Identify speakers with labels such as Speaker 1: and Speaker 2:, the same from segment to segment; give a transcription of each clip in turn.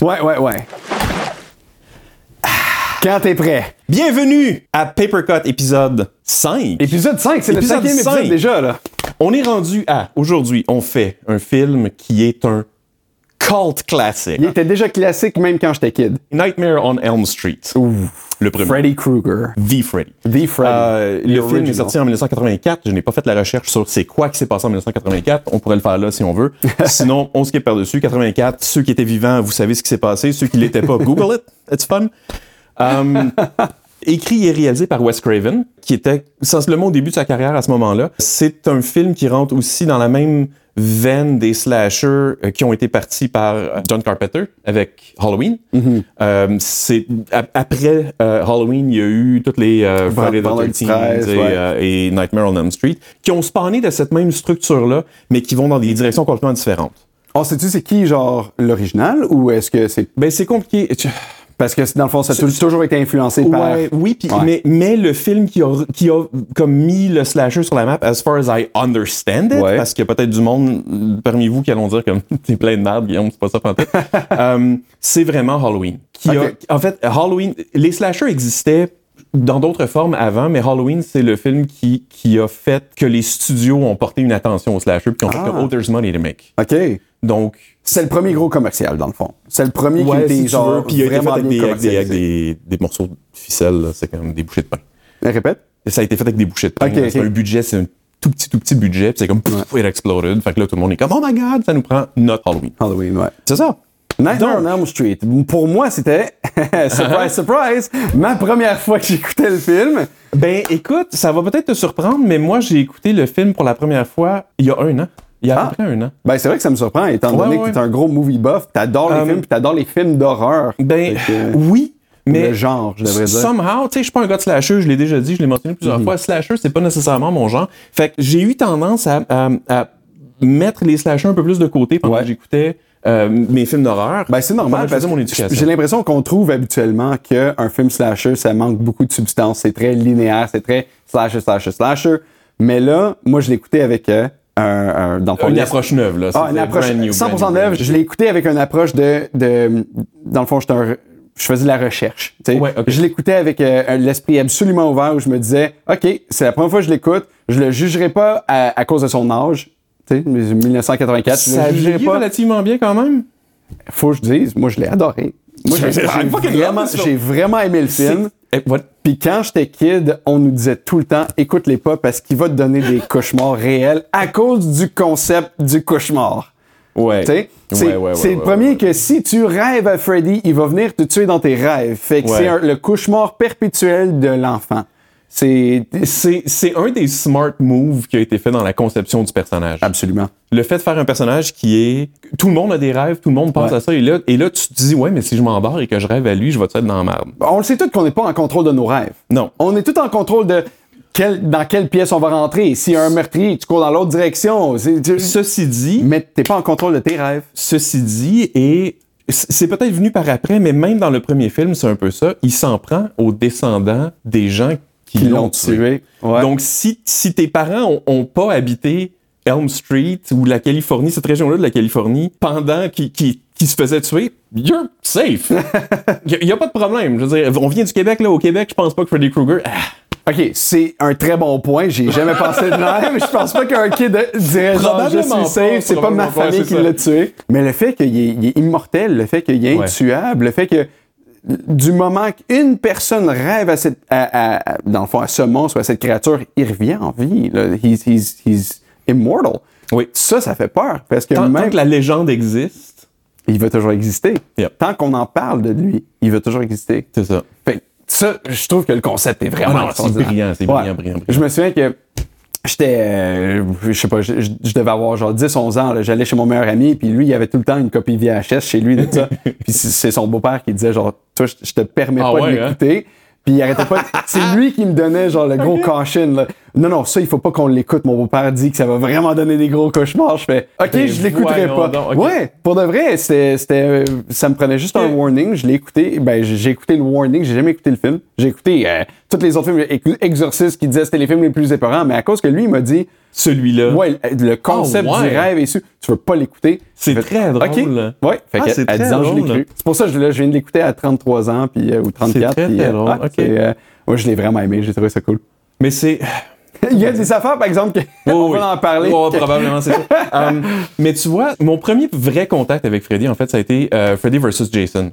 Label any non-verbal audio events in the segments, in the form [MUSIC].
Speaker 1: Ouais, ouais, ouais. Quand t'es prêt.
Speaker 2: Bienvenue à Papercut épisode 5.
Speaker 1: Épisode 5, c'est le
Speaker 2: Épisode
Speaker 1: cinquième épisode
Speaker 2: 5.
Speaker 1: déjà, là.
Speaker 2: On est rendu à aujourd'hui, on fait un film qui est un cult classique.
Speaker 1: Il était déjà classique même quand j'étais kid.
Speaker 2: Nightmare on Elm Street. Le premier.
Speaker 1: Freddy Krueger.
Speaker 2: The Freddy.
Speaker 1: The Freddy.
Speaker 2: Euh,
Speaker 1: The
Speaker 2: le film est
Speaker 1: original.
Speaker 2: sorti en 1984. Je n'ai pas fait la recherche sur c'est quoi qui s'est passé en 1984. On pourrait le faire là si
Speaker 1: [LAUGHS]
Speaker 2: on veut. Sinon, on skip par-dessus. 84, ceux qui étaient vivants, vous savez ce qui s'est passé. Ceux qui
Speaker 1: [LAUGHS]
Speaker 2: l'étaient pas, Google it. It's fun. [LAUGHS] Um, écrit et réalisé par Wes Craven, qui était sensiblement au début de sa carrière à ce moment-là. C'est un film qui rentre aussi dans la même veine des slashers euh, qui ont été partis par euh, John Carpenter avec Halloween. Euh, c'est a- après euh, Halloween, il y a eu toutes les euh, Friday the
Speaker 1: Vendredi
Speaker 2: 13th,
Speaker 1: 13,
Speaker 2: et,
Speaker 1: ouais.
Speaker 2: euh, et Nightmare on Elm Street qui ont spawné de cette même structure-là, mais qui vont dans des directions complètement différentes.
Speaker 1: On sait-tu c'est qui, genre, l'original ou est-ce que c'est.
Speaker 2: Ben c'est compliqué.
Speaker 1: Parce que dans le fond, ça a tou- toujours été influencé par.
Speaker 2: Ouais, oui, puis-
Speaker 1: Ouais.
Speaker 2: Mais, mais le film qui a, qui a comme mis le slasher sur la map, as far as I understand it,
Speaker 1: Ouais.
Speaker 2: parce qu'il y a peut-être du monde euh, parmi vous qui allons dire comme [LAUGHS] t'es plein de merde, Guillaume, c'est pas ça [LAUGHS] pantoute. Euh, c'est vraiment Halloween. Qui a-
Speaker 1: Ok.
Speaker 2: en fait, Halloween, les slashers existaient dans d'autres formes avant, mais Halloween, c'est le film qui, qui a fait que les studios ont porté une attention aux slashers, puis qui ont
Speaker 1: Ah.
Speaker 2: fait comme, oh, there's money to make.
Speaker 1: OK.
Speaker 2: Donc,
Speaker 1: C'est le premier gros commercial, dans le fond. C'est le premier qui
Speaker 2: ouais, si
Speaker 1: était
Speaker 2: tu
Speaker 1: genre.
Speaker 2: veux, puis il a été fait
Speaker 1: vraiment
Speaker 2: avec
Speaker 1: bien
Speaker 2: des, avec des- avec
Speaker 1: commercialisé.
Speaker 2: des- des morceaux de ficelle, là, c'est comme des bouchées de pain.
Speaker 1: Répète.
Speaker 2: Et ça a été fait avec des bouchées de pain.
Speaker 1: Ok,
Speaker 2: là. C'est
Speaker 1: ok.
Speaker 2: un budget, c'est un tout petit, tout petit budget. Puis c'est comme, pouf, it exploded. Fait que là, tout le monde est comme, oh my god, ça nous prend notre Halloween.
Speaker 1: Halloween, ouais.
Speaker 2: C'est ça.
Speaker 1: Nightmare
Speaker 2: Donc-
Speaker 1: on Elm Street. Pour moi, c'était, [LAUGHS]
Speaker 2: [LAUGHS]
Speaker 1: surprise, surprise, ma première fois que j'écoutais le film.
Speaker 2: Ben, écoute, ça va peut-être te surprendre, mais moi, j'ai écouté le film pour la première fois il y a un an. Il y a à peu près un an.
Speaker 1: Ben, c'est vrai que ça me surprend, étant donné
Speaker 2: Ouais,
Speaker 1: que
Speaker 2: ouais.
Speaker 1: t'es un gros movie buff, t'adores les
Speaker 2: Um,
Speaker 1: films, puis t'adores les films d'horreur.
Speaker 2: Ben,
Speaker 1: Fait
Speaker 2: [SIGHS]
Speaker 1: que-
Speaker 2: oui, mais.
Speaker 1: le genre, je devrais dire.
Speaker 2: Somehow, tu sais, je suis pas un gars de slasher, je l'ai déjà dit, je l'ai mentionné plusieurs fois. Slasher, c'est pas nécessairement mon genre. Fait que j'ai eu tendance à, à- à mettre les slashers un peu plus de côté pendant
Speaker 1: Ouais.
Speaker 2: que j'écoutais euh, mes films d'horreur.
Speaker 1: Ben, c'est normal.
Speaker 2: Pendant que je
Speaker 1: parce
Speaker 2: faisais mon
Speaker 1: que
Speaker 2: éducation.
Speaker 1: J'ai l'impression qu'on trouve habituellement qu'un film slasher, ça manque beaucoup de substance. C'est très linéaire, c'est très slasher, slasher, slasher. Mais là, moi, je l'écoutais avec euh, un, un- dans le fond,
Speaker 2: Une
Speaker 1: l'es-
Speaker 2: approche neuve, là.
Speaker 1: Ah, une
Speaker 2: C'était
Speaker 1: approche
Speaker 2: brand new,
Speaker 1: 100%
Speaker 2: brand new, brand
Speaker 1: neuve.
Speaker 2: new.
Speaker 1: Je l'ai écouté avec une approche de, de dans le fond, j'étais un- je faisais de la recherche. tu sais.
Speaker 2: Ouais, ok.
Speaker 1: Je l'écoutais avec euh, l'esprit absolument ouvert où je me disais, OK, c'est la première fois que je l'écoute, je le jugerai pas à, à cause de son âge. tu sais, 1984, je
Speaker 2: Ça
Speaker 1: le jugerai
Speaker 2: vieillit
Speaker 1: pas.
Speaker 2: relativement bien quand même.
Speaker 1: Faut que je dise, moi, je l'ai adoré. Moi, j'ai
Speaker 2: C'est
Speaker 1: j'ai
Speaker 2: fucking
Speaker 1: vraiment,
Speaker 2: awesome.
Speaker 1: j'ai vraiment aimé le film.
Speaker 2: Eh, what?
Speaker 1: Puis quand j'étais kid, on nous disait tout le temps, écoute-les pas parce qu'il va te donner des [LAUGHS] cauchemars réels à cause du concept du cauchemar.
Speaker 2: Ouais.
Speaker 1: Tu sais, C'est
Speaker 2: Ouais, ouais,
Speaker 1: c'est
Speaker 2: ouais,
Speaker 1: le
Speaker 2: ouais,
Speaker 1: premier
Speaker 2: ouais.
Speaker 1: que si tu rêves à Freddy, il va venir te tuer dans tes rêves. Fait que
Speaker 2: Ouais.
Speaker 1: c'est un- le cauchemar perpétuel de l'enfant. C'est
Speaker 2: C'est c'est un des smart moves qui a été fait dans la conception du personnage.
Speaker 1: absolument.
Speaker 2: Le fait de faire un personnage qui est. Tout le monde a des rêves, tout le monde pense
Speaker 1: Ouais.
Speaker 2: à ça. Et là, et là, tu te dis, ouais, mais si je m'embarre et que je rêve à lui, je vais te être dans la merde.
Speaker 1: On le sait tous qu'on n'est pas en contrôle de nos rêves.
Speaker 2: Non.
Speaker 1: On est tout en contrôle de quel- dans quelle pièce on va rentrer. S'il y a un meurtrier, tu cours dans l'autre direction. C'est- tu-
Speaker 2: Ceci dit,
Speaker 1: Mais t'es pas en contrôle de tes rêves.
Speaker 2: Ceci dit, et c- c'est peut-être venu par après, mais même dans le premier film, c'est un peu ça, il s'en prend aux descendants des gens qui,
Speaker 1: Qui l'ont
Speaker 2: l'ont tué.
Speaker 1: tué. Ouais.
Speaker 2: Donc, si, si tes parents n'ont pas habité Elm Street ou la Californie, cette région-là de la Californie, pendant qu'ils qu'ils- qu'ils se faisaient tuer, you're
Speaker 1: [LAUGHS]
Speaker 2: safe. Il n'y a, pas de problème. Je veux dire, on vient du Québec, là. Au Québec, je pense pas que Freddy Krueger. ah,
Speaker 1: OK, c'est un très bon point. J'ai jamais pensé de même. Je pense pas qu'un kid dirait genre, je
Speaker 2: Probablement
Speaker 1: suis
Speaker 2: pas,
Speaker 1: safe, c'est pas ma
Speaker 2: probablement pas,
Speaker 1: famille
Speaker 2: c'est
Speaker 1: qui
Speaker 2: ça.
Speaker 1: l'a tué. Mais le fait qu'il est, il est immortel, le fait qu'il est
Speaker 2: Ouais.
Speaker 1: intuable, le fait que du moment qu'une personne rêve à cette, à- à- à- dans le fond, à ce monstre ou à cette créature, il revient en vie. là. He's, he's- he's immortal.
Speaker 2: Oui.
Speaker 1: Ça, ça fait peur. Parce que
Speaker 2: Tant, tant
Speaker 1: même,
Speaker 2: que la légende existe,
Speaker 1: il va toujours exister.
Speaker 2: Yep.
Speaker 1: Tant qu'on en parle de lui, il va toujours exister.
Speaker 2: c'est ça.
Speaker 1: Fait que ça, je trouve que le concept est
Speaker 2: Ah
Speaker 1: vraiment
Speaker 2: non, c'est
Speaker 1: extraordinaire.
Speaker 2: brillant, c'est brillant, brillant, brillant.
Speaker 1: Je me souviens que j'étais, euh, je sais pas, je, je- je devais avoir genre 10, 11 ans, là. j'allais chez mon meilleur ami, puis lui, il avait tout le temps une copie VHS chez lui de ça.
Speaker 2: [LAUGHS]
Speaker 1: puis c'est- c'est son beau-père qui disait genre, toi, je, je te permets
Speaker 2: Ah
Speaker 1: pas
Speaker 2: ouais, [LAUGHS]
Speaker 1: de l'écouter. Puis il arrêtait pas. de- C'est lui qui me donnait genre le gros caution. là. Non, non, ça, il faut pas qu'on l'écoute. Mon beau-père dit que ça va vraiment donner des gros cauchemars. Je fais OK,
Speaker 2: Ben,
Speaker 1: je l'écouterai
Speaker 2: voyons
Speaker 1: pas.
Speaker 2: donc, ok.
Speaker 1: Ouais, pour de vrai, c'était, c'était, euh, ça me prenait juste un warning. Je l'ai écouté. Ben, j'ai j'ai écouté le warning. J'ai jamais écouté le film. J'ai écouté euh, tous les autres films. J'ai écouté Exorcist qui disait que c'était les films les plus épeurants. Mais à cause que lui, il m'a dit
Speaker 2: Celui-là.
Speaker 1: Ouais, le concept
Speaker 2: Euh, Ah, ouais.
Speaker 1: du rêve est su. Tu veux pas l'écouter.
Speaker 2: C'est
Speaker 1: Fait-
Speaker 2: très drôle.
Speaker 1: OK. Ouais, fait
Speaker 2: Ah,
Speaker 1: que,
Speaker 2: c'est
Speaker 1: à
Speaker 2: très
Speaker 1: 10 ans, je l'ai
Speaker 2: drôle.
Speaker 1: cru. C'est pour ça que je, là, je viens de l'écouter à 33 ans puis, euh, ou 34.
Speaker 2: très,
Speaker 1: puis,
Speaker 2: très
Speaker 1: euh,
Speaker 2: drôle.
Speaker 1: ouais,
Speaker 2: OK.
Speaker 1: c'est, euh, moi, je l'ai vraiment aimé. J'ai trouvé ça cool. [LAUGHS]
Speaker 2: Mais c'est.
Speaker 1: Il y a des affaires, par exemple, que [LAUGHS] on
Speaker 2: Oui,
Speaker 1: va
Speaker 2: oui.
Speaker 1: en parler.
Speaker 2: Oh,
Speaker 1: [LAUGHS]
Speaker 2: probablement, c'est ça. Um, mais tu vois, mon premier vrai contact avec Freddy, en fait, ça a été euh, Freddy versus Jason.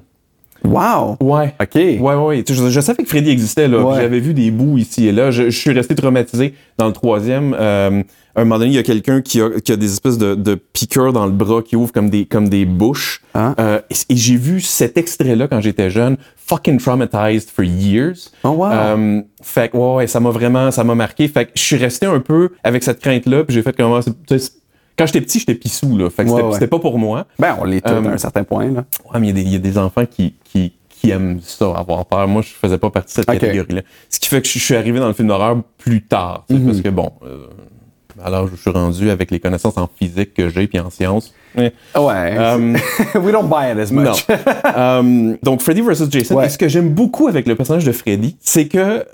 Speaker 1: Wow!
Speaker 2: Ouais.
Speaker 1: OK.
Speaker 2: Ouais, ouais, ouais. Tu sais, Je, je savais que Freddy existait, là.
Speaker 1: Ouais.
Speaker 2: puis J'avais vu des bouts ici et là. Je, je suis resté traumatisé dans le troisième. Euh, à un moment donné, il y a quelqu'un qui a, qui a des espèces de, de piqûres dans le bras qui ouvrent comme des, comme des bouches.
Speaker 1: Hein?
Speaker 2: Euh, et et j'ai vu cet extrait-là quand j'étais jeune. Fucking traumatized for years.
Speaker 1: Oh, wow.
Speaker 2: Euh, fait que, ouais, ouais, ça m'a vraiment, ça m'a marqué. Fait que je suis resté un peu avec cette crainte-là. Puis j'ai fait comment. c'est- tu sais, c'est- Quand j'étais petit, j'étais pissou, là. Fait que
Speaker 1: Ouais,
Speaker 2: c'était
Speaker 1: ouais.
Speaker 2: c'était pas pour moi.
Speaker 1: Ben, on l'est tous
Speaker 2: Euh,
Speaker 1: à un certain point, là.
Speaker 2: Ouais, mais il y a des- il y, a des enfants qui, qui, qui aiment ça, avoir peur. Moi, je faisais pas partie de cette
Speaker 1: Ok.
Speaker 2: catégorie-là. Ce qui fait que je suis arrivé dans le film d'horreur plus tard. tu sais,
Speaker 1: Mhm.
Speaker 2: Parce que, bon, euh, alors je suis rendu avec les connaissances en physique que j'ai puis en sciences. Eh.
Speaker 1: Ouais.
Speaker 2: Euh,
Speaker 1: [LAUGHS] We don't buy it as [LAUGHS]
Speaker 2: non.
Speaker 1: much.
Speaker 2: Euh, donc, Freddy versus Jason.
Speaker 1: Ouais.
Speaker 2: Et ce que j'aime beaucoup avec le personnage de Freddy, c'est que,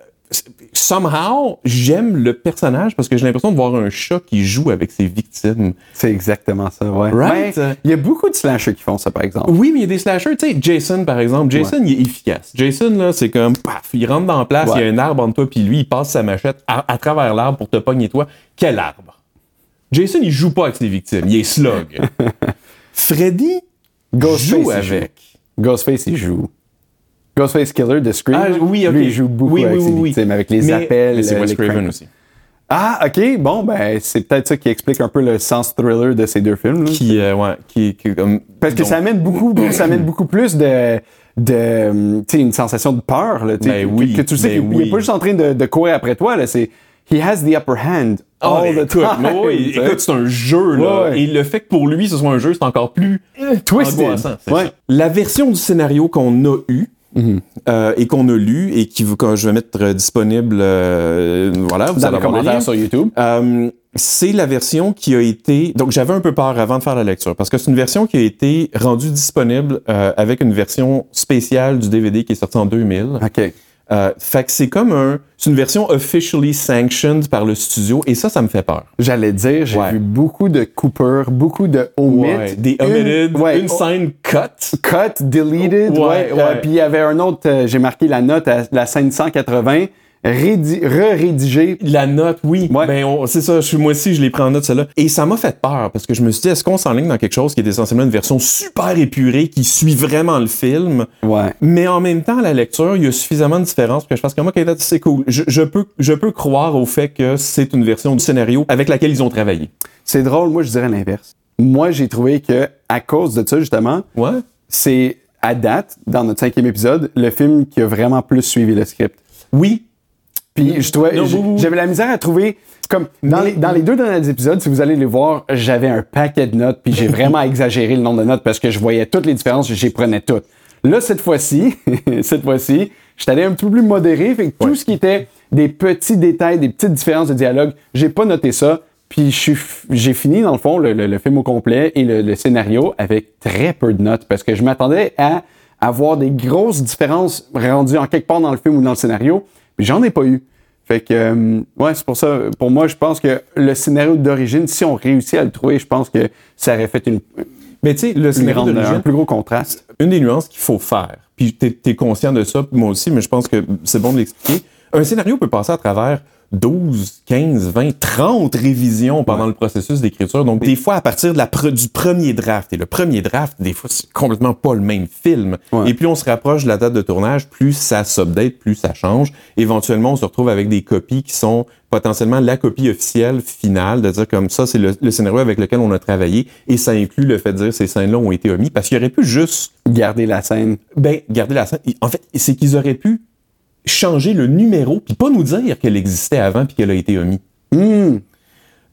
Speaker 2: somehow, j'aime le personnage parce que j'ai l'impression de voir un chat qui joue avec ses victimes.
Speaker 1: C'est exactement ça, ouais.
Speaker 2: Right?
Speaker 1: Ben, il y a beaucoup de slashers qui font ça, par exemple.
Speaker 2: Oui, mais il y a des slashers, tu sais, Jason par exemple, Jason il est efficace. Jason là, c'est comme paf, il rentre dans la place,
Speaker 1: Ouais.
Speaker 2: il y a un arbre entre toi puis lui, il passe sa machette à, à travers l'arbre pour te pogner toi. Quel arbre Jason il joue pas avec ses victimes, il
Speaker 1: [LAUGHS]
Speaker 2: est slug. Freddy joue
Speaker 1: il joue.
Speaker 2: avec.
Speaker 1: Ghostface, il joue. Ghostface Killer de Scream.
Speaker 2: Ah, oui, ok.
Speaker 1: Lui, il joue beaucoup
Speaker 2: Oui,
Speaker 1: avec
Speaker 2: oui,
Speaker 1: ses
Speaker 2: oui, oui.
Speaker 1: victimes, avec les
Speaker 2: Mais-
Speaker 1: appels.
Speaker 2: mais c'est
Speaker 1: euh, les
Speaker 2: Wes Craven
Speaker 1: crank-
Speaker 2: aussi.
Speaker 1: Ah, OK. Bon, ben, c'est peut-être ça qui explique un peu le sens thriller de ces deux films. là.
Speaker 2: Qui euh, ouais, qui, qui comme
Speaker 1: Parce que
Speaker 2: donc,
Speaker 1: ça amène beaucoup, ça amène beaucoup plus de, de hum, tu sais, une sensation de peur, là, tu sais,
Speaker 2: Ben
Speaker 1: que-
Speaker 2: oui,
Speaker 1: que, tu sais
Speaker 2: ben
Speaker 1: qu'il il est
Speaker 2: oui.
Speaker 1: pas juste en train de, de courir après toi, là, c'est, he has the upper hand
Speaker 2: Ah,
Speaker 1: all
Speaker 2: ben,
Speaker 1: the
Speaker 2: écoute,
Speaker 1: [LAUGHS] time.
Speaker 2: mais oui,
Speaker 1: tu sais.
Speaker 2: écoute, c'est un jeu, là.
Speaker 1: Ouais, ouais.
Speaker 2: Et le fait que pour lui, ce soit un jeu, c'est encore plus
Speaker 1: twisted.
Speaker 2: angoissant, c'est
Speaker 1: Ouais.
Speaker 2: ça. Euh, La version du scénario qu'on a eu euh, et qu'on a lu et qui que je vais mettre euh, disponible, euh, voilà, vous
Speaker 1: dans les
Speaker 2: allez avoir le lien.
Speaker 1: commentaires sur YouTube.
Speaker 2: Euh, c'est la version qui a été. Donc, j'avais un peu peur avant de faire la lecture parce que c'est une version qui a été rendue disponible euh, avec une version spéciale du DVD qui est sortie en 2000.
Speaker 1: OK.
Speaker 2: Euh, fait que c'est comme un. C'est une version officially sanctioned par le studio et ça, ça me fait peur.
Speaker 1: J'allais dire, j'ai
Speaker 2: Ouais.
Speaker 1: vu beaucoup de coupures, beaucoup de omits.
Speaker 2: Ouais, Des
Speaker 1: Une-
Speaker 2: omitted, une,
Speaker 1: ouais, oh,
Speaker 2: scène cut.
Speaker 1: Cut, deleted,
Speaker 2: Ouais,
Speaker 1: ouais, euh,
Speaker 2: ouais.
Speaker 1: puis il y avait un autre, euh, j'ai marqué la note à la scène 180, rédi- re-rédigée.
Speaker 2: La note, oui.
Speaker 1: Ouais.
Speaker 2: Ben, on- c'est ça. Je, suis- moi aussi, je les prends en note, cela. Et ça m'a fait peur parce que je me suis dit, est-ce qu'on s'enligne dans quelque chose qui est essentiellement une version super épurée qui suit vraiment le film?
Speaker 1: Ouais.
Speaker 2: Mais en même temps, à la lecture, il y a suffisamment de différences pour que je fasse comme, OK, là, c'est cool. Je, je peux, je peux croire au fait que c'est une version du scénario avec laquelle ils ont travaillé.
Speaker 1: C'est drôle, moi je dirais l'inverse. Moi j'ai trouvé que à cause de ça justement,
Speaker 2: Ouais?
Speaker 1: c'est à date dans notre cinquième épisode le film qui a vraiment plus suivi le script.
Speaker 2: Oui.
Speaker 1: Puis je trouvais,
Speaker 2: Non,
Speaker 1: j'ai-
Speaker 2: oui, oui, oui.
Speaker 1: j'avais la misère à trouver comme dans, les, dans les deux derniers épisodes, si vous allez les voir, j'avais un paquet de notes puis j'ai vraiment exagéré le nombre de notes parce que je voyais toutes les différences, j'y prenais toutes. Là cette fois-ci, [LAUGHS] cette fois-ci, j'étais allé un petit peu plus modéré, fait que tout ce qui était des petits détails, des petites différences de dialogue, j'ai pas noté ça. Puis je suis f- j'ai fini, dans le fond, le, le- le film au complet et le, le scénario avec très peu de notes parce que je m'attendais à avoir des grosses différences rendues en quelque part dans le film ou dans le scénario. Puis j'en ai pas eu. Fait que, euh, ouais, c'est pour ça. Pour moi, je pense que le scénario d'origine, si on réussit à le trouver, je pense que ça aurait fait une,
Speaker 2: Mais tu sais, le
Speaker 1: une
Speaker 2: scénario
Speaker 1: grande-
Speaker 2: d'origine,
Speaker 1: un plus gros contraste.
Speaker 2: une des nuances qu'il faut faire, puis tu es, conscient de ça, moi aussi, mais je pense que c'est bon de l'expliquer, un scénario peut passer à travers 12, 15, 20, 30 révisions pendant le processus d'écriture. Donc, des fois, à partir de la pre- du premier draft, et le premier draft, des fois, c'est complètement pas le même film.
Speaker 1: Ouais.
Speaker 2: Et plus on se rapproche de la date de tournage, plus ça s'update, plus ça change. Éventuellement, on se retrouve avec des copies qui sont potentiellement la copie officielle finale, de dire comme ça, c'est le, le scénario avec lequel on a travaillé, et ça inclut le fait de dire ces scènes-là ont été omises, parce qu'il aurait pu juste
Speaker 1: Garder la scène.
Speaker 2: ben, gardez la scène. En fait, c'est qu'ils auraient pu changer le numéro puis pas nous dire qu'elle existait avant puis qu'elle a été omise.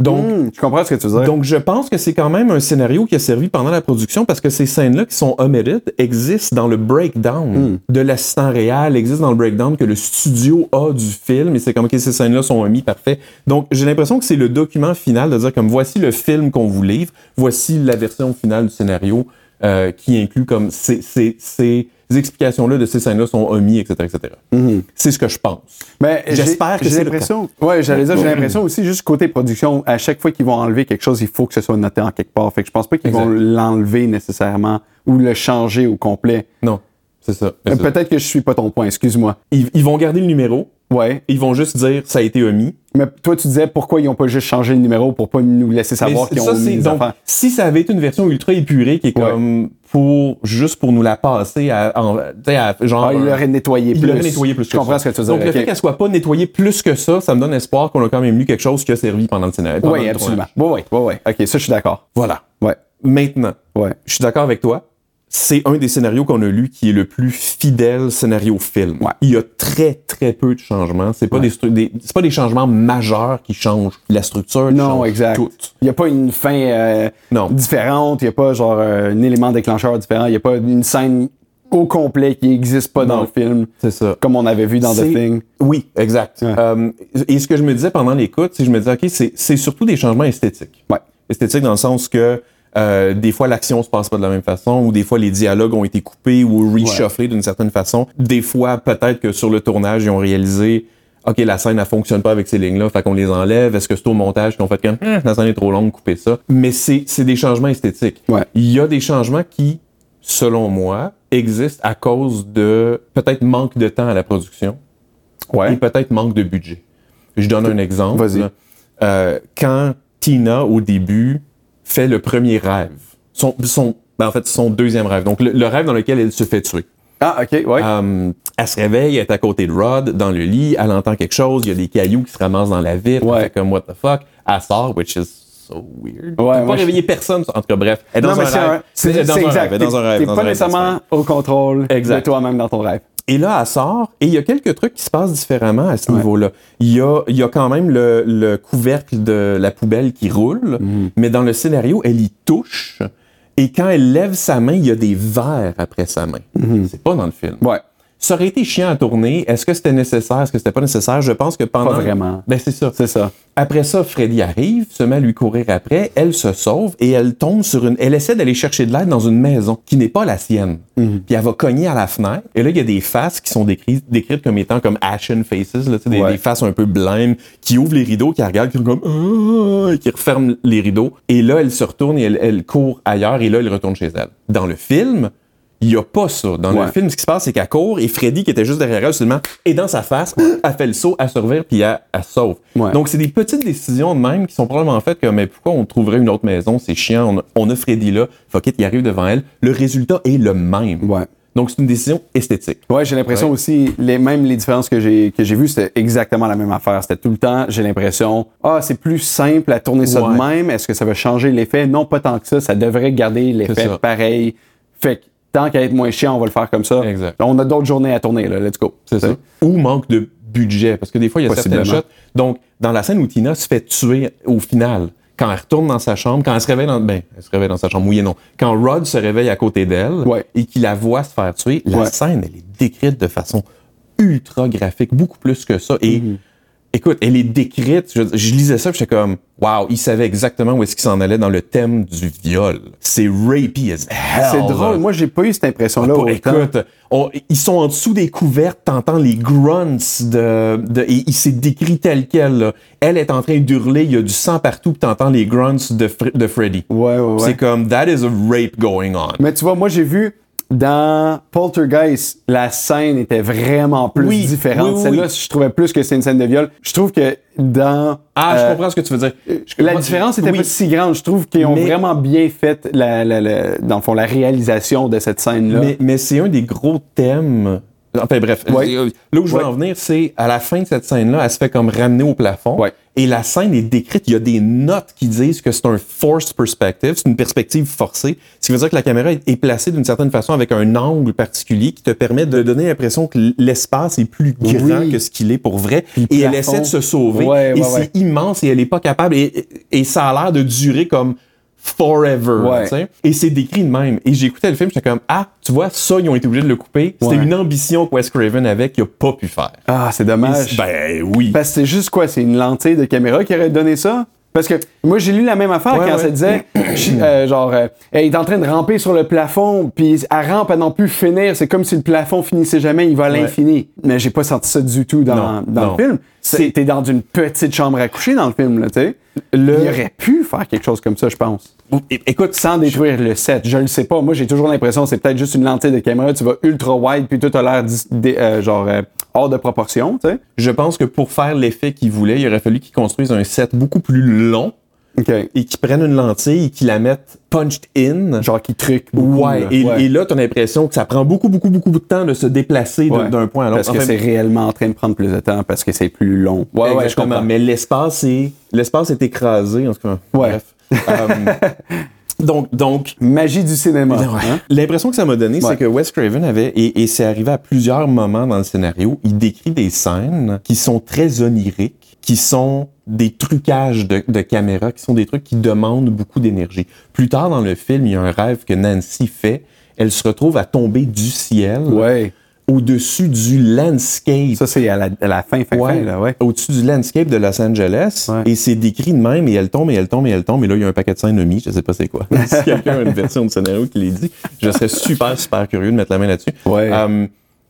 Speaker 2: Donc,
Speaker 1: Hum, je comprends ce que tu veux dire.
Speaker 2: Hmm. donc, je pense que c'est quand même un scénario qui a servi pendant la production parce que ces scènes-là qui sont omitted existent dans le breakdown de l'assistant réel, existent dans le breakdown que le studio a du film et c'est comme, OK, ces scènes-là sont omises, parfait. Donc, j'ai l'impression que c'est le document final de dire comme, voici le film qu'on vous livre, voici la version finale du scénario euh, qui inclut comme ces, ces- ces explications-là de ces scènes-là sont omises, etc., etc. C'est ce que je pense.
Speaker 1: Mais j'ai-
Speaker 2: J'espère que
Speaker 1: j'ai
Speaker 2: c'est le
Speaker 1: l'impression. Ouais, j'allais dire, j'ai l'impression aussi juste côté production. À chaque fois qu'ils vont enlever quelque chose, il faut que ce soit noté en quelque part. Fait que je pense pas qu'ils
Speaker 2: Exact.
Speaker 1: vont l'enlever nécessairement ou le changer au complet.
Speaker 2: Non, c'est ça.
Speaker 1: Euh,
Speaker 2: C'est ça.
Speaker 1: Peut-être que je suis pas ton point. Excuse-moi.
Speaker 2: Ils, ils vont garder le numéro,
Speaker 1: Ouais.
Speaker 2: ils vont juste dire, ça a été omis.
Speaker 1: Mais toi, tu disais pourquoi ils ont pas juste changé le numéro pour pas nous laisser
Speaker 2: Mais
Speaker 1: savoir qu'ils ont
Speaker 2: ça,
Speaker 1: mis
Speaker 2: c'est-
Speaker 1: les
Speaker 2: donc,
Speaker 1: affaires.
Speaker 2: si ça avait été une version ultra épurée qui est
Speaker 1: Ouais.
Speaker 2: comme pour juste pour nous la passer à, en- tu sais, à- genre
Speaker 1: Ah, ils l'auraient nettoyé
Speaker 2: il
Speaker 1: plus.
Speaker 2: l'aurait nettoyé plus que
Speaker 1: Je comprends ce
Speaker 2: ça.
Speaker 1: que tu veux
Speaker 2: Donc
Speaker 1: dire.
Speaker 2: le
Speaker 1: ok.
Speaker 2: fait qu'elle soit pas nettoyée plus que ça, ça me donne espoir qu'on a quand même eu quelque chose qui a servi pendant le scénario. pendant
Speaker 1: Oui,
Speaker 2: le
Speaker 1: absolument.
Speaker 2: tournage.
Speaker 1: Oui, oui, oui, oui. OK, ça, je suis d'accord.
Speaker 2: Voilà.
Speaker 1: Ouais,
Speaker 2: Maintenant,
Speaker 1: ouais.
Speaker 2: je suis d'accord avec toi. C'est un des scénarios qu'on a lu qui est le plus fidèle scénario film.
Speaker 1: Ouais.
Speaker 2: Il y a très très peu de changements. C'est pas des, stru- des- c'est pas des changements majeurs qui changent la structure. qui
Speaker 1: Non,
Speaker 2: changent
Speaker 1: exact.
Speaker 2: tout.
Speaker 1: Il n'y a pas une fin euh,
Speaker 2: Non.
Speaker 1: différente, il n'y a pas genre euh, un élément déclencheur différent, il n'y a pas une scène au complet qui n'existe pas dans
Speaker 2: Non.
Speaker 1: le film,
Speaker 2: C'est ça.
Speaker 1: comme on avait vu dans The
Speaker 2: C'est-
Speaker 1: Thing.
Speaker 2: Oui, exact.
Speaker 1: Ouais.
Speaker 2: Euh, et ce que je me disais pendant l'écoute, c'est que je me disais, OK, c'est c'est surtout des changements esthétiques.
Speaker 1: Ouais.
Speaker 2: Esthétiques dans le sens que euh, des fois, l'action se passe pas de la même façon, ou des fois, les dialogues ont été coupés ou reshufflés d'une certaine façon. Des fois, peut-être que sur le tournage, ils ont réalisé, OK, la scène, elle fonctionne pas avec ces lignes-là, fait qu'on les enlève. Est-ce que c'est au montage qu'on fait comme, Hum, la scène est trop longue, coupez ça. Mais c'est c'est des changements esthétiques.
Speaker 1: Ouais.
Speaker 2: Il y a des changements qui, selon moi, existent à cause de peut-être manque de temps à la production et peut-être manque de budget. Je donne un exemple.
Speaker 1: Vas-y.
Speaker 2: Euh, quand Tina, au début, fait le premier rêve, son, son- ben, en fait, son deuxième rêve, donc le, le rêve dans lequel elle se fait tuer.
Speaker 1: Ah, OK, ouais.
Speaker 2: Euh, elle se réveille, elle est à côté de Rod, dans le lit, elle entend quelque chose, il y a des cailloux qui se ramassent dans la vitre,
Speaker 1: Ouais.
Speaker 2: elle fait comme what the fuck, elle sort, which is so weird.
Speaker 1: Ouais,
Speaker 2: elle peut
Speaker 1: moi,
Speaker 2: pas
Speaker 1: je-
Speaker 2: réveiller personne, en tout cas, bref. Elle est dans
Speaker 1: non, mais
Speaker 2: un
Speaker 1: c'est
Speaker 2: rêve.
Speaker 1: un- c'est
Speaker 2: Elle est dans
Speaker 1: c'est
Speaker 2: un
Speaker 1: exact.
Speaker 2: rêve, elle est dans un
Speaker 1: T'es-
Speaker 2: rêve,
Speaker 1: T'es
Speaker 2: dans un
Speaker 1: pas
Speaker 2: rêve, dans un rêve.
Speaker 1: nécessairement au contrôle de
Speaker 2: Exact.
Speaker 1: toi-même dans ton rêve.
Speaker 2: Et là, elle sort, et il y a quelques trucs qui se passent différemment à ce niveau-là. Il y a, il y a quand même le, le couvercle de la poubelle qui roule,
Speaker 1: Mhm.
Speaker 2: mais dans le scénario, elle y touche, et quand elle lève sa main, il y a des verres après sa main. C'est pas dans le film.
Speaker 1: Mhm. Ouais.
Speaker 2: Ça aurait été chiant à tourner. Est-ce que c'était nécessaire? Est-ce que c'était pas nécessaire? Je pense que pendant...
Speaker 1: Pas vraiment.
Speaker 2: Ben, c'est ça.
Speaker 1: C'est ça.
Speaker 2: Après ça, Freddy arrive, se met à lui courir après, elle se sauve et elle tombe sur une. Elle essaie d'aller chercher de l'aide dans une maison qui n'est pas la sienne. Puis elle va cogner à la fenêtre. Et là, il y a des faces qui sont décrites, décrites comme étant comme ashen faces, là, tu sais, des,
Speaker 1: Ouais.
Speaker 2: des faces un peu blêmes, qui ouvrent les rideaux, qui la regardent, qui sont comme Ah et qui referment les rideaux. Et là, elle se retourne et elle, elle court ailleurs. Et là, elle retourne chez elle. Dans le film. Il n'y a pas ça. Dans
Speaker 1: Ouais.
Speaker 2: le film, ce qui se passe, c'est qu'elle court et Freddy, qui était juste derrière elle, seulement, est dans sa face, elle fait le saut, elle se revire, puis elle, elle se sauve.
Speaker 1: Ouais.
Speaker 2: Donc, c'est des petites décisions de même qui sont probablement faites comme, mais pourquoi on trouverait une autre maison? C'est chiant, on, on a Freddy là, fuck it, il arrive devant elle. Le résultat est le même.
Speaker 1: Ouais.
Speaker 2: Donc, c'est une décision esthétique.
Speaker 1: Ouais, j'ai l'impression
Speaker 2: Ouais.
Speaker 1: aussi, les, même les différences que j'ai, que j'ai vues, c'était exactement la même affaire. C'était tout le temps, j'ai l'impression, ah, c'est plus simple à tourner ça
Speaker 2: Ouais.
Speaker 1: de même. Est-ce que ça va changer l'effet? Non, pas tant que ça. Ça devrait garder l'effet
Speaker 2: C'est ça.
Speaker 1: pareil. Fait que, tant qu'à être moins chiant, on va le faire comme ça.
Speaker 2: Exact.
Speaker 1: On a d'autres journées à tourner, là. Let's go.
Speaker 2: C'est ça. Ou manque de budget, parce que des fois, il y a certaines
Speaker 1: Possiblement.
Speaker 2: shots. Donc, dans la scène où Tina se fait tuer au final, quand elle retourne dans sa chambre, quand elle se réveille dans, ben, elle se réveille dans sa chambre, oui et non. Quand Rod se réveille à côté d'elle
Speaker 1: Ouais.
Speaker 2: et qu'il la voit se faire tuer, la
Speaker 1: Ouais.
Speaker 2: scène, elle est décrite de façon ultra graphique, beaucoup plus que ça. Et
Speaker 1: Mhm.
Speaker 2: écoute, elle est décrite. Je, je lisais ça, puis j'étais comme, wow, il savait exactement où est-ce qu'il s'en allait dans le thème du viol. C'est rapey as hell.
Speaker 1: C'est
Speaker 2: là.
Speaker 1: drôle. Moi, j'ai pas eu cette impression-là.
Speaker 2: Pas-
Speaker 1: autant.
Speaker 2: euh, écoute, on- ils sont en dessous des couvertes, t'entends les grunts de, de et il s'est décrit tel quel. là. Elle est en train d'hurler, il y a du sang partout, puis t'entends les grunts de, Fre- de Freddy.
Speaker 1: Ouais, ouais, ouais.
Speaker 2: C'est comme that is a rape going on.
Speaker 1: Mais tu vois, moi, j'ai vu dans Poltergeist, la scène était vraiment plus
Speaker 2: Oui,
Speaker 1: différente.
Speaker 2: oui, oui,
Speaker 1: Celle-là,
Speaker 2: oui.
Speaker 1: je trouvais plus que c'est une scène de viol. Je trouve que dans.
Speaker 2: ah,
Speaker 1: euh,
Speaker 2: je comprends ce que tu veux dire. Je
Speaker 1: La
Speaker 2: comprends-
Speaker 1: différence était
Speaker 2: oui.
Speaker 1: pas si grande. Je trouve qu'ils ont
Speaker 2: Mais-
Speaker 1: vraiment bien fait, la, la- la- dans le fond, la réalisation de cette scène-là.
Speaker 2: Mais, mais c'est un des gros thèmes Enfin bref,
Speaker 1: Ouais.
Speaker 2: Euh, là où je veux
Speaker 1: Ouais.
Speaker 2: en venir, c'est à la fin de cette scène-là, elle se fait comme ramener au plafond.
Speaker 1: Ouais.
Speaker 2: Et la scène est décrite, il y a des notes qui disent que c'est un forced perspective, c'est une perspective forcée, ce qui veut dire que la caméra est est placée d'une certaine façon avec un angle particulier qui te permet de donner l'impression que l'espace est plus grand
Speaker 1: Oui.
Speaker 2: que ce qu'il est pour vrai.
Speaker 1: Puis le
Speaker 2: et elle
Speaker 1: plafond.
Speaker 2: essaie de se sauver.
Speaker 1: Ouais,
Speaker 2: et
Speaker 1: ouais,
Speaker 2: c'est
Speaker 1: ouais.
Speaker 2: immense et elle n'est pas capable. Et, et ça a l'air de durer comme forever.
Speaker 1: Ouais.
Speaker 2: tu sais. Et c'est décrit de même. Et j'écoutais le film, j'étais comme, ah, tu vois, ça, ils ont été obligés de le couper. C'était
Speaker 1: Ouais.
Speaker 2: une ambition que Wes Craven avait qu'il n'a pas pu faire.
Speaker 1: Ah, c'est dommage.
Speaker 2: Ben oui.
Speaker 1: Parce que c'est juste quoi? C'est une lentille de caméra qui aurait donné ça? Parce que moi, j'ai lu la même affaire
Speaker 2: Ouais,
Speaker 1: quand
Speaker 2: ouais.
Speaker 1: ça
Speaker 2: [CLEARS THROAT]
Speaker 1: disait, je- euh, genre, euh, elle est en train de ramper sur le plafond, puis elle rampe à non plus finir. C'est comme si le plafond finissait jamais, il va à
Speaker 2: Ouais.
Speaker 1: l'infini. Mais j'ai pas senti ça du tout dans,
Speaker 2: Non,
Speaker 1: dans
Speaker 2: non.
Speaker 1: le film. C'est-
Speaker 2: C'est-
Speaker 1: T'es dans une petite chambre à coucher dans le film, là, tu sais. Il aurait pu faire quelque chose comme ça, je pense.
Speaker 2: É- Écoute,
Speaker 1: Sans détruire le set, je le sais pas. Moi, j'ai toujours l'impression que c'est peut-être juste une lentille de caméra. Tu vas ultra wide, puis tout a l'air dis- dé- euh, genre euh, hors de proportion, tu sais.
Speaker 2: je pense que pour faire l'effet qu'il voulait, il aurait fallu qu'il construise un set beaucoup plus long
Speaker 1: Ok.
Speaker 2: et qu'il prenne une lentille et qu'il la mette punched in.
Speaker 1: Genre qui trick. beaucoup,
Speaker 2: Ouais,
Speaker 1: là.
Speaker 2: et, et là, t'as l'impression que ça prend beaucoup, beaucoup, beaucoup de temps de se déplacer de-
Speaker 1: Ouais.
Speaker 2: d'un point à l'autre.
Speaker 1: Parce que
Speaker 2: Enfin,
Speaker 1: c'est réellement en train de prendre plus de temps parce que c'est plus long. Ouais, ouais, je
Speaker 2: Exactement.
Speaker 1: comprends.
Speaker 2: Mais l'espace est, l'espace est écrasé, en tout cas.
Speaker 1: Ouais.
Speaker 2: [LAUGHS] Bref. Euh, Ah, donc, donc,
Speaker 1: Magie du cinéma.
Speaker 2: Ouais.
Speaker 1: hein?
Speaker 2: L'impression que ça m'a donné,
Speaker 1: Ouais.
Speaker 2: c'est que Wes Craven avait, et, et c'est arrivé à plusieurs moments dans le scénario, il décrit des scènes qui sont très oniriques, qui sont des trucages de, de caméra, qui sont des trucs qui demandent beaucoup d'énergie. Plus tard dans le film, il y a un rêve que Nancy fait. Elle se retrouve à tomber du ciel
Speaker 1: Ouais.
Speaker 2: au-dessus du landscape
Speaker 1: Ça, c'est à la, à la fin, fin,
Speaker 2: Ouais.
Speaker 1: fin, là, ouais.
Speaker 2: au-dessus du landscape de Los Angeles.
Speaker 1: Ouais.
Speaker 2: Et c'est décrit de même, et elle tombe, et elle tombe, et elle tombe. Et là, il y a un paquet de scènes de mi, je sais pas c'est quoi. [LAUGHS] si quelqu'un a une version de scénario qui les dit, je serais super, super curieux de mettre la main là-dessus.
Speaker 1: Ouais.
Speaker 2: Euh,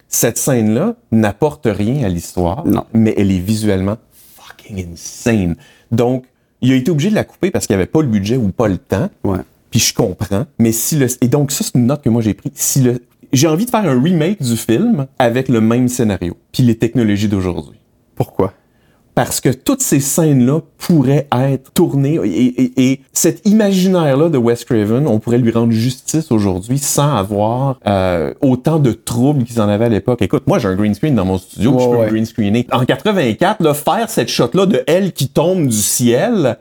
Speaker 2: cette scène-là n'apporte rien à l'histoire,
Speaker 1: Non.
Speaker 2: mais elle est visuellement fucking insane. Donc, il a été obligé de la couper parce qu'il n'y avait pas le budget ou pas le temps.
Speaker 1: Ouais.
Speaker 2: Puis je comprends. Mais si le. Et donc, ça, c'est une note que moi j'ai pris. Si le. J'ai envie de faire un remake du film avec le même scénario, puis les technologies d'aujourd'hui.
Speaker 1: Pourquoi?
Speaker 2: Parce que toutes ces scènes-là pourraient être tournées et, et- et cet imaginaire-là de Wes Craven, on pourrait lui rendre justice aujourd'hui sans avoir euh, autant de troubles qu'ils en avaient à l'époque. Écoute, moi j'ai un green screen dans mon studio, puis je
Speaker 1: Ouais,
Speaker 2: peux me
Speaker 1: ouais.
Speaker 2: green screener. En 84, là, faire cette shot-là de elle qui tombe du ciel,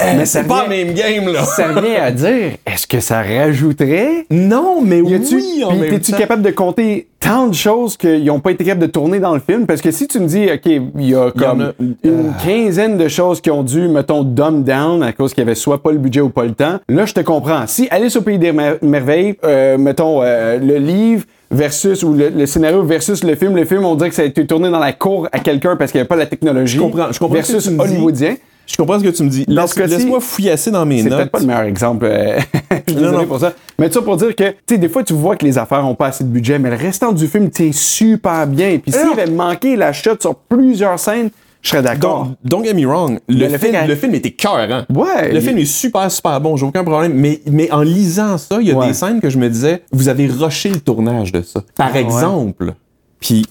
Speaker 1: Mais
Speaker 2: mais
Speaker 1: ça
Speaker 2: c'est pas
Speaker 1: revient-
Speaker 2: le même game là.
Speaker 1: Ça vient à dire, est-ce que ça rajouterait?
Speaker 2: Non, mais
Speaker 1: Y a-tu-
Speaker 2: oui, en
Speaker 1: puis
Speaker 2: même
Speaker 1: t'es-tu
Speaker 2: temps.
Speaker 1: capable de compter tant de choses qu'ils n'ont pas été capables de tourner dans le film? Parce que si tu me dis, OK, il y a comme
Speaker 2: en a- euh,
Speaker 1: une quinzaine de choses qui ont dû, mettons, dumb down à cause qu'il y avait soit pas le budget ou pas le temps, là, je te comprends. Si Alice au Pays des Mer- Merveilles, euh, mettons, euh, le livre versus, ou le, le scénario versus le film, le film, on dirait que ça a été tourné dans la cour à quelqu'un parce qu'il n'y avait pas la technologie.
Speaker 2: Je comprends, je comprends ce que
Speaker 1: Versus
Speaker 2: tu me dis.
Speaker 1: hollywoodien.
Speaker 2: Je comprends ce que tu me dis.
Speaker 1: Dans
Speaker 2: Laisse-
Speaker 1: ce cas-ci,
Speaker 2: Laisse-moi fouillasser dans mes
Speaker 1: C'est peut-être
Speaker 2: notes.
Speaker 1: pas le meilleur exemple. euh, [LAUGHS] je suis
Speaker 2: Non,
Speaker 1: désolé
Speaker 2: non.
Speaker 1: pour ça. Mais tout ça pour dire que, tu sais, des fois, tu vois que les affaires ont pas assez de budget, mais le restant du film, t'es super bien. Puis s'il
Speaker 2: Alors-
Speaker 1: avait manqué la shot sur plusieurs scènes, je serais d'accord.
Speaker 2: Don't, don't get me wrong, le,
Speaker 1: Mais le fait
Speaker 2: film,
Speaker 1: qu'elle-
Speaker 2: le film était cœur, hein.
Speaker 1: Ouais.
Speaker 2: Le film est super, super bon, j'ai aucun problème. Mais, mais en lisant ça, il y a
Speaker 1: Ouais.
Speaker 2: des scènes que je me disais, vous avez rushé le tournage de ça. Par
Speaker 1: ouais.
Speaker 2: exemple, puis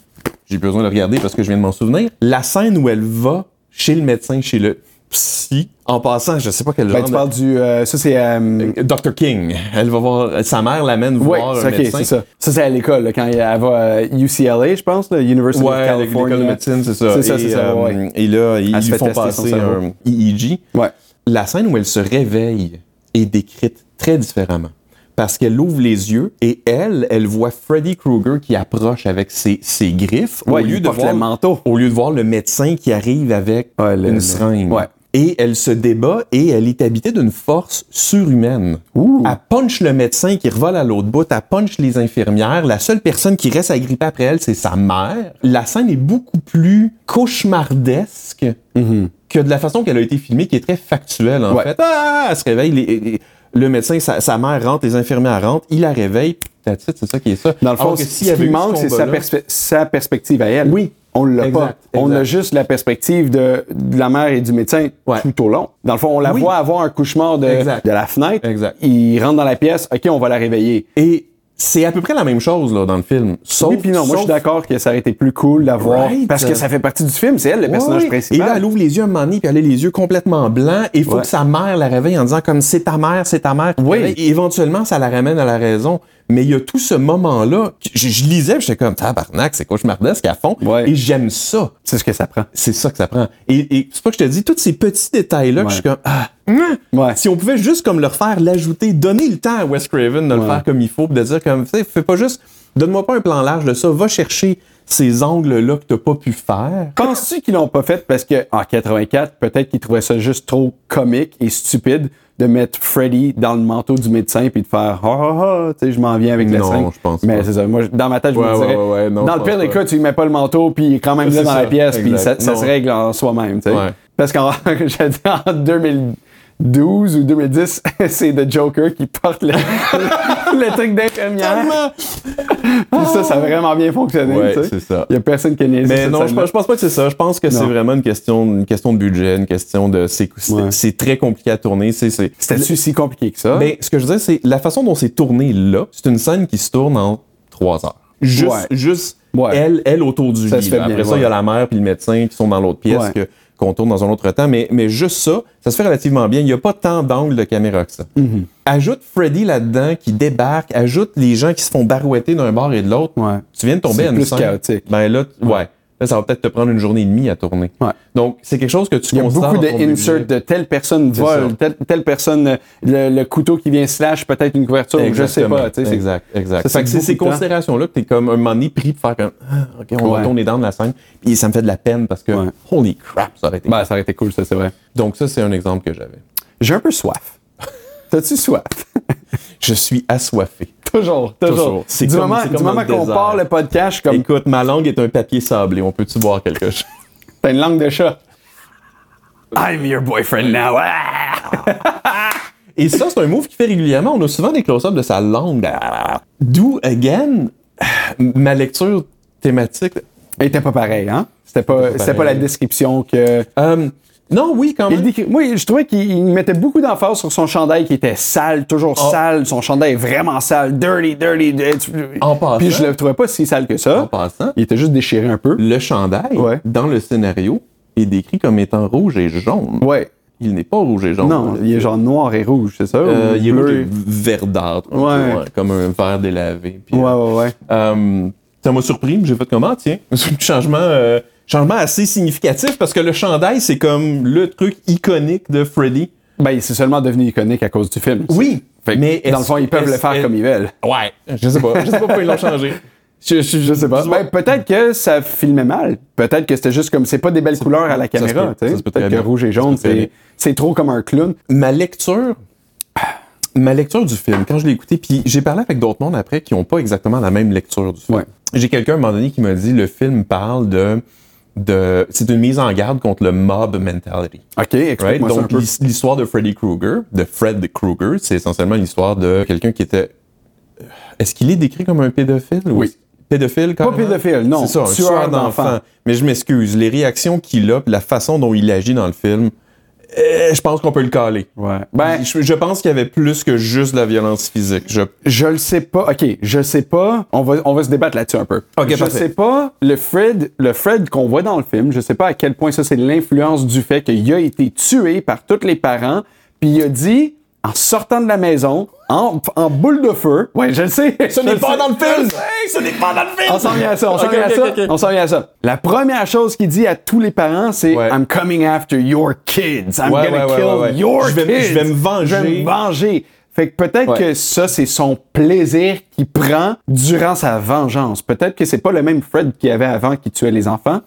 Speaker 2: j'ai besoin de regarder parce que je viens de m'en souvenir, la scène où elle va chez le médecin, chez le psy, en passant, je sais pas quel
Speaker 1: Ben,
Speaker 2: genre
Speaker 1: tu
Speaker 2: de-
Speaker 1: parles du. euh, ça, c'est. euh,
Speaker 2: Dr. King, elle va voir, sa mère l'amène
Speaker 1: ouais,
Speaker 2: voir un
Speaker 1: c'est ok,
Speaker 2: médecin.
Speaker 1: c'est ça. Ça, c'est à l'école, là, quand elle va à UCLA, je pense, là, University
Speaker 2: Ouais,
Speaker 1: of
Speaker 2: l'école
Speaker 1: California.
Speaker 2: de médecine, c'est ça.
Speaker 1: C'est ça,
Speaker 2: Et,
Speaker 1: c'est ça,
Speaker 2: euh,
Speaker 1: ouais.
Speaker 2: Et là, ils,
Speaker 1: Elle se
Speaker 2: ils
Speaker 1: fait
Speaker 2: font
Speaker 1: tester son
Speaker 2: passer
Speaker 1: cerveau.
Speaker 2: un EEG.
Speaker 1: Ouais.
Speaker 2: La scène où elle se réveille est décrite très différemment. Parce qu'elle ouvre les yeux et elle, elle voit Freddy Krueger qui approche avec ses, ses griffes
Speaker 1: Ouais,
Speaker 2: au,
Speaker 1: il
Speaker 2: lieu de
Speaker 1: porte
Speaker 2: voir,
Speaker 1: le manteau.
Speaker 2: au lieu de voir le médecin qui arrive avec
Speaker 1: Ouais, Ah, le-
Speaker 2: une
Speaker 1: le-
Speaker 2: seringue.
Speaker 1: ouais.
Speaker 2: Et elle se débat et elle est habitée d'une force surhumaine.
Speaker 1: Ouh.
Speaker 2: Elle punch le médecin qui revole à l'autre bout, elle punch les infirmières. La seule personne qui reste agrippée après elle, c'est sa mère. La scène est beaucoup plus cauchemardesque que de la façon qu'elle a été filmée, qui est très factuelle, en
Speaker 1: Mm-hmm. Ouais.
Speaker 2: fait. Ah, elle se réveille, les- les- le médecin, sa, sa mère rentre, les infirmières rentrent, il la réveille, that's it, c'est ça qui est ça.
Speaker 1: Dans le fond,
Speaker 2: Alors que
Speaker 1: ce
Speaker 2: s'il y
Speaker 1: ce
Speaker 2: avait eu
Speaker 1: qui
Speaker 2: ce
Speaker 1: manque, c'est sa,
Speaker 2: combat-là-
Speaker 1: perspe- sa perspective à elle.
Speaker 2: Oui.
Speaker 1: On l'a
Speaker 2: Exact,
Speaker 1: pas. On
Speaker 2: exact.
Speaker 1: a juste la perspective de, de la mère et du médecin
Speaker 2: Ouais.
Speaker 1: tout au long. Dans le fond, on la
Speaker 2: Oui.
Speaker 1: voit avoir un couchement de,
Speaker 2: Exact.
Speaker 1: de la fenêtre.
Speaker 2: Exact.
Speaker 1: Il rentre dans la pièce. OK, on va la réveiller.
Speaker 2: Et c'est à peu près la même chose là, dans le film. Sauf,
Speaker 1: oui, puis non, moi, je suis
Speaker 2: sauf-
Speaker 1: d'accord que ça aurait été plus cool d'avoir.
Speaker 2: Right.
Speaker 1: Parce que ça fait partie du film. C'est elle, le personnage
Speaker 2: Ouais, ouais.
Speaker 1: principal.
Speaker 2: Et là, elle ouvre les yeux un moment donné, puis elle a les yeux complètement blancs, et il faut
Speaker 1: Ouais.
Speaker 2: que sa mère la réveille en disant comme c'est ta mère, c'est ta mère.
Speaker 1: Oui.
Speaker 2: Et éventuellement, ça la ramène à la raison. Mais il y a tout ce moment-là, que je, je lisais, puis j'étais comme, tabarnak, c'est cauchemardesque à fond.
Speaker 1: Ouais.
Speaker 2: Et j'aime ça.
Speaker 1: C'est ce que ça prend.
Speaker 2: C'est ça que ça prend. Et, et c'est pas que je te dis, tous ces petits détails-là, que je suis comme, ah, hum.
Speaker 1: Ouais.
Speaker 2: si on pouvait juste comme le refaire, l'ajouter, donner le temps à Wes Craven de le
Speaker 1: Ouais.
Speaker 2: faire comme il faut, puis de dire comme, tu sais, fais pas juste, donne-moi pas un plan large de ça, va chercher ces angles-là que t'as pas pu faire.
Speaker 1: Penses-tu qu'ils l'ont pas fait parce que en 84, peut-être qu'ils trouvaient ça juste trop comique et stupide de mettre Freddy dans le manteau du médecin puis de faire ah ah ah, tu sais, je m'en viens avec le
Speaker 2: Non,
Speaker 1: sang.
Speaker 2: je pense
Speaker 1: Mais
Speaker 2: pas.
Speaker 1: c'est ça. Moi, je- dans ma tête, je
Speaker 2: Ouais,
Speaker 1: me
Speaker 2: ouais,
Speaker 1: dirais.
Speaker 2: ouais, ouais, non,
Speaker 1: dans
Speaker 2: je
Speaker 1: le pire
Speaker 2: pense
Speaker 1: des
Speaker 2: pas.
Speaker 1: cas, tu lui mets pas le manteau puis il est quand même là
Speaker 2: C'est
Speaker 1: dans
Speaker 2: ça,
Speaker 1: la pièce puis ça,
Speaker 2: exact.
Speaker 1: ça se
Speaker 2: Non.
Speaker 1: règle en soi-même. tu sais.
Speaker 2: Ouais.
Speaker 1: Parce qu'en [LAUGHS] j'allais dire, en 2012 ou 2010, [LAUGHS] c'est The Joker qui porte le, [LAUGHS] le truc d'infirmière. Puis ça, ça a vraiment bien fonctionné.
Speaker 2: Ouais,
Speaker 1: tu sais.
Speaker 2: c'est ça.
Speaker 1: Il y a personne qui a niaisé
Speaker 2: [LAUGHS] Mais
Speaker 1: cette
Speaker 2: non, je
Speaker 1: scène-là.
Speaker 2: pense, je pense pas que c'est ça. Je pense que c'est
Speaker 1: Non.
Speaker 2: vraiment une question, une question de budget, une question de. C'est c'est-
Speaker 1: Ouais.
Speaker 2: c'est très compliqué à tourner. c'est- c'est-
Speaker 1: C'était-tu si compliqué que ça?
Speaker 2: Ben, ce que je veux dire, c'est la façon dont c'est tourné là, c'est une scène qui se tourne en trois heures. Juste,
Speaker 1: Ouais.
Speaker 2: juste
Speaker 1: Ouais.
Speaker 2: elle, elle autour du
Speaker 1: Ça
Speaker 2: lit.
Speaker 1: se fait
Speaker 2: là. Après
Speaker 1: bien,
Speaker 2: ça, il y a la mère puis le médecin qui sont dans l'autre pièce
Speaker 1: Ouais.
Speaker 2: que- qu'on tourne dans un autre temps. Mais, mais juste ça, ça se fait relativement bien. Il n'y a pas tant d'angles de caméra que ça.
Speaker 1: Mm-hmm.
Speaker 2: Ajoute Freddy là-dedans qui débarque, ajoute les gens qui se font barouetter d'un bord et de l'autre.
Speaker 1: Ouais.
Speaker 2: Tu viens de tomber
Speaker 1: C'est
Speaker 2: à une
Speaker 1: plus
Speaker 2: scène.
Speaker 1: chaotique.
Speaker 2: Ben là, tu- ouais. Là, ça va peut-être te prendre une journée et demie à tourner.
Speaker 1: Ouais.
Speaker 2: Donc, c'est quelque chose que tu
Speaker 1: Il y a
Speaker 2: considères
Speaker 1: beaucoup
Speaker 2: dans ton budget.
Speaker 1: d'inserts de telle personne
Speaker 2: C'est
Speaker 1: vole,
Speaker 2: ça.
Speaker 1: telle, telle personne, euh, le, le couteau qui vient slash, peut-être une couverture, ou je sais
Speaker 2: Exactement.
Speaker 1: pas. tu sais, c'est-
Speaker 2: Exact, exact.
Speaker 1: Ça, c'est
Speaker 2: Fait que c'est
Speaker 1: beaucoup
Speaker 2: ces
Speaker 1: de temps.
Speaker 2: considérations-là que t'es comme un moment donné pris pour faire comme Ah, OK, on
Speaker 1: Ouais.
Speaker 2: va tourner dans de la scène. Et ça me fait de la peine parce que
Speaker 1: Ouais.
Speaker 2: holy crap, ça aurait été.
Speaker 1: Ben, ça aurait été cool, ça, c'est vrai.
Speaker 2: Donc ça, c'est un exemple que j'avais.
Speaker 1: J'ai un peu soif. [LAUGHS] T'as-tu soif? [LAUGHS]
Speaker 2: Je suis assoiffé.
Speaker 1: toujours, toujours.
Speaker 2: Toujours. C'est
Speaker 1: Du
Speaker 2: comme-
Speaker 1: moment,
Speaker 2: c'est
Speaker 1: du
Speaker 2: comme
Speaker 1: moment
Speaker 2: un
Speaker 1: qu'on
Speaker 2: désert.
Speaker 1: part le podcast, je suis comme,
Speaker 2: Écoute, ma langue est un papier sablé. On peut-tu boire quelque chose?
Speaker 1: t'as une langue de chat. I'm your boyfriend now. Ah!
Speaker 2: Et ça, c'est un move qu'il fait régulièrement. On a souvent des close-ups de sa langue. D'où, again, ma lecture thématique.
Speaker 1: Il était pas pareil, hein? C'était pas, c'était pas la
Speaker 2: pareil.
Speaker 1: description que.
Speaker 2: Euh, non, oui, quand
Speaker 1: Il
Speaker 2: même.
Speaker 1: décrit- Moi, je trouvais qu'il il mettait beaucoup d'emphase sur son chandail qui était sale, toujours
Speaker 2: Oh.
Speaker 1: sale. Son chandail est vraiment sale, dirty, dirty. dirty.
Speaker 2: En passant.
Speaker 1: Puis je le trouvais pas si sale que ça.
Speaker 2: En passant.
Speaker 1: Il était juste déchiré un peu.
Speaker 2: Le chandail,
Speaker 1: Ouais.
Speaker 2: dans le scénario, est décrit comme étant rouge et jaune.
Speaker 1: Ouais.
Speaker 2: Il n'est pas rouge et jaune. hein.
Speaker 1: Non, il est genre noir et rouge, c'est ça?
Speaker 2: Euh,
Speaker 1: Ou
Speaker 2: il est
Speaker 1: bleu
Speaker 2: rouge et
Speaker 1: et-
Speaker 2: verdâtre. un
Speaker 1: Ouais.
Speaker 2: peu, ouais, comme un verre délavé. puis,
Speaker 1: Ouais,
Speaker 2: euh,
Speaker 1: ouais, ouais.
Speaker 2: euh, ça m'a surpris, j'ai fait comment, tiens. [LAUGHS] C'est un changement, euh, changement assez significatif parce que le chandail, c'est comme le truc iconique de Freddy.
Speaker 1: Ben, c'est seulement devenu iconique à cause du film.
Speaker 2: Oui,
Speaker 1: Fait que,
Speaker 2: mais
Speaker 1: dans le
Speaker 2: est-ce-
Speaker 1: fond, ils peuvent le
Speaker 2: est-ce-
Speaker 1: faire comme ils veulent.
Speaker 2: Ouais, je sais pas. Je sais pas pourquoi ils l'ont changé. [LAUGHS]
Speaker 1: Je, je- je sais pas.
Speaker 2: Je-
Speaker 1: Ben, peut-être que ça filmait mal. Peut-être que c'était juste comme c'est pas des belles couleurs à la
Speaker 2: se
Speaker 1: caméra.
Speaker 2: peut.
Speaker 1: tu sais.
Speaker 2: Ça se peut
Speaker 1: Peut-être
Speaker 2: très
Speaker 1: que
Speaker 2: bien.
Speaker 1: rouge et
Speaker 2: Ça se
Speaker 1: jaune,
Speaker 2: peut très bien.
Speaker 1: c'est c'est trop comme un clown.
Speaker 2: ma lecture [CLEARS THROAT] ma lecture du film quand je l'ai écouté puis j'ai parlé avec d'autres mondes après qui n'ont pas exactement la même lecture du film
Speaker 1: Ouais.
Speaker 2: j'ai quelqu'un à un moment donné qui m'a dit le film parle de de c'est une mise en garde contre le mob mentality
Speaker 1: Ok,
Speaker 2: Right?
Speaker 1: explique-moi ça un
Speaker 2: Donc,
Speaker 1: peu.
Speaker 2: l'his- l'histoire de Freddy Krueger, de Fred Krueger, c'est essentiellement l'histoire de quelqu'un qui était. euh, Est-ce qu'il est décrit comme un pédophile? ou
Speaker 1: Oui.
Speaker 2: est-ce- Pédophile, quand
Speaker 1: Pas pédophile, non.
Speaker 2: C'est ça, un
Speaker 1: Tueur
Speaker 2: tueur,
Speaker 1: d'enfants.
Speaker 2: d'enfants. Mais je m'excuse, les réactions qu'il a, puis la façon dont il agit dans le film, euh, je pense qu'on peut le caler.
Speaker 1: Ouais. Ben,
Speaker 2: je, je pense qu'il y avait plus que juste la violence physique. Je,
Speaker 1: Je le sais pas. OK, je sais pas. On va, on va se débattre là-dessus un peu.
Speaker 2: OK,
Speaker 1: je
Speaker 2: parfait.
Speaker 1: sais pas le Fred, le Fred qu'on voit dans le film, je sais pas à quel point ça c'est l'influence du fait qu'il a été tué par tous les parents, puis il a dit en sortant de la maison en, en boule de feu. Ouais, je le sais.
Speaker 2: ce
Speaker 1: Je
Speaker 2: n'est
Speaker 1: le
Speaker 2: pas
Speaker 1: sais.
Speaker 2: dans le film! Ce n'est pas dans le film!
Speaker 1: On s'en vient à ça, on s'en
Speaker 2: Ok,
Speaker 1: vient à
Speaker 2: ok,
Speaker 1: ça,
Speaker 2: ok, ok.
Speaker 1: on s'en vient à ça. La première chose qu'il dit à tous les parents, c'est
Speaker 2: Ouais.
Speaker 1: I'm coming after your kids. I'm
Speaker 2: Ouais,
Speaker 1: gonna
Speaker 2: ouais, ouais,
Speaker 1: kill
Speaker 2: ouais, ouais.
Speaker 1: your
Speaker 2: Je vais me-
Speaker 1: kids.
Speaker 2: je vais me venger.
Speaker 1: Je vais me venger. Fait que peut-être
Speaker 2: Ouais.
Speaker 1: que ça, c'est son plaisir qu'il prend durant sa vengeance. Peut-être que c'est pas le même Fred qu'il y avait avant qui tuait les enfants.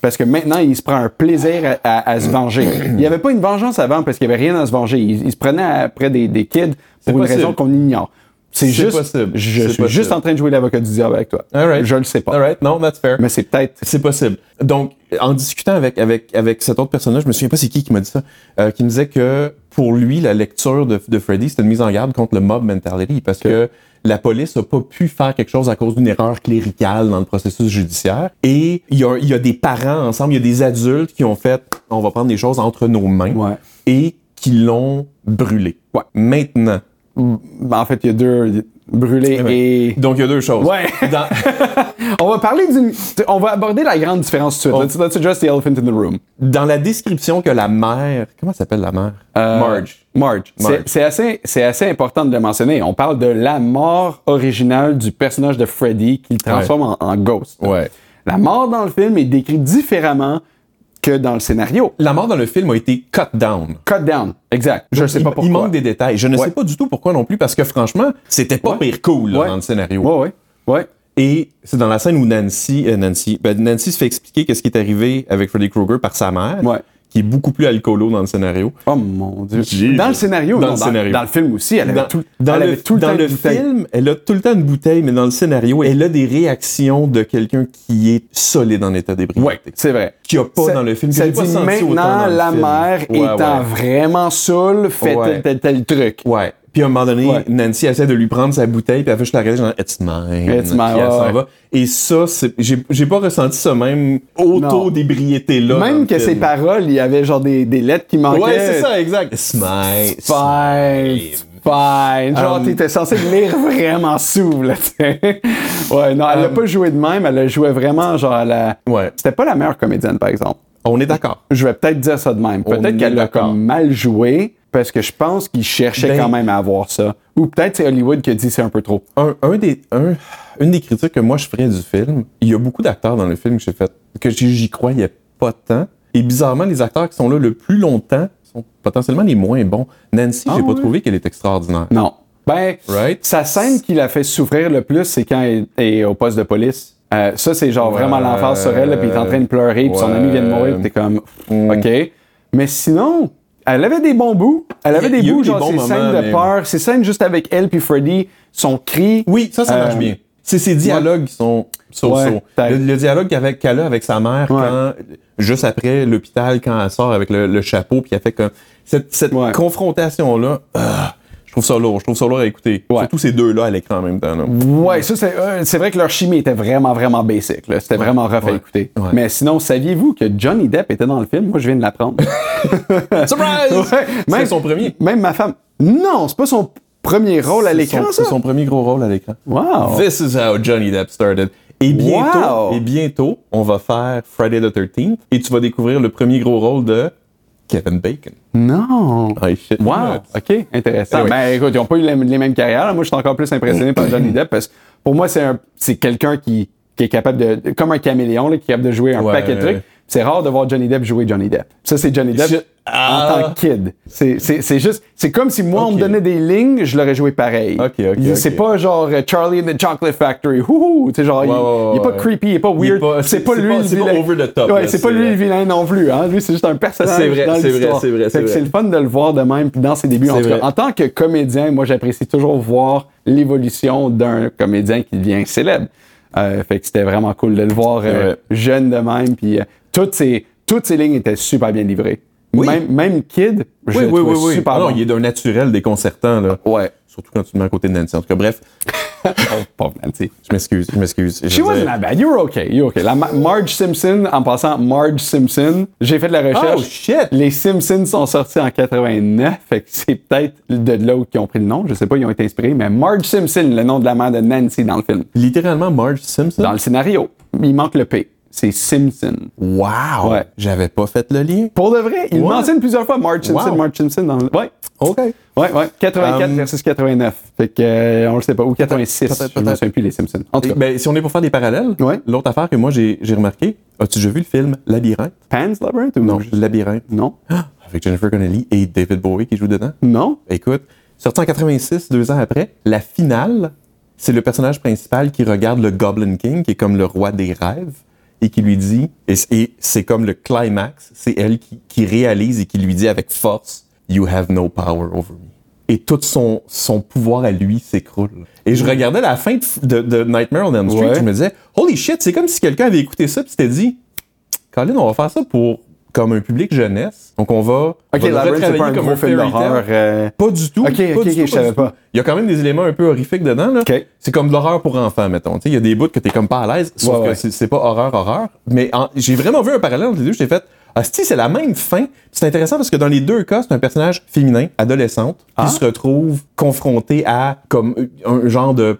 Speaker 1: Parce que maintenant, il se prend un plaisir à, à- à se venger. Il n'y avait pas une vengeance avant parce qu'il n'y avait rien à se venger. Il, il se prenait après des, des kids pour une
Speaker 2: possible.
Speaker 1: raison qu'on ignore. C'est
Speaker 2: C'est
Speaker 1: juste,
Speaker 2: possible.
Speaker 1: je suis
Speaker 2: C'est
Speaker 1: juste
Speaker 2: possible.
Speaker 1: en train de jouer l'avocat du diable avec toi.
Speaker 2: All right.
Speaker 1: Je le sais pas.
Speaker 2: All right, non, that's fair.
Speaker 1: Mais c'est peut-être.
Speaker 2: C'est possible. Donc, en discutant avec, avec, avec cette autre personne-là, je me souviens pas c'est qui qui m'a dit ça, euh, qui me disait que pour lui, la lecture de, de Freddy, c'était une mise en garde contre le mob mentality parce que la police n'a pas pu faire quelque chose à cause d'une erreur cléricale dans le processus judiciaire. Et il y a, il y a des parents ensemble, il y a des adultes qui ont fait « on va prendre des choses entre nos mains
Speaker 1: Ouais.
Speaker 2: et qui l'ont brûlé.
Speaker 1: Ouais.
Speaker 2: Maintenant,
Speaker 1: En fait, il y a deux. Brûlé et.
Speaker 2: Donc, il y a deux choses.
Speaker 1: Ouais.
Speaker 2: Dans- [LAUGHS]
Speaker 1: [LAUGHS] On va parler d'une. On va aborder la grande différence tout de suite.
Speaker 2: On-
Speaker 1: Let's, let's address the elephant in the room.
Speaker 2: dans la description que la mère. Comment s'appelle la mère
Speaker 1: Euh,
Speaker 2: Marge.
Speaker 1: Marge. C'est-
Speaker 2: Marge.
Speaker 1: C'est assez, c'est assez important de le mentionner. On parle de la mort originale du personnage de Freddy qu'il transforme en, en ghost.
Speaker 2: Ouais.
Speaker 1: La mort dans le film est décrite différemment que dans le scénario.
Speaker 2: La mort dans le film a été cut down.
Speaker 1: Cut down. Exact. Je
Speaker 2: Donc,
Speaker 1: sais
Speaker 2: il-
Speaker 1: pas pourquoi.
Speaker 2: Il manque des détails. Je ne
Speaker 1: Ouais.
Speaker 2: sais pas du tout pourquoi non plus, parce que franchement, c'était pas
Speaker 1: Ouais.
Speaker 2: pire cool là,
Speaker 1: Ouais.
Speaker 2: dans le scénario.
Speaker 1: Ouais, ouais. Ouais.
Speaker 2: Et c'est dans la scène où Nancy, euh, Nancy, ben, Nancy se fait expliquer qu'est-ce qui est arrivé avec Freddy Krueger par sa mère,
Speaker 1: Ouais.
Speaker 2: qui est beaucoup plus alcoolo dans le scénario.
Speaker 1: Oh mon dieu.
Speaker 2: J'ai-
Speaker 1: Dans le scénario,
Speaker 2: Dans
Speaker 1: non,
Speaker 2: le scénario.
Speaker 1: Dans le film aussi, elle avait
Speaker 2: Dans,
Speaker 1: tout,
Speaker 2: dans
Speaker 1: elle
Speaker 2: le,
Speaker 1: avait tout le
Speaker 2: dans
Speaker 1: temps
Speaker 2: le
Speaker 1: une bouteille.
Speaker 2: film, elle a tout le temps une bouteille, mais dans le scénario, elle a des réactions de quelqu'un qui est solide en état
Speaker 1: Ouais,
Speaker 2: d'ébriété.
Speaker 1: c'est vrai.
Speaker 2: Qu'il n'y a pas
Speaker 1: Ça-
Speaker 2: dans le film. que
Speaker 1: Ça
Speaker 2: j'ai
Speaker 1: dit
Speaker 2: pas senti autant
Speaker 1: maintenant,
Speaker 2: dans le
Speaker 1: la
Speaker 2: film.
Speaker 1: mère
Speaker 2: Ouais,
Speaker 1: étant
Speaker 2: ouais.
Speaker 1: vraiment saoule, fait
Speaker 2: Ouais.
Speaker 1: tel, tel, tel truc.
Speaker 2: Ouais. Puis à un moment donné,
Speaker 1: Ouais.
Speaker 2: Nancy essaie de lui prendre sa bouteille, puis elle fait juste la regarder, genre, it's mine.
Speaker 1: It's mine,
Speaker 2: Puis elle s'en
Speaker 1: ouais.
Speaker 2: va. Et ça, c'est- j'ai j'ai pas ressenti ce même auto-débriété-là. dans le
Speaker 1: Même que
Speaker 2: film.
Speaker 1: ses paroles, il y avait genre des, des lettres qui manquaient.
Speaker 2: Ouais, c'est ça, exact. It's mine.
Speaker 1: It's Fine, it's fine. Genre,
Speaker 2: Um,
Speaker 1: t'étais censé lire vraiment souple, tu sais. Ouais, non, elle a pas joué de même, elle a joué vraiment genre à la.
Speaker 2: Euh. Ouais.
Speaker 1: C'était pas la meilleure comédienne, par exemple.
Speaker 2: On est d'accord.
Speaker 1: Je vais peut-être dire ça de même.
Speaker 2: On
Speaker 1: Peut-être
Speaker 2: est
Speaker 1: qu'elle l'a
Speaker 2: d'accord.
Speaker 1: comme mal joué, parce que je pense qu'il cherchait
Speaker 2: Ben-
Speaker 1: quand même à avoir ça. Ou peut-être c'est Hollywood qui a dit c'est un peu trop.
Speaker 2: Un, un des, un- une des critiques que moi je ferais du film, il y a beaucoup d'acteurs dans le film que j'ai fait, que j'y j'y croyais pas tant. Et bizarrement, les acteurs qui sont là le plus longtemps sont potentiellement les moins bons. Nancy, j'ai pas
Speaker 1: Ah ouais?
Speaker 2: trouvé qu'elle est extraordinaire.
Speaker 1: Non. Ben,
Speaker 2: Right?
Speaker 1: sa scène qui la fait souffrir le plus, c'est quand elle est au poste de police. Euh, ça, c'est genre vraiment l'emphase sur elle, là, puis elle est en train de pleurer, puis son
Speaker 2: Ouais.
Speaker 1: ami vient de mourir, puis t'es comme,
Speaker 2: Mm.
Speaker 1: OK. Mais sinon, elle avait des bons bouts. Elle avait
Speaker 2: Il y a
Speaker 1: des
Speaker 2: eu
Speaker 1: bouts,
Speaker 2: des
Speaker 1: genre
Speaker 2: bons
Speaker 1: ses
Speaker 2: moments,
Speaker 1: scènes de
Speaker 2: mais-
Speaker 1: peur, ses scènes juste avec elle puis Freddy, son cri.
Speaker 2: Oui, ça, ça marche
Speaker 1: Euh,
Speaker 2: bien. C'est ces dialogues qui sont so-so.
Speaker 1: Ouais, t'as-
Speaker 2: le, le dialogue qu'avec- qu'elle a avec sa mère,
Speaker 1: Ouais.
Speaker 2: quand, juste après l'hôpital, quand elle sort avec le, le chapeau, puis elle fait comme. Cette, cette
Speaker 1: Ouais.
Speaker 2: confrontation-là, ah, je trouve ça lourd. Je trouve ça lourd à écouter.
Speaker 1: Ouais.
Speaker 2: Surtout ces deux-là à l'écran en même temps. là.
Speaker 1: Ouais, ça, c'est euh, c'est vrai que leur chimie était vraiment, vraiment basic. là. C'était vraiment rough à
Speaker 2: ouais,
Speaker 1: écouter.
Speaker 2: ouais.
Speaker 1: Mais sinon, saviez-vous que Johnny Depp était dans le film? Moi, je viens de l'apprendre.
Speaker 2: [LAUGHS] [LAUGHS] Surprise!
Speaker 1: Ouais,
Speaker 2: c'est
Speaker 1: même-
Speaker 2: son premier.
Speaker 1: Même ma femme. Non, c'est pas son premier rôle à
Speaker 2: C'est
Speaker 1: l'écran,
Speaker 2: son-
Speaker 1: ça.
Speaker 2: C'est son premier gros rôle à l'écran.
Speaker 1: Wow.
Speaker 2: This is how Johnny Depp started. Et bientôt,
Speaker 1: Wow.
Speaker 2: et bientôt, on va faire Friday the 13th et tu vas découvrir le premier gros rôle de Kevin Bacon.
Speaker 1: Non.
Speaker 2: Ah, shit.
Speaker 1: Hmm. Wow. OK, intéressant.
Speaker 2: Anyway.
Speaker 1: Ben, écoute, ils n'ont pas eu les, les mêmes carrières. là. Moi, je suis encore plus impressionné par Johnny Depp parce que pour moi, c'est un- c'est quelqu'un qui, qui est capable de. de- Comme un caméléon, là, qui est capable de jouer un
Speaker 2: Ouais,
Speaker 1: paquet de
Speaker 2: ouais,
Speaker 1: trucs.
Speaker 2: ouais.
Speaker 1: C'est rare de voir Johnny Depp jouer Johnny Depp. Ça, c'est Johnny Depp
Speaker 2: Je-
Speaker 1: en
Speaker 2: Ah.
Speaker 1: tant que kid. C'est- C'est c'est juste. C'est comme si moi, on me
Speaker 2: Ok.
Speaker 1: donnait des lignes, je l'aurais joué pareil.
Speaker 2: Ok, ok,
Speaker 1: Il- C'est
Speaker 2: ok.
Speaker 1: pas genre euh, Charlie and the Chocolate Factory. Wouhou! Tu sais, genre, il,
Speaker 2: Ouais, ouais,
Speaker 1: il est pas
Speaker 2: ouais.
Speaker 1: creepy, il est pas
Speaker 2: est
Speaker 1: weird.
Speaker 2: pas-
Speaker 1: C'est pas,
Speaker 2: c'est
Speaker 1: lui
Speaker 2: pas-
Speaker 1: le
Speaker 2: c'est pas
Speaker 1: vilain.
Speaker 2: over the top,
Speaker 1: Ouais,
Speaker 2: là,
Speaker 1: c'est pas
Speaker 2: c'est-
Speaker 1: lui le vilain non plus. hein. Lui, c'est juste un personnage.
Speaker 2: C'est vrai,
Speaker 1: dans
Speaker 2: c'est vrai,
Speaker 1: l'histoire.
Speaker 2: c'est vrai, c'est
Speaker 1: Fait que
Speaker 2: vrai.
Speaker 1: le fun de le voir de même puis dans ses débuts. En,
Speaker 2: C'est
Speaker 1: tout cas,
Speaker 2: vrai.
Speaker 1: en tant que comédien, moi j'apprécie toujours voir l'évolution d'un comédien qui devient célèbre. Euh, fait que c'était vraiment cool de le voir euh,
Speaker 2: vrai.
Speaker 1: jeune de même. Puis euh, toutes, ses, toutes ses lignes étaient super bien livrées.
Speaker 2: Oui.
Speaker 1: Même, même Kid, je
Speaker 2: Oui,
Speaker 1: le
Speaker 2: oui,
Speaker 1: trouve
Speaker 2: oui, oui.
Speaker 1: super
Speaker 2: Ah non,
Speaker 1: bon. Ah
Speaker 2: il est d'un naturel déconcertant, là.
Speaker 1: Ouais.
Speaker 2: Surtout quand tu te mets à côté de Nancy. En tout cas, bref,
Speaker 1: [LAUGHS] Oh, Pauvre Nancy.
Speaker 2: je m'excuse, je m'excuse. Je
Speaker 1: She
Speaker 2: veux
Speaker 1: wasn't
Speaker 2: dire-
Speaker 1: that bad. You were okay. You were okay. La Ma- Marge Simpson, en passant Marge Simpson, j'ai fait de la recherche.
Speaker 2: Oh, shit!
Speaker 1: [LAUGHS] Les Simpsons sont sortis en 89, fait que c'est peut-être de là où ils ont pris le nom. Je sais pas, ils ont été inspirés, mais Marge Simpson, le nom de la mère de Nancy dans le film.
Speaker 2: Littéralement, Marge Simpson.
Speaker 1: Dans le scénario, il manque le P. C'est Simpson.
Speaker 2: Wow!
Speaker 1: Ouais.
Speaker 2: J'avais pas fait le lien.
Speaker 1: Pour de vrai, il
Speaker 2: Ouais.
Speaker 1: mentionne plusieurs fois Marge Simpson,
Speaker 2: Wow.
Speaker 1: Marge Simpson dans le. Ouais.
Speaker 2: OK.
Speaker 1: Ouais, ouais. 84
Speaker 2: Um,
Speaker 1: versus 89. Fait que, euh, on le sait pas. Ou 86.
Speaker 2: peut-être,
Speaker 1: je me
Speaker 2: peut-être.
Speaker 1: souviens plus les Simpsons. En tout cas,
Speaker 2: Ben, si on est pour faire des parallèles,
Speaker 1: Ouais.
Speaker 2: l'autre affaire que moi j'ai j'ai remarqué, as-tu déjà vu le film Labyrinthe?
Speaker 1: Pan's Labyrinth ou
Speaker 2: ben, Non,
Speaker 1: juste-
Speaker 2: Labyrinthe.
Speaker 1: Non.
Speaker 2: Ah, Avec Jennifer Connelly et David Bowie qui joue dedans.
Speaker 1: Non.
Speaker 2: Écoute, sorti en 86, deux ans après, la finale, c'est le personnage principal qui regarde le Goblin King, qui est comme le roi des rêves, et qui lui dit, et, c- et c'est comme le climax, c'est elle qui, qui réalise et qui lui dit avec force, You have no power over me. Et tout son, son pouvoir à lui s'écroule. Et je regardais la fin de, f- de- de Nightmare on Elm Street,
Speaker 1: Ouais.
Speaker 2: je me disais, Holy shit, c'est comme si quelqu'un avait écouté ça, puis s'était dit, Colin, on va faire ça pour comme un public jeunesse. Donc on va, on
Speaker 1: Ok,
Speaker 2: va le
Speaker 1: Labyrinth, c'est
Speaker 2: retravailler
Speaker 1: pas un gros film
Speaker 2: fairy tale.
Speaker 1: d'horreur. euh,
Speaker 2: Pas du tout.
Speaker 1: Ok,
Speaker 2: pas
Speaker 1: ok,
Speaker 2: du
Speaker 1: ok,
Speaker 2: tout,
Speaker 1: je savais
Speaker 2: du
Speaker 1: pas.
Speaker 2: tout. Il y a quand même des éléments un peu horrifiques dedans. Là.
Speaker 1: Ok.
Speaker 2: C'est comme de l'horreur pour enfants, mettons. Tu sais, Il y a des bouts que t'es comme pas à l'aise, sauf
Speaker 1: Ouais, ouais.
Speaker 2: que c'est- c'est pas horreur, horreur. Mais en- j'ai vraiment vu un parallèle entre les deux. J'ai fait, Ah, si, c'est la même fin. Puis C'est intéressant parce que dans les deux cas, c'est un personnage féminin, adolescente,
Speaker 1: Ah.
Speaker 2: qui se retrouve confrontée à comme un genre de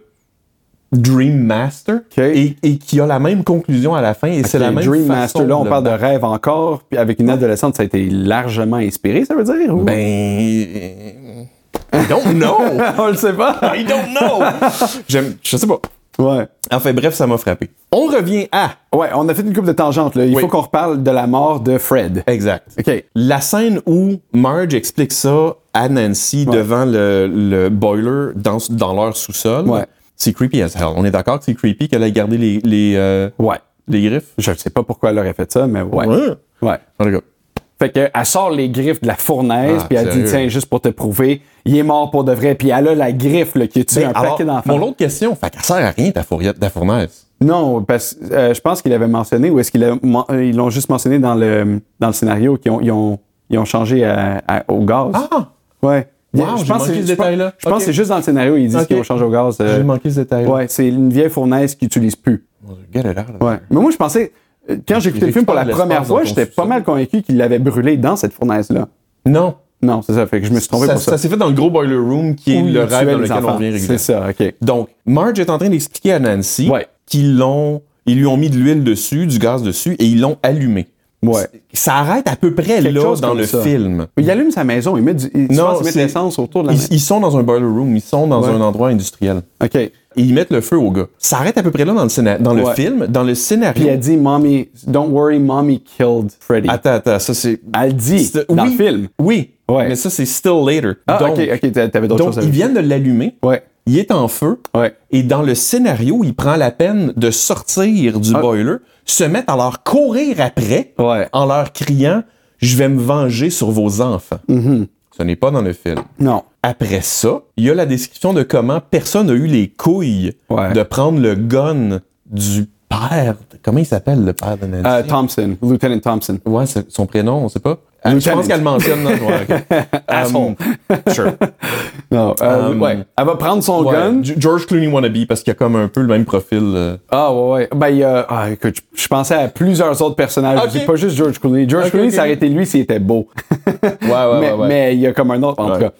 Speaker 2: Dream Master
Speaker 1: OK.
Speaker 2: et, et qui a la même conclusion à la fin et c'est la
Speaker 1: Le
Speaker 2: même
Speaker 1: Dream
Speaker 2: façon
Speaker 1: Master, là, on
Speaker 2: le
Speaker 1: parle de rêve encore, puis avec une adolescente, ça a été largement inspiré, ça veut dire? ou-
Speaker 2: Ben. I don't [LAUGHS] know!
Speaker 1: on le sait pas.
Speaker 2: I don't know! J'aime. Je sais pas.
Speaker 1: ouais.
Speaker 2: Enfin, bref, ça m'a frappé. On revient à.
Speaker 1: Ouais, on a fait une coupe de tangentes, là. Il
Speaker 2: Oui.
Speaker 1: faut qu'on reparle de la mort de Fred.
Speaker 2: Exact.
Speaker 1: OK.
Speaker 2: La scène où Marge explique ça à Nancy devant le, le boiler dans, dans leur sous-sol,
Speaker 1: Ouais.
Speaker 2: c'est creepy as hell. On est d'accord que c'est creepy qu'elle ait gardé les, les, euh,
Speaker 1: Ouais.
Speaker 2: les griffes?
Speaker 1: Je sais pas pourquoi elle aurait fait ça, mais ouais.
Speaker 2: Ouais.
Speaker 1: Ouais.
Speaker 2: En tout cas,
Speaker 1: Fait que, elle sort les griffes de la fournaise,
Speaker 2: Ah,
Speaker 1: puis elle dit,
Speaker 2: sérieux?
Speaker 1: tiens, juste pour te prouver, il est mort pour de vrai, puis elle a la griffe là, qui a tué un
Speaker 2: alors,
Speaker 1: paquet d'enfants.
Speaker 2: mon autre question, fait qu'elle sert à rien ta, fourriette, ta fournaise.
Speaker 1: Non, parce que je pense qu'il avait mentionné, ou est-ce qu'ils l'ont juste mentionné dans le, dans le scénario, qu'ils ont, ils ont, ils ont changé à- à- au gaz.
Speaker 2: Ah!
Speaker 1: Ouais.
Speaker 2: Wow,
Speaker 1: Il-
Speaker 2: j'ai
Speaker 1: je pense
Speaker 2: manqué
Speaker 1: que
Speaker 2: ce
Speaker 1: je pense-
Speaker 2: détail-là.
Speaker 1: Je pense
Speaker 2: Ok.
Speaker 1: que c'est juste dans le scénario, ils disent
Speaker 2: Ok.
Speaker 1: qu'ils ont changé au gaz. euh,
Speaker 2: J'ai manqué ce détail.
Speaker 1: Ouais, c'est une vieille fournaise qu'ils n'utilisent plus.
Speaker 2: Get it out of
Speaker 1: Ouais. Mais moi, je pensais, euh, quand j'ai écouté le film pour la
Speaker 2: récupère de
Speaker 1: première
Speaker 2: l'espace dans
Speaker 1: fois,
Speaker 2: ton
Speaker 1: j'étais pas
Speaker 2: sous-sol.
Speaker 1: mal convaincu qu'ils l'avaient brûlé dans cette fournaise-là.
Speaker 2: Non.
Speaker 1: Non, c'est ça. Fait que je me suis trompé
Speaker 2: ça
Speaker 1: pour ça.
Speaker 2: ça s'est fait dans le gros boiler room qui est
Speaker 1: Où
Speaker 2: le
Speaker 1: ils
Speaker 2: rêve
Speaker 1: tuaient
Speaker 2: dans
Speaker 1: les
Speaker 2: lequel on
Speaker 1: enfants.
Speaker 2: revient régulièrement.
Speaker 1: C'est ça, OK.
Speaker 2: Donc, Marge est en train d'expliquer à Nancy
Speaker 1: Ouais.
Speaker 2: qu'ils l'ont, ils lui ont mis de l'huile dessus, du gaz dessus, et ils l'ont allumé.
Speaker 1: Ouais.
Speaker 2: C- Ça arrête à peu près
Speaker 1: Quelque
Speaker 2: là
Speaker 1: chose
Speaker 2: dans
Speaker 1: comme
Speaker 2: le
Speaker 1: ça.
Speaker 2: film.
Speaker 1: Il allume sa maison, il met du, il, tu
Speaker 2: Non,
Speaker 1: penses, il met de
Speaker 2: c'est-
Speaker 1: l'essence autour de la
Speaker 2: Ils,
Speaker 1: maison.
Speaker 2: ils sont dans un boiler room, ils sont dans
Speaker 1: Ouais.
Speaker 2: un endroit industriel.
Speaker 1: OK. Puis
Speaker 2: Et ils mettent le feu au gars. Ça arrête à peu près là dans le, scéna- dans le
Speaker 1: Ouais.
Speaker 2: film. Dans le scénario.
Speaker 1: elle dit, Mommy, don't worry, Mommy killed Freddy.
Speaker 2: Attends, attends, ah, ça c'est.
Speaker 1: Elle le dit
Speaker 2: c'est-
Speaker 1: dans
Speaker 2: oui,
Speaker 1: le film.
Speaker 2: Oui.
Speaker 1: Ouais.
Speaker 2: Mais ça c'est still later.
Speaker 1: Ah,
Speaker 2: donc,
Speaker 1: OK, OK, t'a- t'avais d'autres
Speaker 2: donc
Speaker 1: choses à
Speaker 2: ils
Speaker 1: dire.
Speaker 2: viennent de l'allumer.
Speaker 1: Ouais.
Speaker 2: Il est en feu.
Speaker 1: Ouais.
Speaker 2: Et dans le scénario, il prend la peine de sortir du boiler, se mettre à leur courir après,
Speaker 1: Ah. Ouais.
Speaker 2: en leur criant Je vais me venger sur vos enfants.
Speaker 1: Mm-hmm.
Speaker 2: Ce n'est pas dans le film.
Speaker 1: Non.
Speaker 2: Après ça, il y a la description de comment personne n'a eu les couilles
Speaker 1: Ouais.
Speaker 2: de prendre le gun du père. Comment il s'appelle le père de Nancy
Speaker 1: Euh, Thompson, Lieutenant Thompson.
Speaker 2: Ouais, c'est- son prénom, on sait pas. Ah, je
Speaker 1: Lieutenant.
Speaker 2: pense qu'elle le mentionne. non? Ouais,
Speaker 1: [LAUGHS]
Speaker 2: ok.
Speaker 1: Asshole.
Speaker 2: Um, sure.
Speaker 1: Non. euh,
Speaker 2: Um,
Speaker 1: ouais. Elle va prendre son
Speaker 2: Ouais,
Speaker 1: gun.
Speaker 2: G- George Clooney wannabe parce qu'il a comme un peu le même profil. euh,
Speaker 1: Ah ouais, ouais. Ben, il y a- ah, écoute, je, je pensais à plusieurs autres personnages.
Speaker 2: Ok.
Speaker 1: Je dis pas juste George Clooney. George
Speaker 2: Ok,
Speaker 1: Clooney,
Speaker 2: ok.
Speaker 1: ça aurait été lui s'il était beau. [LAUGHS]
Speaker 2: Ouais, ouais,
Speaker 1: mais,
Speaker 2: ouais, ouais.
Speaker 1: mais il y a comme un autre, en
Speaker 2: Ouais.
Speaker 1: tout cas.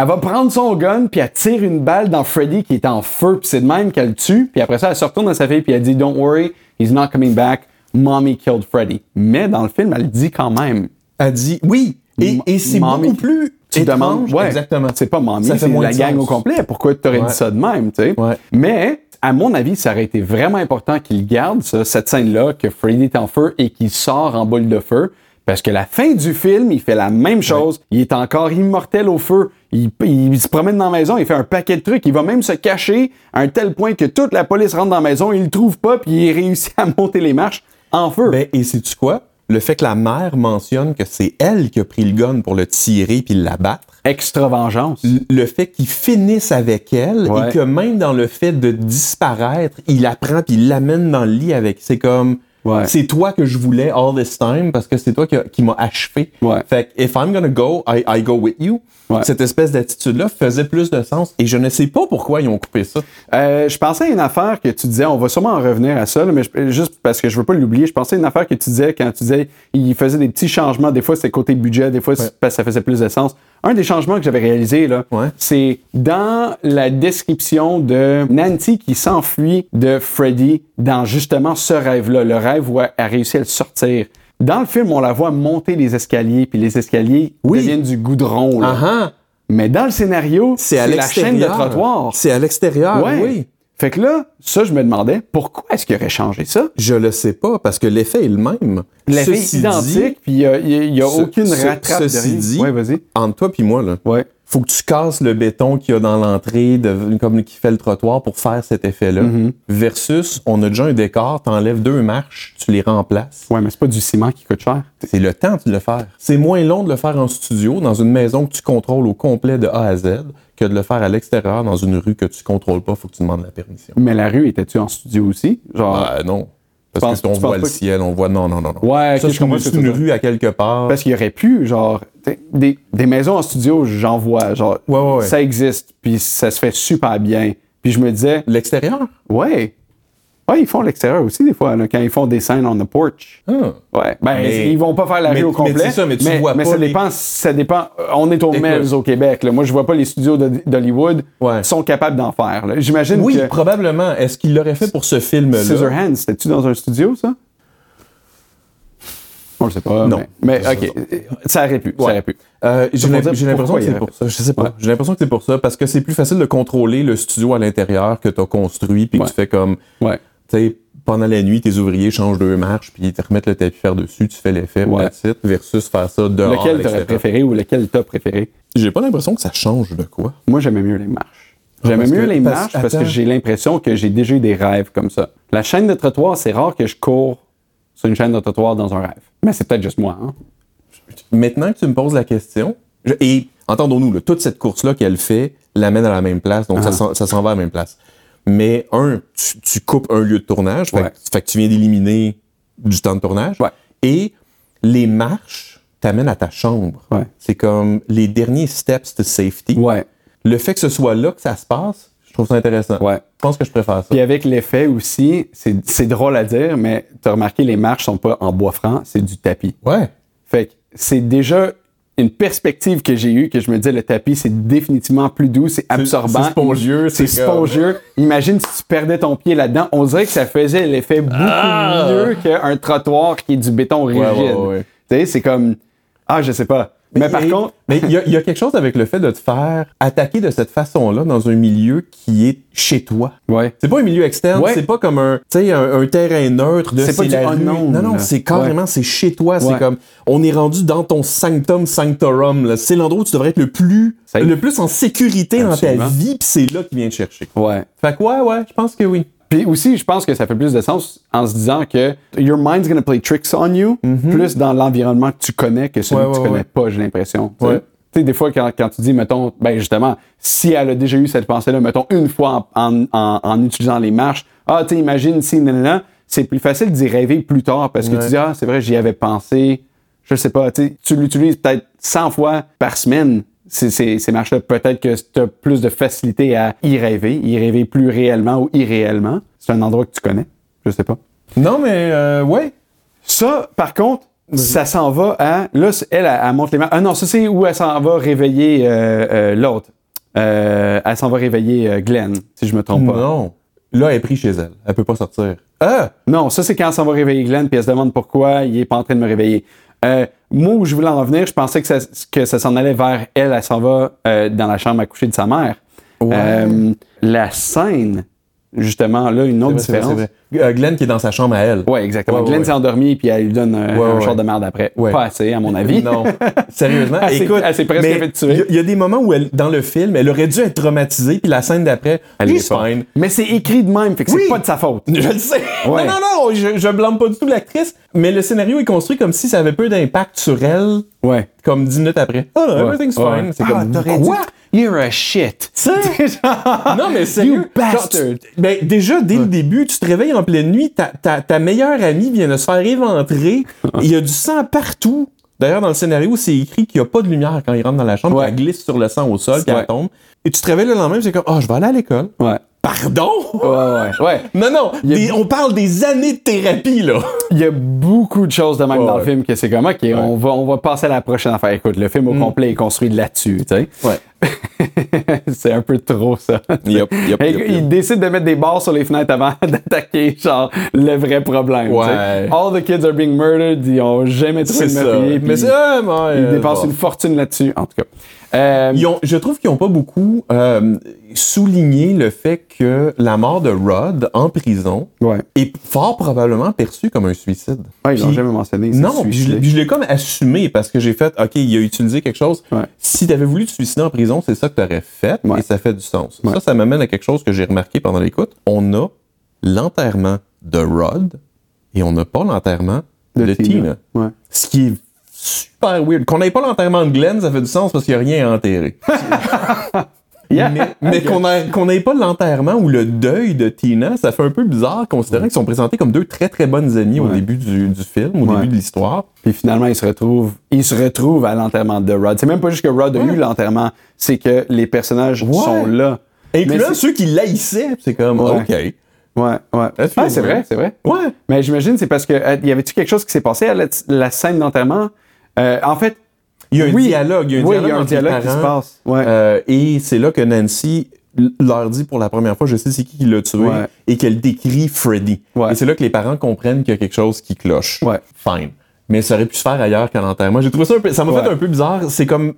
Speaker 1: Elle va prendre son gun, puis elle tire une balle dans Freddy qui est en feu, puis c'est de même qu'elle le tue. Puis après ça, elle se retourne à sa fille, puis elle dit « Don't worry, he's not coming back. Mommy killed Freddy. » Mais dans le film, elle le dit quand même.
Speaker 2: a dit oui. Et,
Speaker 1: M-
Speaker 2: et c'est
Speaker 1: Mommy,
Speaker 2: beaucoup plus
Speaker 1: tu
Speaker 2: étrange.
Speaker 1: demandes, ouais,
Speaker 2: Exactement.
Speaker 1: C'est pas mamie,
Speaker 2: Ça fait
Speaker 1: c'est
Speaker 2: moins
Speaker 1: la
Speaker 2: de
Speaker 1: gang
Speaker 2: sens.
Speaker 1: au complet. Pourquoi tu aurais
Speaker 2: Ouais.
Speaker 1: dit ça de même, tu sais?
Speaker 2: Ouais.
Speaker 1: Mais, à mon avis, ça aurait été vraiment important qu'il garde ça, cette scène-là, que Freddy est en feu et qu'il sort en boule de feu. Parce que la fin du film, il fait la même chose. Il est encore immortel au feu. Il, il se promène dans la maison, il fait un paquet de trucs. Il va même se cacher à un tel point que toute la police rentre dans la maison, il le trouve pas, puis il réussit [LAUGHS] à monter les marches en feu.
Speaker 2: Ben, et sais-tu quoi? Le fait que la mère mentionne que c'est elle qui a pris le gun pour le tirer puis l'abattre,
Speaker 1: Extra vengeance.
Speaker 2: l- le fait qu'il finisse avec elle
Speaker 1: Ouais.
Speaker 2: et que même dans le fait de disparaître, il la prend puis il l'amène dans le lit avec. C'est comme,
Speaker 1: Ouais.
Speaker 2: c'est toi que je voulais all this time parce que c'est toi qui, a- qui m'a achevé.
Speaker 1: Ouais.
Speaker 2: Fait que, if I'm gonna go, I, I go with you.
Speaker 1: Ouais.
Speaker 2: Cette espèce d'attitude-là faisait plus de sens et je ne sais pas pourquoi ils ont coupé ça.
Speaker 1: Euh, je pensais à une affaire que tu disais, on va sûrement en revenir à ça, là, mais je- juste parce que je veux pas l'oublier, je pensais à une affaire que tu disais quand tu disais, il faisait des petits changements, des fois c'était côté budget, des fois c'est parce que ça faisait plus de sens. Un des changements que j'avais réalisé, là,
Speaker 2: Ouais.
Speaker 1: c'est dans la description de Nancy qui s'enfuit de Freddy dans justement ce rêve-là, le rêve où elle a réussi à le sortir. Dans le film, on la voit monter les escaliers, puis les escaliers
Speaker 2: Oui.
Speaker 1: deviennent du goudron. là.
Speaker 2: Ah ah!
Speaker 1: Mais dans le scénario,
Speaker 2: C'est à
Speaker 1: la
Speaker 2: l'extérieur.
Speaker 1: chaîne de trottoir.
Speaker 2: C'est à l'extérieur,
Speaker 1: Ouais.
Speaker 2: oui.
Speaker 1: Ah Fait que là, ça, je me demandais, pourquoi est-ce qu'il aurait changé ça?
Speaker 2: Je le sais pas, parce que l'effet est le même.
Speaker 1: L'effet est
Speaker 2: Ceci dit-
Speaker 1: identique, puis il n'y a,
Speaker 2: ce-
Speaker 1: aucune
Speaker 2: ce-
Speaker 1: rattrape de
Speaker 2: ceci
Speaker 1: rien.
Speaker 2: dit,
Speaker 1: ouais, vas-y.
Speaker 2: entre toi puis moi, là,
Speaker 1: Ouais.
Speaker 2: faut que tu casses le béton qu'il y a dans l'entrée, de- comme qui fait le trottoir pour faire cet effet-là.
Speaker 1: Mm-hmm.
Speaker 2: Versus, on a déjà un décor, t'enlèves deux marches, tu les remplaces.
Speaker 1: Ouais, mais c'est pas du ciment qui coûte cher.
Speaker 2: C'est le temps de le faire. C'est moins long de le faire en studio, dans une maison que tu contrôles au complet de A à Z, que de le faire à l'extérieur, dans une rue que tu contrôles pas, faut que tu demandes la permission.
Speaker 1: Mais la rue, était-tu en studio aussi? Genre,
Speaker 2: Ah non.
Speaker 1: penses-
Speaker 2: Parce qu'on
Speaker 1: tu penses
Speaker 2: voit le
Speaker 1: pas que-
Speaker 2: ciel, on voit. Non, non, non. non.
Speaker 1: Ouais,
Speaker 2: ça,
Speaker 1: ok, je
Speaker 2: c'est
Speaker 1: comprends
Speaker 2: une,
Speaker 1: ce que
Speaker 2: c'est une
Speaker 1: tu veux
Speaker 2: rue à quelque part.
Speaker 1: parce qu'il aurait pu, genre, t'sais, des, des maisons en studio, j'en vois, genre,
Speaker 2: Ouais, ouais, ouais.
Speaker 1: ça existe, puis ça se fait super bien. Puis je me disais,
Speaker 2: L'extérieur?
Speaker 1: ouais, Ouais, ils font l'extérieur aussi, des fois, là, quand ils font des scènes on the porch.
Speaker 2: Ah.
Speaker 1: Ouais. Ben,
Speaker 2: Mais-
Speaker 1: ils vont pas faire la
Speaker 2: mais-
Speaker 1: rue au
Speaker 2: mais
Speaker 1: complet.
Speaker 2: c'est ça, mais tu vois pas
Speaker 1: ça
Speaker 2: les-
Speaker 1: dépend, ça dépend. euh, On est aux
Speaker 2: Écoute.
Speaker 1: Mills au Québec, là. Moi, je vois pas les studios d'Ho- d'Hollywood
Speaker 2: Ouais.
Speaker 1: sont capables d'en faire, là. J'imagine
Speaker 2: Oui, euh,
Speaker 1: que
Speaker 2: probablement. Est-ce qu'il l'aurait fait pour ce film-là?
Speaker 1: Scissorhands, c'était-tu dans un studio, ça? On le sait pas.
Speaker 2: Non.
Speaker 1: Mais, mais,
Speaker 2: Ça,
Speaker 1: ok. euh, Ça aurait pu. Ça
Speaker 2: Ouais.
Speaker 1: aurait pu.
Speaker 2: Euh, j'ai
Speaker 1: Pour
Speaker 2: l'im-
Speaker 1: dire
Speaker 2: j'ai l'impression
Speaker 1: pourquoi
Speaker 2: que
Speaker 1: il
Speaker 2: c'est
Speaker 1: aurait
Speaker 2: pour
Speaker 1: fait
Speaker 2: ça. Je sais pas.
Speaker 1: Ouais.
Speaker 2: J'ai l'impression que c'est pour ça parce que c'est plus facile de contrôler le studio à l'intérieur que t'as construit puis
Speaker 1: Ouais.
Speaker 2: que tu fais comme,
Speaker 1: Ouais.
Speaker 2: tu sais, pendant la nuit, tes ouvriers changent deux marches puis ils te remettent le tapis par dessus, tu fais l'effet,
Speaker 1: Ouais.
Speaker 2: that's it, versus faire ça dehors. à
Speaker 1: Lequel t'aurais
Speaker 2: l'extérieur.
Speaker 1: préféré ou lequel t'as préféré?
Speaker 2: J'ai pas l'impression que ça change de quoi.
Speaker 1: Moi, j'aimais mieux les marches. J'aimais
Speaker 2: Ah, parce
Speaker 1: mieux
Speaker 2: que-
Speaker 1: les
Speaker 2: parce-
Speaker 1: marches parce que
Speaker 2: attends.
Speaker 1: j'ai l'impression que j'ai déjà eu des rêves comme ça. La chaîne de trottoir, c'est rare que je cours sur une chaîne de trottoir dans un rêve. Mais c'est peut-être juste moi. Hein?
Speaker 2: Maintenant que tu me poses la question, je- et entendons-nous, là, toute cette course-là qu'elle fait l'amène à la même place, donc
Speaker 1: Ah.
Speaker 2: ça s'en- ça s'en va à la même place. Mais un, tu, tu coupes un lieu de tournage, fait,
Speaker 1: Ouais.
Speaker 2: que, fait que tu viens d'éliminer du temps de tournage.
Speaker 1: Ouais.
Speaker 2: Et les marches t'amènent à ta chambre.
Speaker 1: Ouais.
Speaker 2: C'est comme les derniers steps to safety.
Speaker 1: Ouais.
Speaker 2: Le fait que ce soit là que ça se passe, je trouve ça intéressant.
Speaker 1: Ouais.
Speaker 2: Je pense que je préfère ça.
Speaker 1: Puis avec l'effet aussi, c'est c'est drôle à dire, mais t'as remarqué, les marches sont pas en bois franc, c'est du tapis.
Speaker 2: Ouais.
Speaker 1: Fait que c'est déjà une perspective que j'ai eue, que je me disais, le tapis, c'est définitivement plus doux, c'est absorbant.
Speaker 2: c'est spongieux,
Speaker 1: C'est
Speaker 2: c'est comme-
Speaker 1: spongieux. Imagine si tu perdais ton pied là-dedans. On dirait que ça faisait l'effet beaucoup mieux qu'un trottoir qui est du béton rigide.
Speaker 2: Ah! ouais, ouais.
Speaker 1: Tu sais, c'est comme... Ah, je sais pas. Mais, par
Speaker 2: il y a-
Speaker 1: contre...
Speaker 2: mais il y, a- il y a quelque chose avec le fait de te faire attaquer de cette façon-là dans un milieu qui est chez toi.
Speaker 1: Ouais.
Speaker 2: C'est pas un milieu externe,
Speaker 1: Ouais.
Speaker 2: c'est pas comme un, tu sais, un, un terrain neutre de
Speaker 1: C'est pas du
Speaker 2: la rue.
Speaker 1: unknown,
Speaker 2: Non, non,
Speaker 1: là.
Speaker 2: c'est carrément, c'est chez toi.
Speaker 1: Ouais.
Speaker 2: C'est comme, on est rendu dans ton sanctum sanctorum. là. C'est l'endroit où tu devrais être le plus,
Speaker 1: Safe.
Speaker 2: le plus en sécurité dans
Speaker 1: Absolument.
Speaker 2: ta vie, puis c'est là qu'il vient te chercher.
Speaker 1: Ouais.
Speaker 2: Fait que ouais, ouais, je pense que oui.
Speaker 1: Puis aussi, je pense que ça fait plus de sens en se disant que your mind's gonna play tricks on you, plus dans l'environnement que tu connais que celui
Speaker 2: Mhm. Ouais,
Speaker 1: que tu
Speaker 2: ouais,
Speaker 1: connais
Speaker 2: ouais.
Speaker 1: pas, j'ai l'impression. Tu sais.
Speaker 2: Ouais.
Speaker 1: Tu sais, des fois, quand, quand tu dis, mettons, ben justement, si elle a déjà eu cette pensée-là, mettons, une fois en, en- en- en utilisant les marches, ah, tu sais, imagine si, nan, nan, nan, c'est plus facile d'y rêver plus tard parce que
Speaker 2: Ouais.
Speaker 1: tu dis, ah, c'est vrai, j'y avais pensé, je sais pas, tu sais, tu l'utilises peut-être 100 fois par semaine, ces, ces, ces marches-là. Peut-être que tu as plus de facilité à y rêver, y rêver plus réellement ou irréellement. C'est un endroit que tu connais, je sais pas.
Speaker 2: Non, mais euh, ouais.
Speaker 1: Ça, par contre, ça s'en va à. Là, c'est- elle, elle, elle monte les mains. Ah non, ça, c'est où elle s'en va réveiller euh, euh, l'autre. Euh, elle s'en va réveiller euh, Glenn, si je me trompe pas.
Speaker 2: Non. Là, elle est prise chez elle. Elle peut pas sortir. Ah!
Speaker 1: Non, ça, c'est quand elle s'en va réveiller Glenn, puis elle se demande pourquoi il est pas en train de me réveiller. Euh, moi, où je voulais en venir, je pensais que ça, que ça s'en allait vers elle. Elle s'en va euh, dans la chambre à coucher de sa mère.
Speaker 2: Ouais.
Speaker 1: Euh, la scène, justement, là, une autre
Speaker 2: C'est vrai,
Speaker 1: différence.
Speaker 2: c'est vrai. Euh, Glenn qui est dans sa chambre à elle.
Speaker 1: Ouais, exactement.
Speaker 2: Ouais, ouais,
Speaker 1: Glenn
Speaker 2: ouais.
Speaker 1: s'est endormie, puis elle lui donne un,
Speaker 2: Ouais,
Speaker 1: un
Speaker 2: ouais.
Speaker 1: genre de merde après.
Speaker 2: Ouais.
Speaker 1: Pas assez, à mon avis. [LAUGHS]
Speaker 2: [LAUGHS] Non, sérieusement.
Speaker 1: Elle s'est-
Speaker 2: écoute,
Speaker 1: elle s'est presque
Speaker 2: mais
Speaker 1: fait tuer.
Speaker 2: Il y, a des moments où, elle, dans le film, elle aurait dû être traumatisée, puis la scène d'après, elle est fine.
Speaker 1: Mais c'est écrit de même, fait que
Speaker 2: Oui.
Speaker 1: c'est pas de sa faute.
Speaker 2: Je le sais.
Speaker 1: Ouais.
Speaker 2: Non, non, non, je, je blâme pas du tout l'actrice, mais le scénario est construit comme si ça avait peu d'impact sur elle,
Speaker 1: Ouais.
Speaker 2: comme dix minutes après. Oh, no, everything's
Speaker 1: Ouais.
Speaker 2: fine. C'est
Speaker 1: Ah,
Speaker 2: comme,
Speaker 1: t'aurais
Speaker 2: quoi?
Speaker 1: dit, You're a shit. [LAUGHS]
Speaker 2: Tu sais? non, mais sérieux.
Speaker 1: You bastard.
Speaker 2: Genre, tu- ben, déjà, dès le début, tu te réveilles en pleine nuit, ta, ta, ta meilleure amie vient de se faire éventrer, il y a du sang partout. D'ailleurs, dans le scénario, c'est écrit qu'il n'y a pas de lumière quand il rentre dans la chambre,
Speaker 1: Ouais.
Speaker 2: elle glisse sur le sang au sol, puis
Speaker 1: Ouais.
Speaker 2: elle tombe. Et tu te réveilles le lendemain, puis c'est comme, oh, je vais aller à l'école.
Speaker 1: Ouais.
Speaker 2: Pardon?
Speaker 1: Ouais, ouais, ouais.
Speaker 2: Non, non,
Speaker 1: Il y a-
Speaker 2: des- on parle des années de thérapie, là.
Speaker 1: Il y a beaucoup de choses de même
Speaker 2: Ouais,
Speaker 1: dans
Speaker 2: ouais. Mm.
Speaker 1: le film que c'est comme, OK, on, va, on va passer à la prochaine affaire. Écoute, le film au complet est construit là-dessus, tu sais.
Speaker 2: Ouais.
Speaker 1: [LAUGHS] c'est un peu trop, ça.
Speaker 2: Yep, yep,
Speaker 1: Et
Speaker 2: yep, yep.
Speaker 1: Il décide de mettre des barres sur les fenêtres avant [LAUGHS] d'attaquer, genre, le vrai problème. tu sais.
Speaker 2: Ouais.
Speaker 1: All the kids are being murdered, ils ont jamais
Speaker 2: [LAUGHS]
Speaker 1: trouvé
Speaker 2: C'est
Speaker 1: de
Speaker 2: ça.
Speaker 1: meurtrier.
Speaker 2: Mais
Speaker 1: puis
Speaker 2: c'est, ah, moi,
Speaker 1: Ils
Speaker 2: euh,
Speaker 1: dépensent
Speaker 2: bon.
Speaker 1: une fortune là-dessus, en tout cas. Euh,
Speaker 2: Ils ont- je trouve qu'ils n'ont pas beaucoup euh, souligné le fait que la mort de Rod en prison
Speaker 1: Ouais.
Speaker 2: est fort probablement perçue comme un suicide.
Speaker 1: Ouais, ils l'ont
Speaker 2: Puis-
Speaker 1: jamais mentionné. c'est
Speaker 2: Non, puis je, l'ai-
Speaker 1: suicidé.
Speaker 2: puis je l'ai comme assumé parce que j'ai fait, OK, il a utilisé quelque chose.
Speaker 1: Ouais.
Speaker 2: Si t'avais voulu te suicider en prison, c'est ça que t'aurais fait
Speaker 1: Ouais.
Speaker 2: et ça fait du sens.
Speaker 1: Ouais.
Speaker 2: Ça, ça m'amène à quelque chose que j'ai remarqué pendant l'écoute. On a l'enterrement de Rod et on n'a pas l'enterrement de, Tina.
Speaker 1: Ouais.
Speaker 2: Ce qui est super weird. Qu'on n'ait pas l'enterrement de Glenn, ça fait du sens parce qu'il n'y a rien à enterrer.
Speaker 1: Yeah.
Speaker 2: Mais,
Speaker 1: [LAUGHS]
Speaker 2: mais qu'on a- qu'on n'ait pas l'enterrement ou le deuil de Tina, ça fait un peu bizarre considérant qu'ils sont présentés comme deux très très bonnes amies au
Speaker 1: Ouais.
Speaker 2: début du, du film, au
Speaker 1: Ouais.
Speaker 2: début de l'histoire.
Speaker 1: Puis finalement, ils se retrouvent, ils se retrouvent à l'enterrement de Rod. C'est même pas juste que Rod a eu l'enterrement, c'est que les personnages sont là. Mais
Speaker 2: Incluant
Speaker 1: c'est-
Speaker 2: ceux qui laïssaient, pis c'est comme,
Speaker 1: Ouais.
Speaker 2: OK.
Speaker 1: Ouais, ouais.
Speaker 2: That's
Speaker 1: Ah,
Speaker 2: true,
Speaker 1: c'est
Speaker 2: ouais.
Speaker 1: vrai, c'est vrai.
Speaker 2: Ouais.
Speaker 1: Mais j'imagine c'est parce que euh, y avait-tu quelque chose qui s'est passé à la, la scène d'enterrement Euh, En fait,
Speaker 2: Il y a un
Speaker 1: Oui.
Speaker 2: dialogue. Il y a un
Speaker 1: Oui, il
Speaker 2: dialogue,
Speaker 1: y a un
Speaker 2: entre les
Speaker 1: dialogue qui se
Speaker 2: parents.
Speaker 1: passe. Ouais.
Speaker 2: Euh, et c'est là que Nancy l- leur dit pour la première fois, je sais c'est qui qui l'a tué,
Speaker 1: Ouais.
Speaker 2: et qu'elle décrit Freddy.
Speaker 1: Ouais.
Speaker 2: Et c'est là que les parents comprennent qu'il y a quelque chose qui cloche.
Speaker 1: Ouais.
Speaker 2: Fine. Mais ça aurait pu se faire ailleurs qu'à l'enterrement. J'ai trouvé ça un peu, ça m'a fait
Speaker 1: Ouais.
Speaker 2: un peu bizarre. C'est comme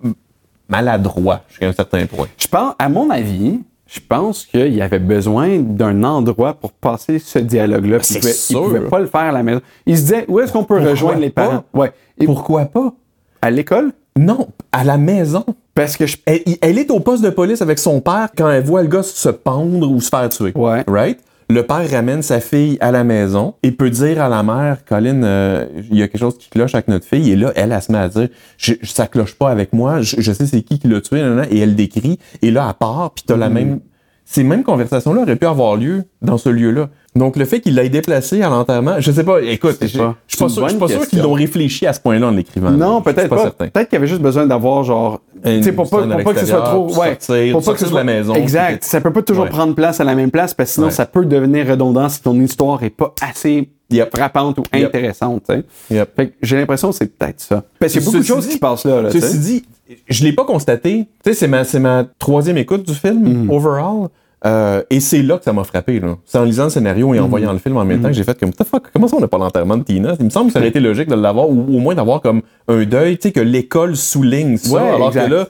Speaker 2: maladroit jusqu'à un certain point.
Speaker 1: je pense, à mon avis, je pense qu'il y avait besoin d'un endroit pour passer ce dialogue-là. puis
Speaker 2: C'est
Speaker 1: il pouvait-
Speaker 2: sûr.
Speaker 1: Il pouvait pas le faire à la maison. Il se disait, où est-ce qu'on peut
Speaker 2: Pourquoi
Speaker 1: rejoindre les
Speaker 2: pas?
Speaker 1: parents Ouais. Et
Speaker 2: Et pourquoi pas?
Speaker 1: à l'école
Speaker 2: Non, à la maison.
Speaker 1: Parce que je.
Speaker 2: Elle, il- elle est au poste de police avec son père quand elle voit le gars se pendre ou se faire tuer.
Speaker 1: Ouais.
Speaker 2: Right? Le père ramène sa fille à la maison et peut dire à la mère, Colin, euh, il y a quelque chose qui cloche avec notre fille. Et là, elle, elle se met à dire, je, je- ça cloche pas avec moi, je, je sais c'est qui qui l'a tué, nan, nan. et elle décrit. Et là, à part, puis t'as
Speaker 1: Mhm.
Speaker 2: la même... Ces mêmes conversations-là auraient pu avoir lieu dans ce lieu-là. Donc, le fait qu'il l'ait déplacé à l'enterrement, je sais pas, écoute,
Speaker 1: Je
Speaker 2: je
Speaker 1: sais
Speaker 2: je
Speaker 1: pas.
Speaker 2: suis
Speaker 1: C'est
Speaker 2: pas
Speaker 1: une
Speaker 2: sûr, je
Speaker 1: bonne
Speaker 2: suis pas sûr qu'ils
Speaker 1: question.
Speaker 2: l'ont réfléchi à ce point-là en l'écrivant. Je
Speaker 1: Non,
Speaker 2: suis
Speaker 1: peut-être pas.
Speaker 2: certain.
Speaker 1: peut-être qu'il y avait juste besoin d'avoir genre,
Speaker 2: Une
Speaker 1: tu sais pour pas,
Speaker 2: scène
Speaker 1: pour
Speaker 2: à
Speaker 1: pas que ce soit
Speaker 2: l'extérieur,
Speaker 1: trop,
Speaker 2: puis
Speaker 1: ouais,
Speaker 2: sortir-
Speaker 1: pour pas que ce
Speaker 2: sortir de
Speaker 1: soit
Speaker 2: la maison, puis
Speaker 1: Exact.
Speaker 2: tout.
Speaker 1: Ça peut pas toujours
Speaker 2: Ouais.
Speaker 1: prendre place à la même place parce que sinon
Speaker 2: Ouais.
Speaker 1: ça peut devenir redondant si ton histoire est pas assez
Speaker 2: Yep.
Speaker 1: frappante ou
Speaker 2: Yep.
Speaker 1: intéressante. tu sais.
Speaker 2: Yep.
Speaker 1: Fait que j'ai l'impression que c'est peut-être ça. Parce qu'il y a
Speaker 2: Ceci
Speaker 1: beaucoup de choses
Speaker 2: dit-
Speaker 1: qui se passent là. là tu sais.
Speaker 2: Ceci dit, je l'ai pas constaté. Tu sais, c'est ma, c'est ma troisième écoute du film,
Speaker 1: Hmm.
Speaker 2: overall. Euh, et c'est là que ça m'a frappé. là. C'est en lisant le scénario et
Speaker 1: Hmm.
Speaker 2: en voyant le film en même temps que j'ai fait comme, What the fuck, comment ça on n'a pas l'enterrement de Tina? Il me semble que ça aurait été logique de l'avoir ou au moins d'avoir comme un deuil, tu sais, que l'école souligne ça.
Speaker 1: Ouais,
Speaker 2: alors
Speaker 1: exact.
Speaker 2: que là,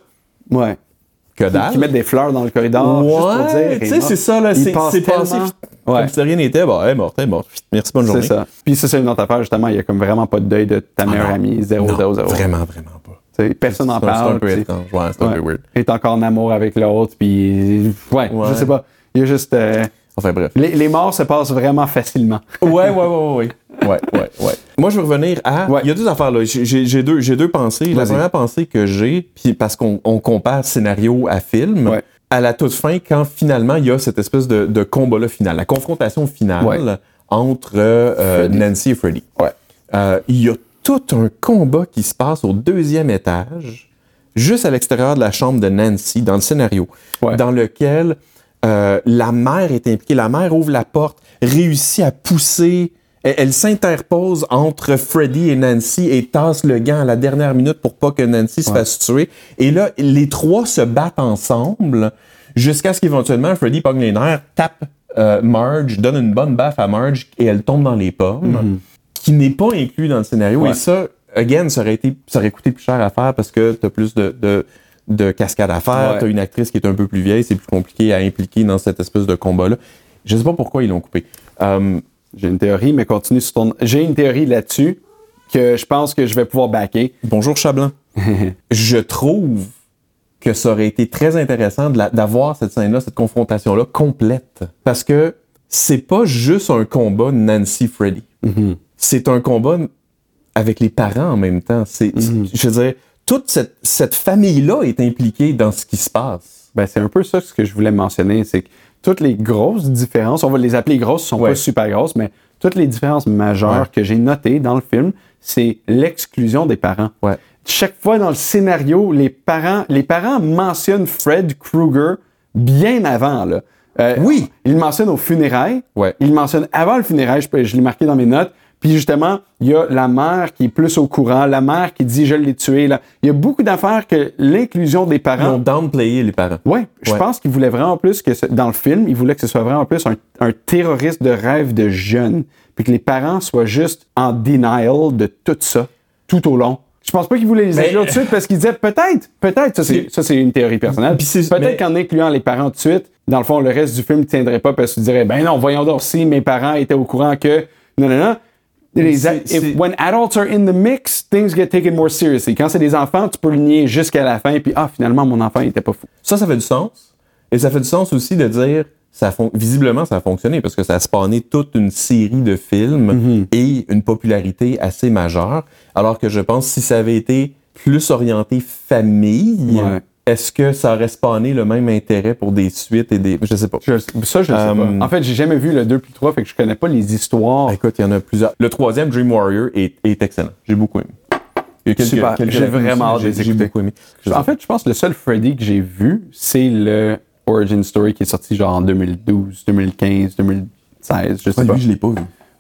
Speaker 1: ouais.
Speaker 2: que
Speaker 1: Qui,
Speaker 2: dalle.
Speaker 1: qui mettent des fleurs dans le corridor juste pour dire.
Speaker 2: Ouais,
Speaker 1: elle est
Speaker 2: tu sais,
Speaker 1: morte.
Speaker 2: c'est ça, là.
Speaker 1: Il
Speaker 2: C'est
Speaker 1: passe
Speaker 2: c'est passé.
Speaker 1: tellement-
Speaker 2: pff,
Speaker 1: Ouais.
Speaker 2: Comme si rien n'était, bah, elle est morte, elle est morte. Pff, Merci, bonne
Speaker 1: C'est
Speaker 2: journée.
Speaker 1: ça. Puis ça, c'est une autre affaire, justement. Il y a comme vraiment pas de deuil de ta meilleure
Speaker 2: Ah non.
Speaker 1: amie, 0,
Speaker 2: Non,
Speaker 1: 0, 0.
Speaker 2: Vraiment, vraiment pas.
Speaker 1: Tu sais, Personne n'en
Speaker 2: C'est un- c'est
Speaker 1: parle.
Speaker 2: un peu
Speaker 1: puis-
Speaker 2: étrange. Ouais, c'est un peu
Speaker 1: Ouais.
Speaker 2: weird.
Speaker 1: Est encore en amour avec l'autre, puis. Ouais, je
Speaker 2: Ouais.
Speaker 1: sais pas. Il y a juste. euh,
Speaker 2: Enfin, bref.
Speaker 1: les, les morts se passent vraiment facilement.
Speaker 2: Ouais, ouais, ouais, ouais, ouais. Ouais, ouais, ouais. Moi, je veux revenir à.
Speaker 1: Ouais.
Speaker 2: Il y a deux affaires, là. J'ai- J'ai j'ai deux, j'ai deux pensées. La
Speaker 1: Vas-y.
Speaker 2: première pensée que j'ai, puis parce qu'on on compare scénario à film,
Speaker 1: Ouais.
Speaker 2: à la toute fin, quand finalement il y a cette espèce de, de combat-là final, la confrontation finale
Speaker 1: Ouais.
Speaker 2: entre euh, euh, Nancy et Freddy.
Speaker 1: Ouais.
Speaker 2: Euh, il y a tout un combat qui se passe au deuxième étage, juste à l'extérieur de la chambre de Nancy, dans le scénario,
Speaker 1: Ouais.
Speaker 2: dans lequel euh, la mère est impliquée. La mère ouvre la porte, réussit à pousser. Elle, elle s'interpose entre Freddy et Nancy et tasse le gant à la dernière minute pour pas que Nancy se fasse tuer. Et là, les trois se battent ensemble jusqu'à ce qu'éventuellement Freddy pogne les nerfs, tape euh, Marge, donne une bonne baffe à Marge et elle tombe dans les pommes qui n'est pas inclus dans le scénario.
Speaker 1: Mm-hmm. Ouais.
Speaker 2: Et ça, again, ça aurait, été, ça aurait coûté plus cher à faire parce que tu as plus de, de, de cascades à faire,
Speaker 1: Ouais.
Speaker 2: tu as une actrice qui est un peu plus vieille, c'est plus compliqué à impliquer dans cette espèce de combat-là. Je sais pas pourquoi ils l'ont coupé. Euh,
Speaker 1: J'ai une théorie, mais continue sur ton. J'ai une théorie là-dessus que je pense que je vais pouvoir backer.
Speaker 2: bonjour Chablin. Je trouve que ça aurait été très intéressant de la- d'avoir cette scène-là, cette confrontation-là complète. Parce que c'est pas juste un combat Nancy-Freddy. C'est un combat avec les parents en même temps. C'est, Je veux dire, toute cette, cette famille-là est impliquée dans ce qui se passe.
Speaker 1: Ben, c'est un peu ça ce que je voulais mentionner, c'est que toutes les grosses différences, on va les appeler grosses, sont pas
Speaker 2: Ouais.
Speaker 1: super grosses, mais toutes les différences majeures
Speaker 2: Ouais.
Speaker 1: que j'ai notées dans le film, c'est l'exclusion des parents.
Speaker 2: Ouais.
Speaker 1: Chaque fois dans le scénario, les parents, les parents mentionnent Fred Krueger bien avant. Là. Euh,
Speaker 2: Oui.
Speaker 1: Ils le mentionnent au funérail.
Speaker 2: Ouais.
Speaker 1: Ils le mentionnent avant le funérail, je, peux- je l'ai marqué dans mes notes. Puis justement, il y a la mère qui est plus au courant, la mère qui dit je l'ai tué. Là. Il y a beaucoup d'affaires que l'inclusion des
Speaker 2: Ils ont
Speaker 1: parents
Speaker 2: downplayé les parents.
Speaker 1: Ouais, je
Speaker 2: Ouais.
Speaker 1: pense qu'il voulait vraiment plus que ce- dans le film, il voulait que ce soit vraiment plus un, un terroriste de rêve de jeune, puis que les parents soient juste en denial de tout ça tout au long. Je pense pas qu'il voulait les
Speaker 2: Mais-
Speaker 1: inclure tout de suite parce qu'il disait peut-être, peut-être, ça c'est
Speaker 2: Mais-
Speaker 1: ça c'est une théorie personnelle.
Speaker 2: Puis c'est-
Speaker 1: Peut-être
Speaker 2: mais-
Speaker 1: qu'en incluant les parents tout de suite, dans le fond le reste du film tiendrait pas parce que tu dirais ben non voyons donc si mes parents étaient au courant que non non non. Les a-
Speaker 2: C'est-
Speaker 1: if-
Speaker 2: c'est-
Speaker 1: when adults are in the mix, things get taken more seriously. Quand c'est des enfants, tu peux le nier jusqu'à la fin, puis ah finalement mon enfant il était pas fou.
Speaker 2: Ça, ça fait du sens. Et ça fait du sens aussi de dire, ça fon- visiblement, ça a fonctionné parce que ça a spawné toute une série de films
Speaker 1: Mhm.
Speaker 2: et une popularité assez majeure. Alors que je pense, si ça avait été plus orienté famille,
Speaker 1: Ouais.
Speaker 2: est-ce que ça aurait spawné le même intérêt pour des suites et des. Je sais pas.
Speaker 1: Je- ça, je le sais
Speaker 2: Euh,
Speaker 1: pas. En fait, j'ai jamais vu le 2 puis 3, fait que je connais pas les histoires.
Speaker 2: Ah, Écoute, il y en a plusieurs. Le troisième, Dream Warrior, est, est excellent. J'ai beaucoup aimé. Il y a
Speaker 1: Super. J'ai
Speaker 2: lacunes
Speaker 1: vraiment
Speaker 2: aussi,
Speaker 1: hâte de les
Speaker 2: mais j'ai-
Speaker 1: écouter.
Speaker 2: J'ai beaucoup aimé. Je-
Speaker 1: En fait, je pense que le seul Freddy que j'ai vu, c'est le Origin Story qui est sorti genre en 2012, 2015, 2000. 16, je sais
Speaker 2: Ouais,
Speaker 1: pas.
Speaker 2: lui, je l'ai pas vu.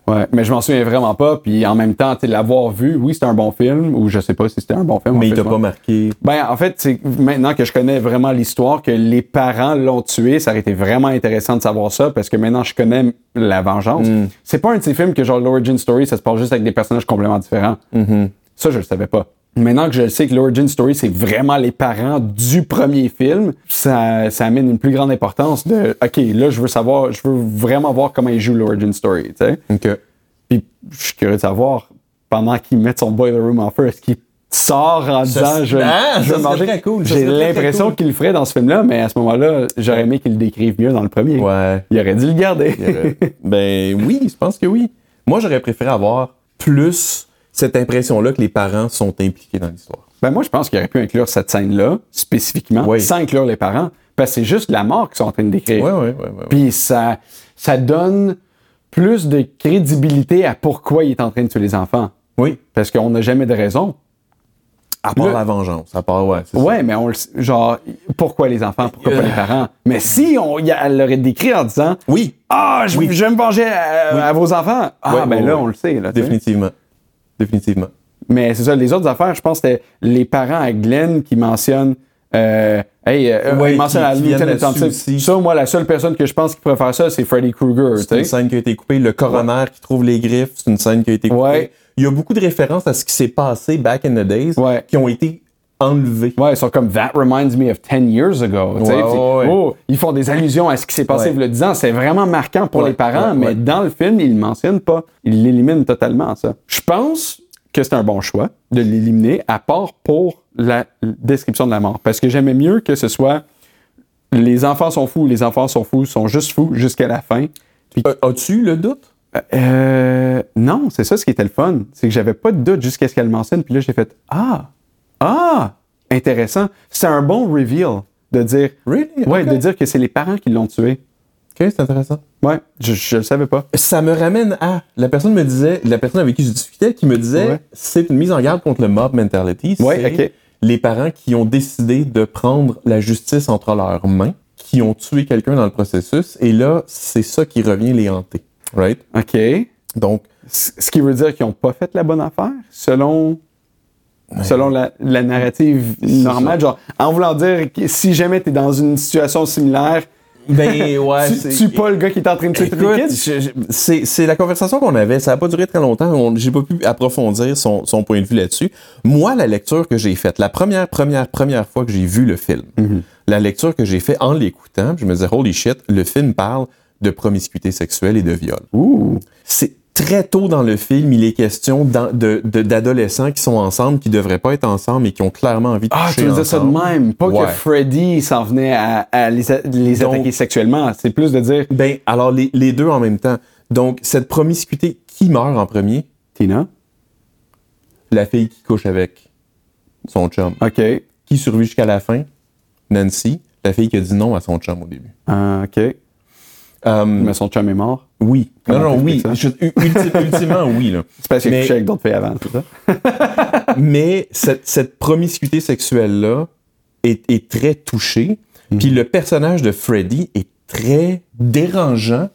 Speaker 1: Ouais, mais je m'en souviens vraiment pas. Puis en même temps, tu sais, l'avoir vu, oui, c'était un bon film, ou je sais pas si c'était un bon film. en
Speaker 2: Mais il
Speaker 1: fait,
Speaker 2: t'a
Speaker 1: ouais.
Speaker 2: pas marqué.
Speaker 1: Ben, en fait, c'est maintenant que je connais vraiment l'histoire, que les parents l'ont tué, ça aurait été vraiment intéressant de savoir ça, parce que maintenant, je connais la vengeance. C'est pas un de ces films que, genre, l'origin story, ça se passe juste avec des personnages complètement différents. Ça, je le savais pas. Maintenant que je le sais que l'origin story, c'est vraiment les parents du premier film, ça, ça amène une plus grande importance de, OK, là, je veux savoir, je veux vraiment voir comment il joue l'origin story, tu sais.
Speaker 2: OK.
Speaker 1: Puis je suis curieux de savoir, pendant qu'il met son boiler room en feu, est-ce qu'il sort en disant je,
Speaker 2: Ah,
Speaker 1: je vais
Speaker 2: ça serait
Speaker 1: manger?
Speaker 2: très cool, ça
Speaker 1: J'ai
Speaker 2: serait très, très
Speaker 1: l'impression
Speaker 2: cool.
Speaker 1: qu'il le ferait dans ce film-là, mais à ce moment-là, j'aurais aimé qu'il le décrive mieux dans le premier.
Speaker 2: Ouais.
Speaker 1: Il aurait dû le garder. [LAUGHS]
Speaker 2: Euh, ben oui, je pense que oui. Moi, j'aurais préféré avoir plus cette impression-là que les parents sont impliqués dans l'histoire.
Speaker 1: ben moi, je pense qu'il aurait pu inclure cette scène-là, spécifiquement,
Speaker 2: Oui.
Speaker 1: sans inclure les parents, parce que c'est juste la mort qu'ils sont en train de décrire.
Speaker 2: Ouais, ouais, ouais. ouais, ouais.
Speaker 1: Puis ça, ça donne plus de crédibilité à pourquoi il est en train de tuer les enfants.
Speaker 2: oui.
Speaker 1: Parce qu'on n'a jamais de raison.
Speaker 2: À part
Speaker 1: Le-
Speaker 2: la vengeance. À part, ouais. c'est ça.
Speaker 1: Ouais, mais on le sait- genre pourquoi les enfants, pourquoi pas les parents Mais si on y a- elle l'aurait décrit en disant
Speaker 2: Euh. Oui.
Speaker 1: "Ah, je, je vais me venger à, à vos enfants." Ah
Speaker 2: Ouais,
Speaker 1: ben
Speaker 2: ouais,
Speaker 1: là,
Speaker 2: ouais.
Speaker 1: on le sait là. tu sais.
Speaker 2: Définitivement. Définitivement.
Speaker 1: Mais c'est ça les autres affaires, je pense que c'était les parents à Glenn qui mentionnent euh, Hey, euh,
Speaker 2: Ouais,
Speaker 1: ils mentionnent
Speaker 2: qui-
Speaker 1: à
Speaker 2: qui viennent
Speaker 1: Lieutenant
Speaker 2: là-dessus
Speaker 1: Thompson.
Speaker 2: aussi.
Speaker 1: Ça, moi, la seule personne que je pense qui pourrait faire ça, c'est Freddy Krueger. tu
Speaker 2: C'est une
Speaker 1: sais.
Speaker 2: scène qui a été coupée. Le coroner qui trouve les griffes, c'est une scène qui a été coupée.
Speaker 1: Ouais.
Speaker 2: Il y a beaucoup de références à ce qui s'est passé back in the days
Speaker 1: Ouais.
Speaker 2: qui ont été enlevées.
Speaker 1: Ouais, ils sont comme That reminds me of 10 years ago. tu sais.
Speaker 2: Ouais,
Speaker 1: Puis,
Speaker 2: ouais, ouais.
Speaker 1: oh, ils font des allusions à ce qui s'est passé
Speaker 2: Ouais.
Speaker 1: le 10 ans. C'est vraiment marquant pour
Speaker 2: Ouais,
Speaker 1: les parents,
Speaker 2: ouais,
Speaker 1: mais
Speaker 2: ouais.
Speaker 1: dans le film, ils ne le mentionnent pas. Ils l'éliminent totalement, ça. Je pense que c'est un bon choix de l'éliminer, à part pour la description de la mort. Parce que j'aimais mieux que ce soit les enfants sont fous, les enfants sont fous, sont juste fous jusqu'à la fin. Puis,
Speaker 2: Euh, As-tu eu le doute?
Speaker 1: euh, non, c'est ça ce qui était le fun. C'est que j'avais pas de doute jusqu'à ce qu'elle mentionne. Puis là, j'ai fait Ah! Ah! Intéressant. C'est un bon reveal de dire.
Speaker 2: Really?
Speaker 1: Ouais,
Speaker 2: Ok.
Speaker 1: de dire que c'est les parents qui l'ont tué.
Speaker 2: Ok, c'est intéressant.
Speaker 1: Ouais, je, je le savais pas.
Speaker 2: Ça me ramène à. La personne me disait, la personne avec qui je discutais, qui me disait,
Speaker 1: Ouais.
Speaker 2: c'est une mise en garde contre le mob mentality.
Speaker 1: Ouais,
Speaker 2: c'est
Speaker 1: ok.
Speaker 2: Les parents qui ont décidé de prendre la justice entre leurs mains, qui ont tué quelqu'un dans le processus, et là, c'est ça qui revient les hanter. Right?
Speaker 1: OK. C-
Speaker 2: Donc,
Speaker 1: Ce qui veut dire qu'ils ont pas fait la bonne affaire, selon. Selon la, la narrative normale, genre, en voulant dire que si jamais t'es dans une situation similaire,
Speaker 2: ben [LAUGHS] ouais.
Speaker 1: tu
Speaker 2: c'est-
Speaker 1: tues pas le gars qui est en train de tuer tous les
Speaker 2: Écoute,
Speaker 1: kids.
Speaker 2: je- je- c'est c'est la conversation qu'on avait. Ça n'a pas duré très longtemps. On- J'ai pas pu approfondir son, son point de vue là-dessus. Moi, la lecture que j'ai faite, la première, première, première fois que j'ai vu le film,
Speaker 1: Mhm.
Speaker 2: la lecture que j'ai faite en l'écoutant, je me disais, holy shit, le film parle de promiscuité sexuelle et de viol.
Speaker 1: Ouh!
Speaker 2: C'est très tôt dans le film, il est question d'en- de- de- d'adolescents qui sont ensemble, qui devraient pas être ensemble et qui ont clairement envie de
Speaker 1: Ah,
Speaker 2: toucher
Speaker 1: tu veux dire ça de
Speaker 2: ensemble.
Speaker 1: même. Pas
Speaker 2: Ouais.
Speaker 1: que Freddy s'en venait à, à les, a- les
Speaker 2: Donc-
Speaker 1: attaquer sexuellement. C'est plus de dire
Speaker 2: Ben, alors les, les deux en même temps. Donc, cette promiscuité, qui meurt en premier?
Speaker 1: Tina.
Speaker 2: la fille qui couche avec son chum.
Speaker 1: OK.
Speaker 2: Qui survit jusqu'à la fin? Nancy, la fille qui a dit non à son chum au début.
Speaker 1: Ah, OK.
Speaker 2: Euh,
Speaker 1: Mais son chum est mort.
Speaker 2: oui. Non,
Speaker 1: Comment
Speaker 2: non, oui.
Speaker 1: t'expliques ça?
Speaker 2: Je- u- ulti- ultimement, oui. Là.
Speaker 1: [LAUGHS] C'est parce qu'il a
Speaker 2: mais,
Speaker 1: couché avec d'autres filles avant, c'est ça?
Speaker 2: mais cette, cette promiscuité sexuelle-là est, est très touchée.
Speaker 1: Hmm.
Speaker 2: Puis le personnage de Freddy est très dérangeant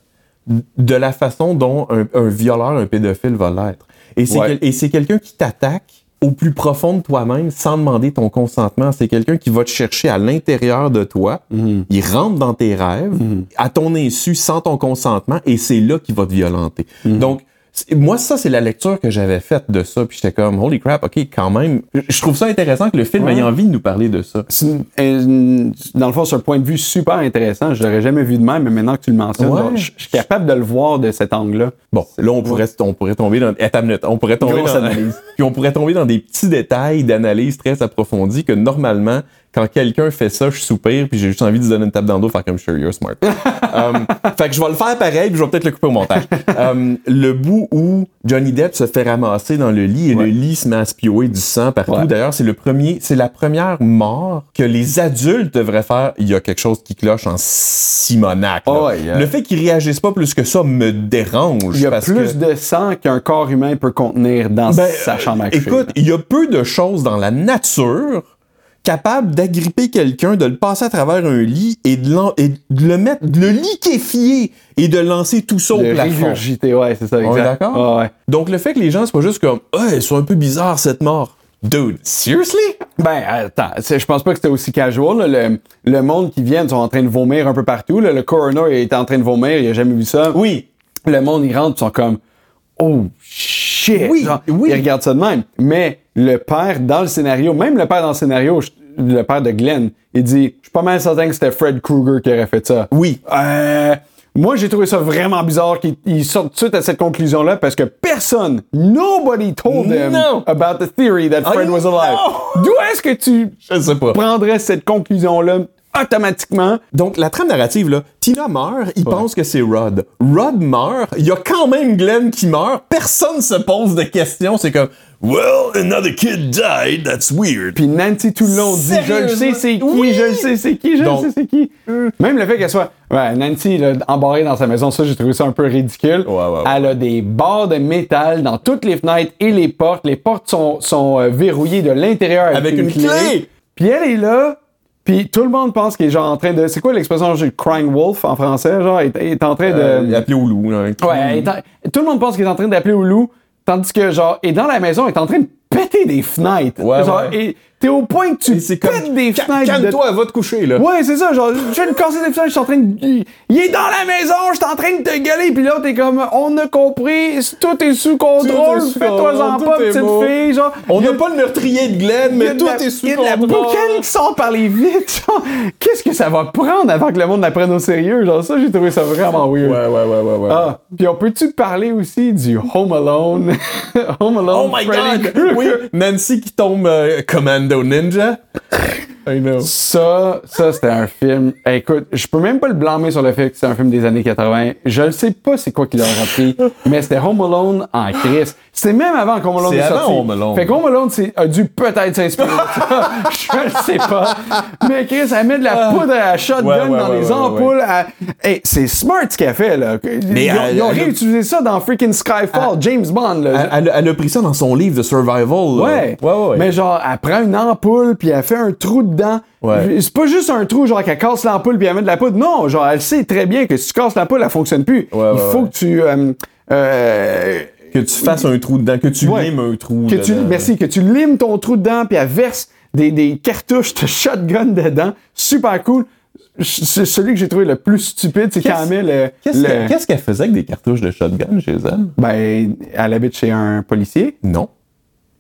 Speaker 2: de la façon dont un, un violeur, un pédophile va l'être. Et c'est
Speaker 1: Ouais.
Speaker 2: quel- et c'est quelqu'un qui t'attaque au plus profond de toi-même sans demander ton consentement. C'est quelqu'un qui va te chercher à l'intérieur de toi. Il rentre dans tes rêves, à ton insu, sans ton consentement, et c'est là qu'il va te violenter. Donc, c'est- moi, ça, c'est la lecture que j'avais faite de ça. Puis j'étais comme, holy crap, OK, quand même. Je trouve ça intéressant que le film ait envie de nous parler de ça.
Speaker 1: C'est une- une- dans le fond, c'est un point de vue super intéressant. Je l'aurais jamais vu de même, mais maintenant que tu le mentionnes,
Speaker 2: Ouais.
Speaker 1: genre, je je suis capable de le voir de cet angle-là.
Speaker 2: Bon, là, on pourrait, on pourrait tomber dans. Attends une minute, on pourrait tomber
Speaker 1: Grosse
Speaker 2: dans.
Speaker 1: analyse.
Speaker 2: [LAUGHS] puis on pourrait tomber dans des petits détails d'analyse très approfondie que normalement, quand quelqu'un fait ça, je soupire, puis j'ai juste envie de lui donner une tape dans le dos, faire comme sure,
Speaker 1: [LAUGHS]
Speaker 2: you're smart. Um, fait que je vais le faire pareil, puis je vais peut-être le couper au montage. Um, le bout où Johnny Depp se fait ramasser dans le lit et le lit se met à spioer du sang partout.
Speaker 1: Ouais.
Speaker 2: D'ailleurs, c'est le premier, c'est la première mort que les adultes devraient faire. Il y a quelque chose qui cloche en Simonac. là.
Speaker 1: Oh, yeah.
Speaker 2: Le fait qu'ils réagissent pas plus que ça me dérange.
Speaker 1: Il y a
Speaker 2: parce
Speaker 1: plus
Speaker 2: que-
Speaker 1: de sang qu'un corps humain peut contenir dans
Speaker 2: ben,
Speaker 1: sa chambre à coucher.
Speaker 2: Écoute, il y a peu de choses dans la nature capable d'agripper quelqu'un, de le passer à travers un lit et de, l'en- et de le mettre, de le liquéfier et de lancer tout ça au
Speaker 1: Le
Speaker 2: plafond.
Speaker 1: régurgité, ouais, c'est ça, exact.
Speaker 2: est d'accord?
Speaker 1: Ah, ouais.
Speaker 2: Donc le fait que les gens soient juste comme, ah, ils sont un peu bizarres cette mort. Dude, seriously?
Speaker 1: Ben, attends, c'est- je pense pas que c'était aussi casual. là. Le, le monde qui vient, ils sont en train de vomir un peu partout. là. Le coroner, il est en train de vomir, il a jamais vu ça.
Speaker 2: Oui.
Speaker 1: Le monde, il rentre, ils sont comme « Oh, shit!
Speaker 2: Oui,
Speaker 1: Genre,
Speaker 2: oui.
Speaker 1: Ils regardent ça de même. Mais le père, dans le scénario, même le père dans le scénario, je- le père de Glenn, il dit « Je suis pas mal certain que c'était Fred Krueger qui aurait fait ça. »
Speaker 2: Oui.
Speaker 1: Euh, moi, j'ai trouvé ça vraiment bizarre qu'ils ils sortent tout de suite à cette conclusion-là parce que personne, nobody told them
Speaker 2: Non.
Speaker 1: about the theory that Fred was alive.
Speaker 2: non.
Speaker 1: D'où est-ce que tu
Speaker 2: Je sais pas.
Speaker 1: prendrais cette conclusion-là automatiquement?
Speaker 2: Donc, la trame narrative, là, Tina meurt, il pense que c'est Rod. Rod meurt, il y a quand même Glenn qui meurt, personne se pose de questions, c'est comme, Well, another kid died, that's weird.
Speaker 1: Puis Nancy tout le long dit Je le sais c'est qui,
Speaker 2: Oui.
Speaker 1: je le sais c'est qui, je
Speaker 2: Donc-
Speaker 1: le sais c'est qui. Même le fait qu'elle soit. Ouais, Nancy, là, embarrée dans sa maison, ça, j'ai trouvé ça un peu ridicule.
Speaker 2: Ouais, ouais, ouais.
Speaker 1: Elle a des barres de métal dans toutes les fenêtres et les portes. Les portes sont, sont euh, verrouillées de l'intérieur avec,
Speaker 2: Avec une clé.
Speaker 1: Puis elle est là. Puis tout le monde pense qu'elle est genre en train de. C'est quoi l'expression genre, crying wolf en français? Genre, elle est- elle est en train de.
Speaker 2: Euh, il a appelé au loup. là.
Speaker 1: Ouais, elle est en- tout le monde pense qu'il est en train d'appeler au loup, tandis que, genre, et dans la maison, il est en train de péter des fenêtres.
Speaker 2: Ouais,
Speaker 1: genre,
Speaker 2: ouais.
Speaker 1: et t'es au point que tu
Speaker 2: Et c'est comme,
Speaker 1: pètes des
Speaker 2: Cal-
Speaker 1: fenêtres. de-
Speaker 2: Calme-toi, va te coucher, là.
Speaker 1: Ouais, c'est ça, genre, je viens de casser des fenêtres, je suis en train de. Il il est dans la maison, je suis en train de te gueuler, puis là, t'es comme, on a compris, tout est sous contrôle,
Speaker 2: sous
Speaker 1: fais-toi-en
Speaker 2: contrôle,
Speaker 1: pas,
Speaker 2: tout est
Speaker 1: petite
Speaker 2: beau.
Speaker 1: fille, genre.
Speaker 2: On
Speaker 1: il y a-
Speaker 2: n'a pas le meurtrier de Glenn,
Speaker 1: il y a
Speaker 2: mais
Speaker 1: de
Speaker 2: tout
Speaker 1: la-
Speaker 2: est
Speaker 1: Il
Speaker 2: sous
Speaker 1: y a de la
Speaker 2: contrôle.
Speaker 1: boucane qui sort par les vitres, genre. Qu'est-ce que ça va prendre avant que le monde la prenne au sérieux, genre, ça, j'ai trouvé ça vraiment weird.
Speaker 2: Ouais, ouais, ouais, ouais, ouais. ouais.
Speaker 1: Ah, puis on peut-tu parler aussi du Home Alone? [LAUGHS] Home Alone.
Speaker 2: Oh my
Speaker 1: Freddy
Speaker 2: god!
Speaker 1: Krueger.
Speaker 2: Oui, Nancy qui tombe euh, Commando Ninja. I know.
Speaker 1: Ça, ça c'était un film. Eh, Écoute, je peux même pas le blâmer sur le fait que c'est un film des années 80. Je ne sais pas c'est quoi qu'il leur a
Speaker 2: [LAUGHS]
Speaker 1: pris, mais c'était Home Alone en crise. C'est même avant que Home Alone
Speaker 2: C'est
Speaker 1: est
Speaker 2: avant
Speaker 1: sorti.
Speaker 2: Home Alone.
Speaker 1: Fait que Home Alone c'est- a dû peut-être s'inspirer de
Speaker 2: [LAUGHS]
Speaker 1: ça. [LAUGHS] je ne sais pas. Mais Chris, elle met de la poudre à shotgun
Speaker 2: Ah. Ouais, ouais,
Speaker 1: dans
Speaker 2: ouais,
Speaker 1: les
Speaker 2: ouais, ouais.
Speaker 1: ampoules. elle- Hey, c'est smart ce qu'elle fait, là. Ils,
Speaker 2: Mais
Speaker 1: ont,
Speaker 2: elle-
Speaker 1: ils ont
Speaker 2: elle a-
Speaker 1: réutilisé ça dans freaking Skyfall, James Bond, là.
Speaker 2: Elle, elle- elle a pris ça dans son livre de survival. là.
Speaker 1: Ouais.
Speaker 2: ouais, ouais.
Speaker 1: Mais genre, elle prend une ampoule, puis elle fait un trou dedans.
Speaker 2: Ouais.
Speaker 1: C'est pas juste un trou, genre qu'elle casse l'ampoule, puis elle met de la poudre. Non, genre, elle sait très bien que si tu casses l'ampoule, elle fonctionne plus.
Speaker 2: Ouais,
Speaker 1: Il
Speaker 2: ouais,
Speaker 1: faut
Speaker 2: ouais.
Speaker 1: que tu. euh, euh,
Speaker 2: que tu fasses un trou dedans, que tu
Speaker 1: Ouais.
Speaker 2: limes un trou.
Speaker 1: que tu,
Speaker 2: dedans.
Speaker 1: merci, que tu limes ton trou dedans, puis elle verse des, des cartouches de shotgun dedans. Super cool. C- C'est celui que j'ai trouvé le plus stupide, c'est quand
Speaker 2: Qu'est-ce-
Speaker 1: elle met le.
Speaker 2: Qu'est-ce
Speaker 1: le-
Speaker 2: que- qu'est-ce qu'elle faisait avec des cartouches de shotgun chez elle?
Speaker 1: Ben, elle habite chez un policier.
Speaker 2: Non.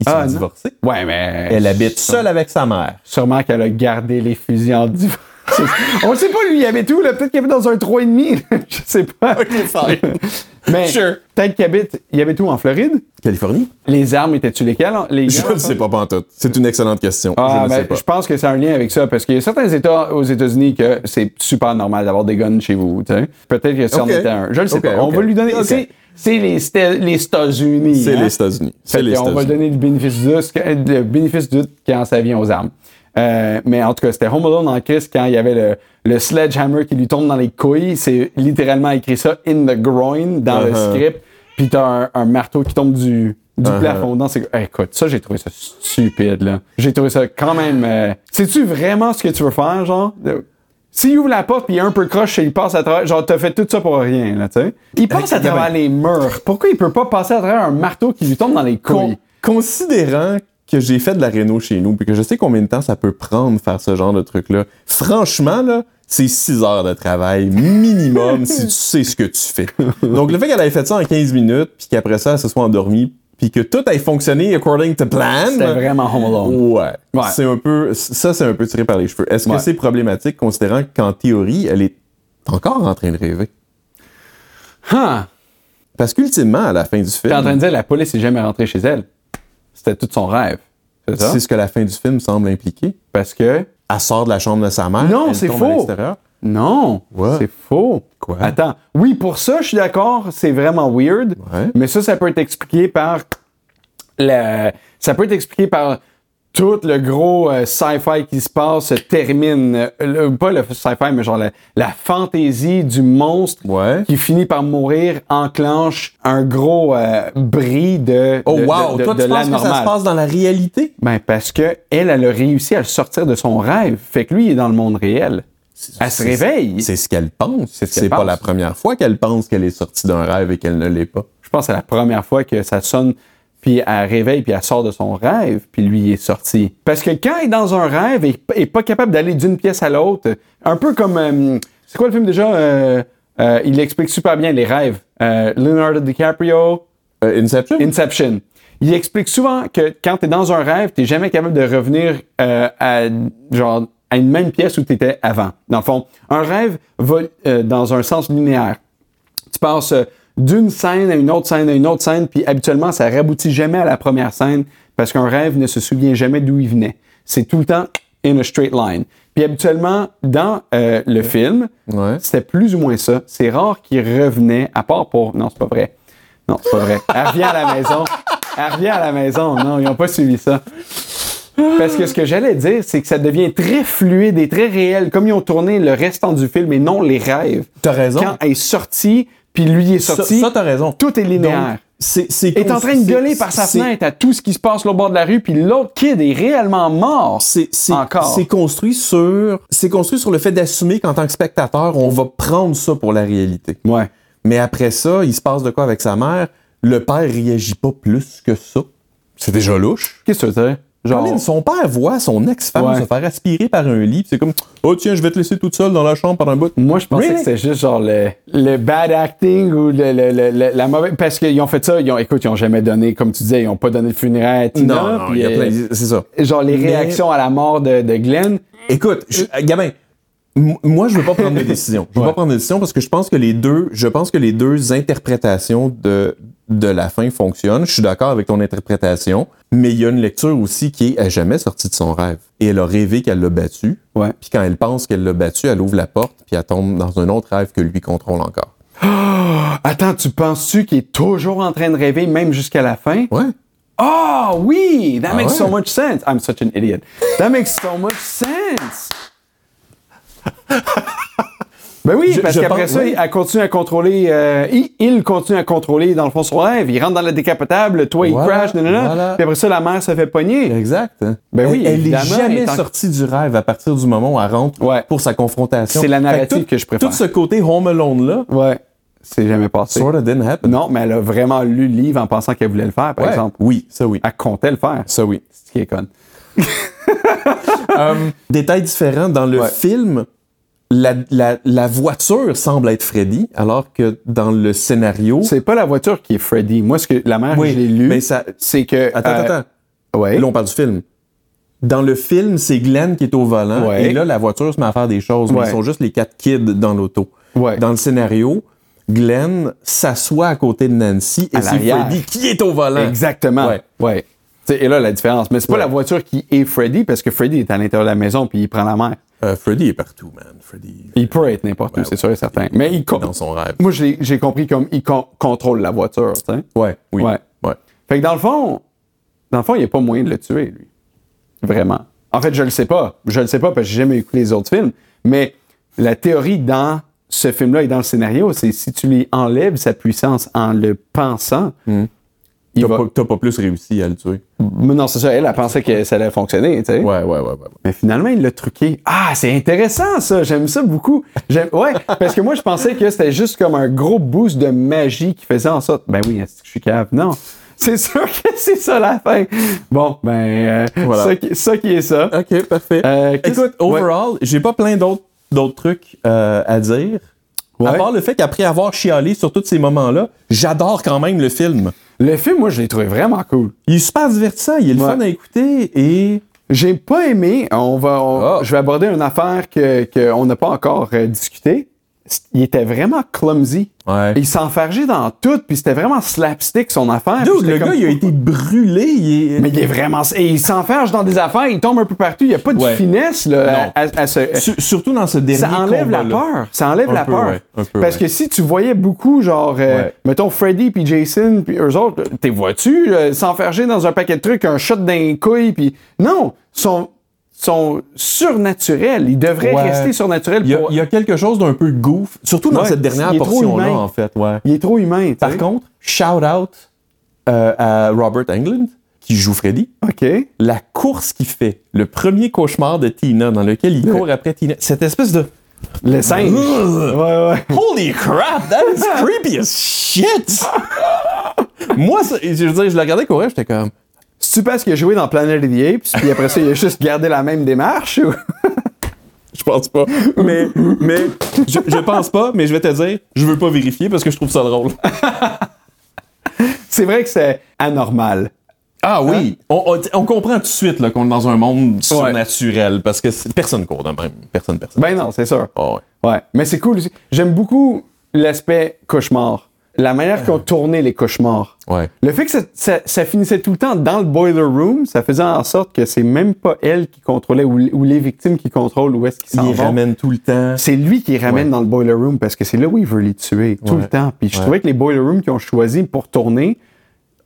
Speaker 2: Ils
Speaker 1: Ah,
Speaker 2: sont
Speaker 1: non.
Speaker 2: divorcés.
Speaker 1: Ouais, mais.
Speaker 2: Elle habite seule avec sa mère.
Speaker 1: Sûrement qu'elle a gardé les fusils en divorce. [LAUGHS] On le sait pas, lui, il avait tout, là. Peut-être qu'il avait dans un 3,5. [LAUGHS] Je sais pas. [LAUGHS] Mais
Speaker 2: Sure.
Speaker 1: peut-être qu'il habite, il avait tout en Floride.
Speaker 2: Californie?
Speaker 1: Les armes étaient-tu lesquelles? hein? Les
Speaker 2: Je ne sais pas, pantoute. C'est une excellente question.
Speaker 1: Ah,
Speaker 2: je ne
Speaker 1: ben,
Speaker 2: sais pas.
Speaker 1: je pense que c'est un lien avec ça, parce qu'il y a certains États aux États-Unis que c'est super normal d'avoir des guns chez vous. tu sais. Peut-être que ça en
Speaker 2: Ok.
Speaker 1: était un. Je le sais
Speaker 2: Ok,
Speaker 1: pas. On
Speaker 2: ok.
Speaker 1: va lui donner.
Speaker 2: Ok.
Speaker 1: c'est- C'est les, Sta- les États-Unis.
Speaker 2: C'est
Speaker 1: hein?
Speaker 2: les États-Unis.
Speaker 1: Fait
Speaker 2: C'est les
Speaker 1: qu'on va
Speaker 2: États-Unis.
Speaker 1: donner le bénéfice du doute, le bénéfice du doute quand ça vient aux armes. Euh, mais en tout cas, c'était Home Alone en crise quand il y avait le, le sledgehammer qui lui tombe dans les couilles. C'est littéralement écrit ça in the groin dans le
Speaker 2: Uh-huh.
Speaker 1: script. Puis t'as un, un marteau qui tombe du, du
Speaker 2: Uh-huh.
Speaker 1: plafond dedans. C'est, eh, écoute, ça, j'ai trouvé ça stupide, là. J'ai trouvé ça quand même. euh, Sais-tu vraiment ce que tu veux faire, genre? De- S'il ouvre la porte puis il y a un peu croche et il passe à travers, genre t'as fait tout ça pour rien, là, tu sais. Il passe à
Speaker 2: Avec-
Speaker 1: travers les murs. Pourquoi il peut pas passer à travers un marteau qui lui tombe dans les couilles?
Speaker 2: Con- considérant que j'ai fait de la réno chez nous, puis que je sais combien de temps ça peut prendre faire ce genre de truc-là, franchement, là, c'est 6 heures de travail minimum si tu sais ce que tu fais. Donc, le fait qu'elle ait fait ça en 15 minutes, puis qu'après ça, elle se soit endormie, puis que tout ait fonctionné according to plan.
Speaker 1: C'était vraiment Home Alone.
Speaker 2: Ouais.
Speaker 1: Ouais.
Speaker 2: C'est un peu, ça, c'est un peu tiré par les cheveux. Est-ce
Speaker 1: Ouais.
Speaker 2: que c'est problématique considérant qu'en théorie, elle est encore en train de rêver?
Speaker 1: Huh.
Speaker 2: Parce qu'ultimement, à la fin du
Speaker 1: T'es Hein? en train
Speaker 2: film,
Speaker 1: de dire la police est jamais rentrée chez elle. C'était tout son rêve. C'est ça?
Speaker 2: c'est ce que la fin du film semble impliquer.
Speaker 1: Parce que.
Speaker 2: Elle sort de la chambre de sa mère.
Speaker 1: Non,
Speaker 2: elle
Speaker 1: c'est
Speaker 2: tombe
Speaker 1: faux.
Speaker 2: à l'extérieur.
Speaker 1: Non,
Speaker 2: What?
Speaker 1: c'est faux.
Speaker 2: Quoi?
Speaker 1: Attends. Oui, pour ça, je suis d'accord, c'est vraiment weird.
Speaker 2: Ouais.
Speaker 1: Mais ça, ça peut être expliqué par. La... Ça peut être expliqué par tout le gros euh, sci-fi qui se passe se termine. euh, le- pas le sci-fi, mais genre la, la fantaisie du monstre
Speaker 2: Ouais.
Speaker 1: qui finit par mourir enclenche un gros euh, bris de,
Speaker 2: Oh,
Speaker 1: de-
Speaker 2: wow!
Speaker 1: de- de-
Speaker 2: Toi,
Speaker 1: de
Speaker 2: tu penses que ça se
Speaker 1: l'anormal.
Speaker 2: passe dans la réalité?
Speaker 1: Ben, parce que elle, elle a réussi à le sortir de son rêve. Fait que lui, il est dans le monde réel. Elle se
Speaker 2: c'est-
Speaker 1: réveille.
Speaker 2: C'est ce qu'elle pense. C'est
Speaker 1: qu'elle
Speaker 2: pas
Speaker 1: pense.
Speaker 2: la première fois qu'elle pense qu'elle est sortie d'un rêve et qu'elle ne l'est pas.
Speaker 1: Je pense que c'est la première fois que ça sonne, puis elle réveille, puis elle sort de son rêve, puis lui il est sorti. Parce que quand il est dans un rêve et il est pas capable d'aller d'une pièce à l'autre, un peu comme. euh, c'est quoi le film déjà Euh, euh, Il explique super bien les rêves. Euh, Leonardo DiCaprio,
Speaker 2: Euh, Inception?
Speaker 1: Inception. Il explique souvent que quand tu es dans un rêve, tu jamais capable de revenir euh, à, genre, à une même pièce où tu étais avant. Dans le fond, un rêve va euh, dans un sens linéaire. Tu passes euh, d'une scène à une autre scène à une autre scène, puis habituellement, ça raboutit jamais à la première scène parce qu'un rêve ne se souvient jamais d'où il venait. C'est tout le temps in a straight line. Puis habituellement, dans euh, le film,
Speaker 2: Ouais.
Speaker 1: c'était plus ou moins ça. C'est rare qu'il revenait, à part pour. Non, c'est pas vrai. Non, c'est pas vrai. Elle revient à la maison. Elle revient à la maison. Non, ils n'ont pas suivi ça. Parce que ce que j'allais dire, c'est que ça devient très fluide et très réel, comme ils ont tourné le restant du film et non les rêves.
Speaker 2: T'as raison.
Speaker 1: Quand elle est sortie, puis lui est sorti,
Speaker 2: Ça, ça, t'as raison.
Speaker 1: tout est linéaire.
Speaker 2: Donc, c'est, c'est
Speaker 1: Elle est en train de
Speaker 2: c'est-
Speaker 1: gueuler par sa
Speaker 2: c'est-
Speaker 1: fenêtre à tout ce qui se passe au bord de la rue, puis l'autre kid est réellement mort.
Speaker 2: C'est, c'est,
Speaker 1: Encore.
Speaker 2: c'est construit sur, c'est construit sur le fait d'assumer qu'en tant que spectateur, on va prendre ça pour la réalité.
Speaker 1: Ouais.
Speaker 2: Mais après ça, il se passe de quoi avec sa mère? Le père réagit pas plus que ça. C'est déjà louche.
Speaker 1: Qu'est-ce que tu veux dire?
Speaker 2: Colin, son père voit son ex-femme
Speaker 1: Ouais.
Speaker 2: se faire aspirer par un lit, pis c'est comme Oh tiens, je vais te laisser toute seule dans la chambre pendant un bout.
Speaker 1: Moi, je pensais
Speaker 2: Really?
Speaker 1: que c'était juste genre le, le bad acting ou le, le- le- le- la mauvaise. Parce qu'ils ont fait ça, ils ont, écoute, ils ont jamais donné, comme tu disais, ils ont pas donné de funéraire à Tina.
Speaker 2: Non, non,
Speaker 1: puis,
Speaker 2: il y a
Speaker 1: euh,
Speaker 2: plein. C'est ça.
Speaker 1: Genre les
Speaker 2: Mais-
Speaker 1: réactions à la mort de, de Glenn.
Speaker 2: Écoute, je- euh, gamin, m- moi je veux pas prendre de décision. Je veux
Speaker 1: Ouais.
Speaker 2: pas prendre de décision parce que je pense que les deux, je pense que les deux interprétations de de la fin fonctionnent. Je suis d'accord avec ton interprétation, mais il y a une lecture aussi qui est à jamais sortie de son rêve et elle a rêvé qu'elle l'a battu.
Speaker 1: Ouais.
Speaker 2: Puis quand elle pense qu'elle l'a battu, elle ouvre la porte puis elle tombe dans un autre rêve que lui contrôle encore.
Speaker 1: Ah, Attends, tu penses-tu qu'il est toujours en train de rêver, même jusqu'à la fin?
Speaker 2: Ouais.
Speaker 1: Ah oui! That makes so
Speaker 2: ouais?
Speaker 1: much sense! I'm such an idiot. That makes so much
Speaker 2: [LAUGHS]
Speaker 1: sense! ben oui,
Speaker 2: Je-
Speaker 1: parce
Speaker 2: je
Speaker 1: qu'après
Speaker 2: pense-
Speaker 1: ça,
Speaker 2: oui.
Speaker 1: elle continue à contrôler. euh, il, il continue à contrôler, dans le fond, son rêve. Il rentre dans le décapotable, toi, il
Speaker 2: Voilà,
Speaker 1: crash, nanana.
Speaker 2: voilà.
Speaker 1: Puis après ça, la mère se fait pogner.
Speaker 2: Exact.
Speaker 1: Ben
Speaker 2: Elle-
Speaker 1: oui,
Speaker 2: elle est
Speaker 1: évidemment, elle
Speaker 2: jamais
Speaker 1: est en-
Speaker 2: sortie du rêve à partir du moment où elle rentre
Speaker 1: Ouais.
Speaker 2: pour sa confrontation.
Speaker 1: C'est la
Speaker 2: Fait que
Speaker 1: narrative
Speaker 2: tout-
Speaker 1: que je préfère.
Speaker 2: Tout ce côté Home Alone là,
Speaker 1: Ouais. C'est jamais passé.
Speaker 2: sort of didn't happen.
Speaker 1: Non, mais elle a vraiment lu le livre en pensant qu'elle voulait le faire, par
Speaker 2: Ouais.
Speaker 1: exemple. Ah.
Speaker 2: Oui, ça oui.
Speaker 1: Elle comptait le faire. [LAUGHS]
Speaker 2: Ça oui.
Speaker 1: C'est ce qui est con.
Speaker 2: Hum, détail différent, dans le
Speaker 1: Ouais.
Speaker 2: film, la, la- la voiture semble être Freddy, alors que dans le scénario...
Speaker 1: C'est pas la voiture qui est Freddy. Moi, ce que la mère,
Speaker 2: Oui,
Speaker 1: je l'ai lu.
Speaker 2: mais ça-
Speaker 1: C'est que.
Speaker 2: Attends,
Speaker 1: euh,
Speaker 2: attends.
Speaker 1: Ouais.
Speaker 2: Là, on parle du film. Dans le film, c'est Glenn qui est au volant,
Speaker 1: Ouais.
Speaker 2: et là, la voiture se met à faire des choses, mais
Speaker 1: Ouais.
Speaker 2: ils sont juste les quatre kids dans l'auto.
Speaker 1: Ouais.
Speaker 2: Dans le scénario, Glenn s'assoit à côté de Nancy, et
Speaker 1: À
Speaker 2: c'est
Speaker 1: l'arrière.
Speaker 2: Freddy qui est au volant.
Speaker 1: Exactement.
Speaker 2: Hein? Ouais.
Speaker 1: Ouais. Tu sais, Et là, la différence. Mais c'est pas
Speaker 2: Ouais.
Speaker 1: la voiture qui est Freddy, parce que Freddy est à l'intérieur de la maison puis il prend la mer.
Speaker 2: Euh, Freddy est partout, man. Freddy...
Speaker 1: Il peut être n'importe où, c'est sûr et certain. Mais il co-
Speaker 2: Dans son rêve.
Speaker 1: Moi, j'ai j'ai compris comme il con- contrôle la voiture. tu sais.
Speaker 2: Ouais, oui.
Speaker 1: Ouais.
Speaker 2: ouais.
Speaker 1: Fait que dans le fond, dans le fond, il n'y a pas moyen de le tuer, lui. Vraiment. En fait, je le sais pas. Je le sais pas parce que j'ai jamais écouté les autres films. Mais la théorie dans ce film-là et dans le scénario, c'est si tu lui enlèves sa puissance en le pensant, il
Speaker 2: Hmm. T'as
Speaker 1: va.
Speaker 2: pas- t'as pas plus réussi à le tuer.
Speaker 1: Mais Non, c'est ça. Elle, elle pensait que ça allait fonctionner, tu sais.
Speaker 2: Ouais, ouais, ouais, ouais. ouais.
Speaker 1: Mais finalement, il l'a truqué. Ah, c'est intéressant ça. J'aime ça beaucoup. J'aime... Ouais, parce que moi, je pensais que c'était juste comme un gros boost de magie qui faisait en sorte. Ben oui, est-ce que je suis cave? Non. C'est sûr que [LAUGHS] c'est ça la fin. Bon, ben, euh,
Speaker 2: Voilà.
Speaker 1: ça, qui, ça qui est ça.
Speaker 2: OK, parfait.
Speaker 1: Euh, qu'est-ce-
Speaker 2: Écoute, overall, j'ai pas plein d'autres d'autres trucs euh, à dire.
Speaker 1: Ouais.
Speaker 2: À part le fait qu'après avoir chialé sur tous ces moments-là, j'adore quand même le film.
Speaker 1: Le film, moi, je l'ai trouvé vraiment cool.
Speaker 2: Il est super divertissant, il est le
Speaker 1: Ouais.
Speaker 2: fun à écouter et
Speaker 1: J'ai pas aimé. On va, on-
Speaker 2: Ah.
Speaker 1: Je vais aborder une affaire que qu'on n'a pas encore euh, discutée. il était vraiment clumsy.
Speaker 2: Ouais.
Speaker 1: Il s'enfargeait dans tout, puis c'était vraiment slapstick son affaire. puis
Speaker 2: Dude,
Speaker 1: Ah, j'étais
Speaker 2: le
Speaker 1: comme- oh,
Speaker 2: gars, il a été brûlé. Il est...
Speaker 1: Mais il est vraiment. Et il s'enferge dans des affaires, il tombe un peu partout, il n'y a pas de
Speaker 2: Ouais.
Speaker 1: finesse là, à, à- à ce-
Speaker 2: euh, Sur- surtout dans ce dernier
Speaker 1: Ça enlève la
Speaker 2: combat-là.
Speaker 1: peur. Ça enlève
Speaker 2: Un
Speaker 1: la
Speaker 2: peu,
Speaker 1: peur.
Speaker 2: ouais, un peu,
Speaker 1: Parce
Speaker 2: ouais.
Speaker 1: que si tu voyais beaucoup, genre, euh,
Speaker 2: Ouais.
Speaker 1: mettons Freddy puis Jason puis eux autres, t'es vois-tu euh, s'enferger dans un paquet de trucs, un shot d'un couille puis non, sont sont surnaturels. Ils devraient
Speaker 2: Ouais.
Speaker 1: rester surnaturels.
Speaker 2: Il y, a,
Speaker 1: pour-
Speaker 2: il y a quelque chose d'un peu goof, surtout dans
Speaker 1: Ouais,
Speaker 2: cette dernière
Speaker 1: il est trop
Speaker 2: portion-là,
Speaker 1: humain.
Speaker 2: en fait. Ouais.
Speaker 1: Il est trop humain. tu
Speaker 2: Par
Speaker 1: sais.
Speaker 2: contre, shout out à Robert Englund, qui joue Freddy.
Speaker 1: ok.
Speaker 2: La course qu'il fait, le premier cauchemar de Tina, dans lequel il court après Tina, cette espèce de
Speaker 1: Le
Speaker 2: [LAUGHS]
Speaker 1: singe.
Speaker 2: Ugh.
Speaker 1: ouais, ouais.
Speaker 2: Holy crap, that is creepy as shit! Moi, ça- je veux dire, je le regardais courir, j'étais comme.
Speaker 1: C'est-tu parce qu'il a joué dans Planet of the Apes, puis après ça, il a juste gardé la même démarche? ou- [LAUGHS]
Speaker 2: Je pense pas. Mais, mais, je, je pense pas, mais je vais te dire, je veux pas vérifier parce que je trouve ça drôle.
Speaker 1: C'est vrai que c'est anormal.
Speaker 2: Ah oui! On, on- on comprend tout de suite là, qu'on est dans un monde surnaturel parce que c'est- personne court de même. Personne, personne.
Speaker 1: Ben non, c'est sûr.
Speaker 2: Ah ouais.
Speaker 1: Ouais, mais c'est cool aussi. J'aime beaucoup l'aspect cauchemar. La manière qu'ont tourné les cauchemars.
Speaker 2: Ouais.
Speaker 1: Le fait que ça, ça- ça finissait tout le temps dans le boiler room, ça faisait en sorte que c'est même pas elle qui contrôlait ou, ou les victimes qui contrôlent où est-ce qu'ils s'en
Speaker 2: Il
Speaker 1: vont.
Speaker 2: ramène tout le temps.
Speaker 1: C'est lui qui les ramène
Speaker 2: Ouais.
Speaker 1: dans le boiler room parce que c'est là où il veut les tuer tout
Speaker 2: Ouais.
Speaker 1: le temps. Puis je
Speaker 2: Ouais.
Speaker 1: trouvais que les boiler rooms qu'ils ont choisi pour tourner,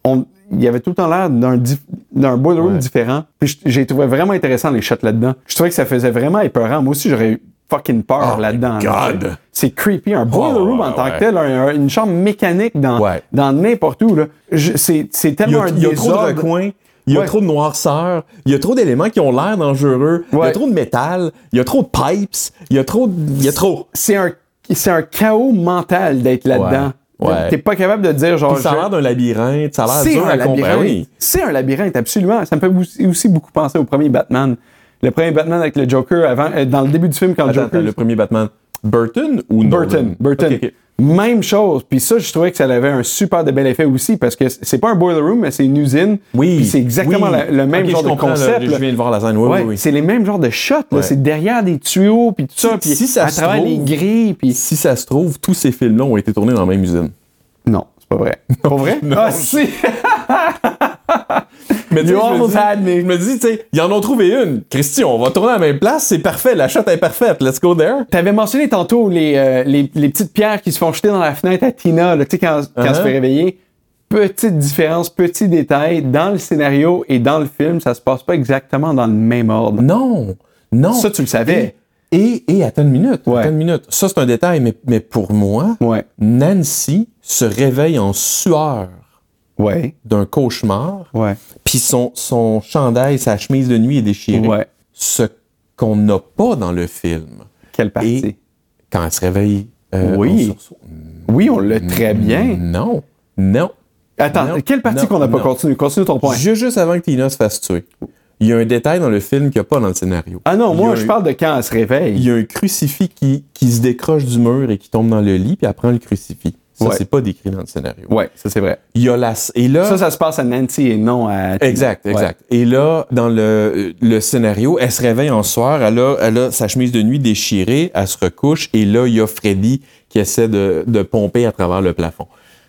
Speaker 1: on, il y avait tout le temps l'air d'un, dif- d'un boiler room
Speaker 2: Ouais.
Speaker 1: différent. Puis je- j'ai trouvé vraiment intéressant les shots là-dedans. Je trouvais que ça faisait vraiment épeurant. Moi aussi, j'aurais eu fucking peur
Speaker 2: Oh
Speaker 1: là-dedans.
Speaker 2: my
Speaker 1: là,
Speaker 2: God.
Speaker 1: tu sais. C'est creepy. Un boiler
Speaker 2: Ouais, ouais,
Speaker 1: room en
Speaker 2: ouais,
Speaker 1: tant que
Speaker 2: ouais.
Speaker 1: tel, un- un- une chambre mécanique dans,
Speaker 2: Ouais.
Speaker 1: dans n'importe où. Là. Je- c'est, c'est
Speaker 2: Il y
Speaker 1: tellement
Speaker 2: a, il y a
Speaker 1: un
Speaker 2: trop de
Speaker 1: désordre.
Speaker 2: recoins. Il y a
Speaker 1: Ouais.
Speaker 2: trop de noirceur, il y a trop d'éléments qui ont l'air dangereux, il y
Speaker 1: Ouais.
Speaker 2: a trop de métal, il y a trop de pipes, il y a trop, de- il y a trop.
Speaker 1: C'est un, c'est un chaos mental d'être là-dedans.
Speaker 2: Ouais.
Speaker 1: T'es pas capable de dire genre.
Speaker 2: Puis ça a
Speaker 1: je-
Speaker 2: l'air d'un labyrinthe, ça a l'air
Speaker 1: C'est
Speaker 2: dur
Speaker 1: un
Speaker 2: à comprendre.
Speaker 1: labyrinthe.
Speaker 2: Ben oui.
Speaker 1: C'est un labyrinthe, absolument. Ça me fait aussi- aussi beaucoup penser au premier Batman. Le premier Batman avec le Joker avant, euh, dans le début du film quand
Speaker 2: Attends,
Speaker 1: le Joker.
Speaker 2: attends, le premier Batman, Burton ou Nolan?
Speaker 1: Burton, Burton.
Speaker 2: Ok, ok.
Speaker 1: Même chose. Puis ça, je trouvais que ça avait un super de bel effet aussi parce que c'est pas un boiler room, mais c'est une usine.
Speaker 2: Oui.
Speaker 1: Puis c'est exactement
Speaker 2: oui.
Speaker 1: la- le même
Speaker 2: Ok,
Speaker 1: genre
Speaker 2: je
Speaker 1: de
Speaker 2: comprends, là,
Speaker 1: concept.
Speaker 2: Je
Speaker 1: là.
Speaker 2: viens de voir la scène. Oui,
Speaker 1: Ouais,
Speaker 2: oui, oui.
Speaker 1: C'est les mêmes genres de shots. là.
Speaker 2: Ouais.
Speaker 1: C'est derrière des tuyaux, puis tout ça, puis
Speaker 2: si ça
Speaker 1: à
Speaker 2: se
Speaker 1: travers
Speaker 2: trouve-
Speaker 1: les grilles, puis...
Speaker 2: Si ça se trouve, tous ces films-là ont été tournés dans la même usine.
Speaker 1: Non, c'est pas vrai. Pas vrai?
Speaker 2: [LAUGHS] Non.
Speaker 1: Ah, si!
Speaker 2: Mais tu sais,
Speaker 1: You
Speaker 2: je me
Speaker 1: almost
Speaker 2: dis-
Speaker 1: had me.
Speaker 2: Je me dis, tu sais, ils en ont trouvé une. Christy, on va tourner à la même place, c'est parfait, la shot est parfaite, let's go there.
Speaker 1: T'avais mentionné tantôt les, euh, les, les petites pierres qui se font jeter dans la fenêtre à Tina, là, tu sais, quand, quand elle se
Speaker 2: Uh-huh.
Speaker 1: fait réveiller. Petite différence, petit détail, dans le scénario et dans le film, ça se passe pas exactement dans le même ordre.
Speaker 2: Non, non.
Speaker 1: Ça, tu le savais.
Speaker 2: Et, et attends une minute,
Speaker 1: Ouais.
Speaker 2: attends une minute. Ça, c'est un détail, mais, mais pour moi,
Speaker 1: Ouais.
Speaker 2: Nancy se réveille en sueur
Speaker 1: Ouais.
Speaker 2: d'un cauchemar,
Speaker 1: Ouais.
Speaker 2: puis son, son chandail, sa chemise de nuit est déchirée.
Speaker 1: Ouais.
Speaker 2: Ce qu'on n'a pas dans le film.
Speaker 1: Quelle partie?
Speaker 2: Et quand elle se réveille euh,
Speaker 1: Oui.
Speaker 2: en sursaut. Mm.
Speaker 1: Oui, on l'a très bien.
Speaker 2: Non, non.
Speaker 1: Attends,
Speaker 2: Non,
Speaker 1: quelle partie
Speaker 2: non,
Speaker 1: qu'on n'a pas
Speaker 2: non.
Speaker 1: continué? Continue ton point.
Speaker 2: Ju- Juste avant que Tina se fasse tuer, il y a un détail dans le film qu'il n'y a pas dans le scénario.
Speaker 1: Ah non,
Speaker 2: Il y a
Speaker 1: moi,
Speaker 2: un-
Speaker 1: je parle de quand elle se réveille.
Speaker 2: Il y a un crucifix qui, qui se décroche du mur et qui tombe dans le lit, puis elle prend le crucifix. Ça,
Speaker 1: Ouais.
Speaker 2: c'est pas décrit dans le scénario.
Speaker 1: Ouais, ça, c'est vrai.
Speaker 2: Il y a la... Et là...
Speaker 1: Ça, ça se passe à Nancy et non à Tina.
Speaker 2: Ah. Exact,
Speaker 1: Ouais.
Speaker 2: exact. Et là, dans le, euh, le scénario, elle se réveille en soir, elle a, elle a sa chemise de nuit déchirée, elle se recouche, et là, il y a Freddy qui essaie de, de pomper à travers le plafond.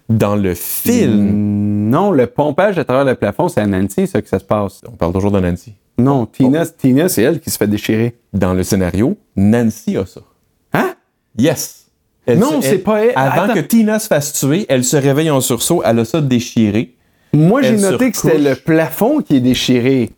Speaker 2: Dans le film,
Speaker 1: Mm, Non, le pompage à travers le plafond, c'est à Nancy, ça, que ça se passe.
Speaker 2: on parle toujours de Nancy.
Speaker 1: Non,
Speaker 2: Oh.
Speaker 1: Tina, Tina c'est elle qui se fait déchirer.
Speaker 2: Dans le scénario, Nancy a ça.
Speaker 1: Hein?
Speaker 2: Yes. Elle
Speaker 1: Non,
Speaker 2: se-
Speaker 1: c'est pas elle.
Speaker 2: Avant
Speaker 1: Attends.
Speaker 2: que Tina se fasse tuer, elle se réveille en sursaut, elle a ça déchiré.
Speaker 1: Moi, j'ai
Speaker 2: Elle se
Speaker 1: noté que c'était
Speaker 2: recouche.
Speaker 1: le plafond qui est déchiré.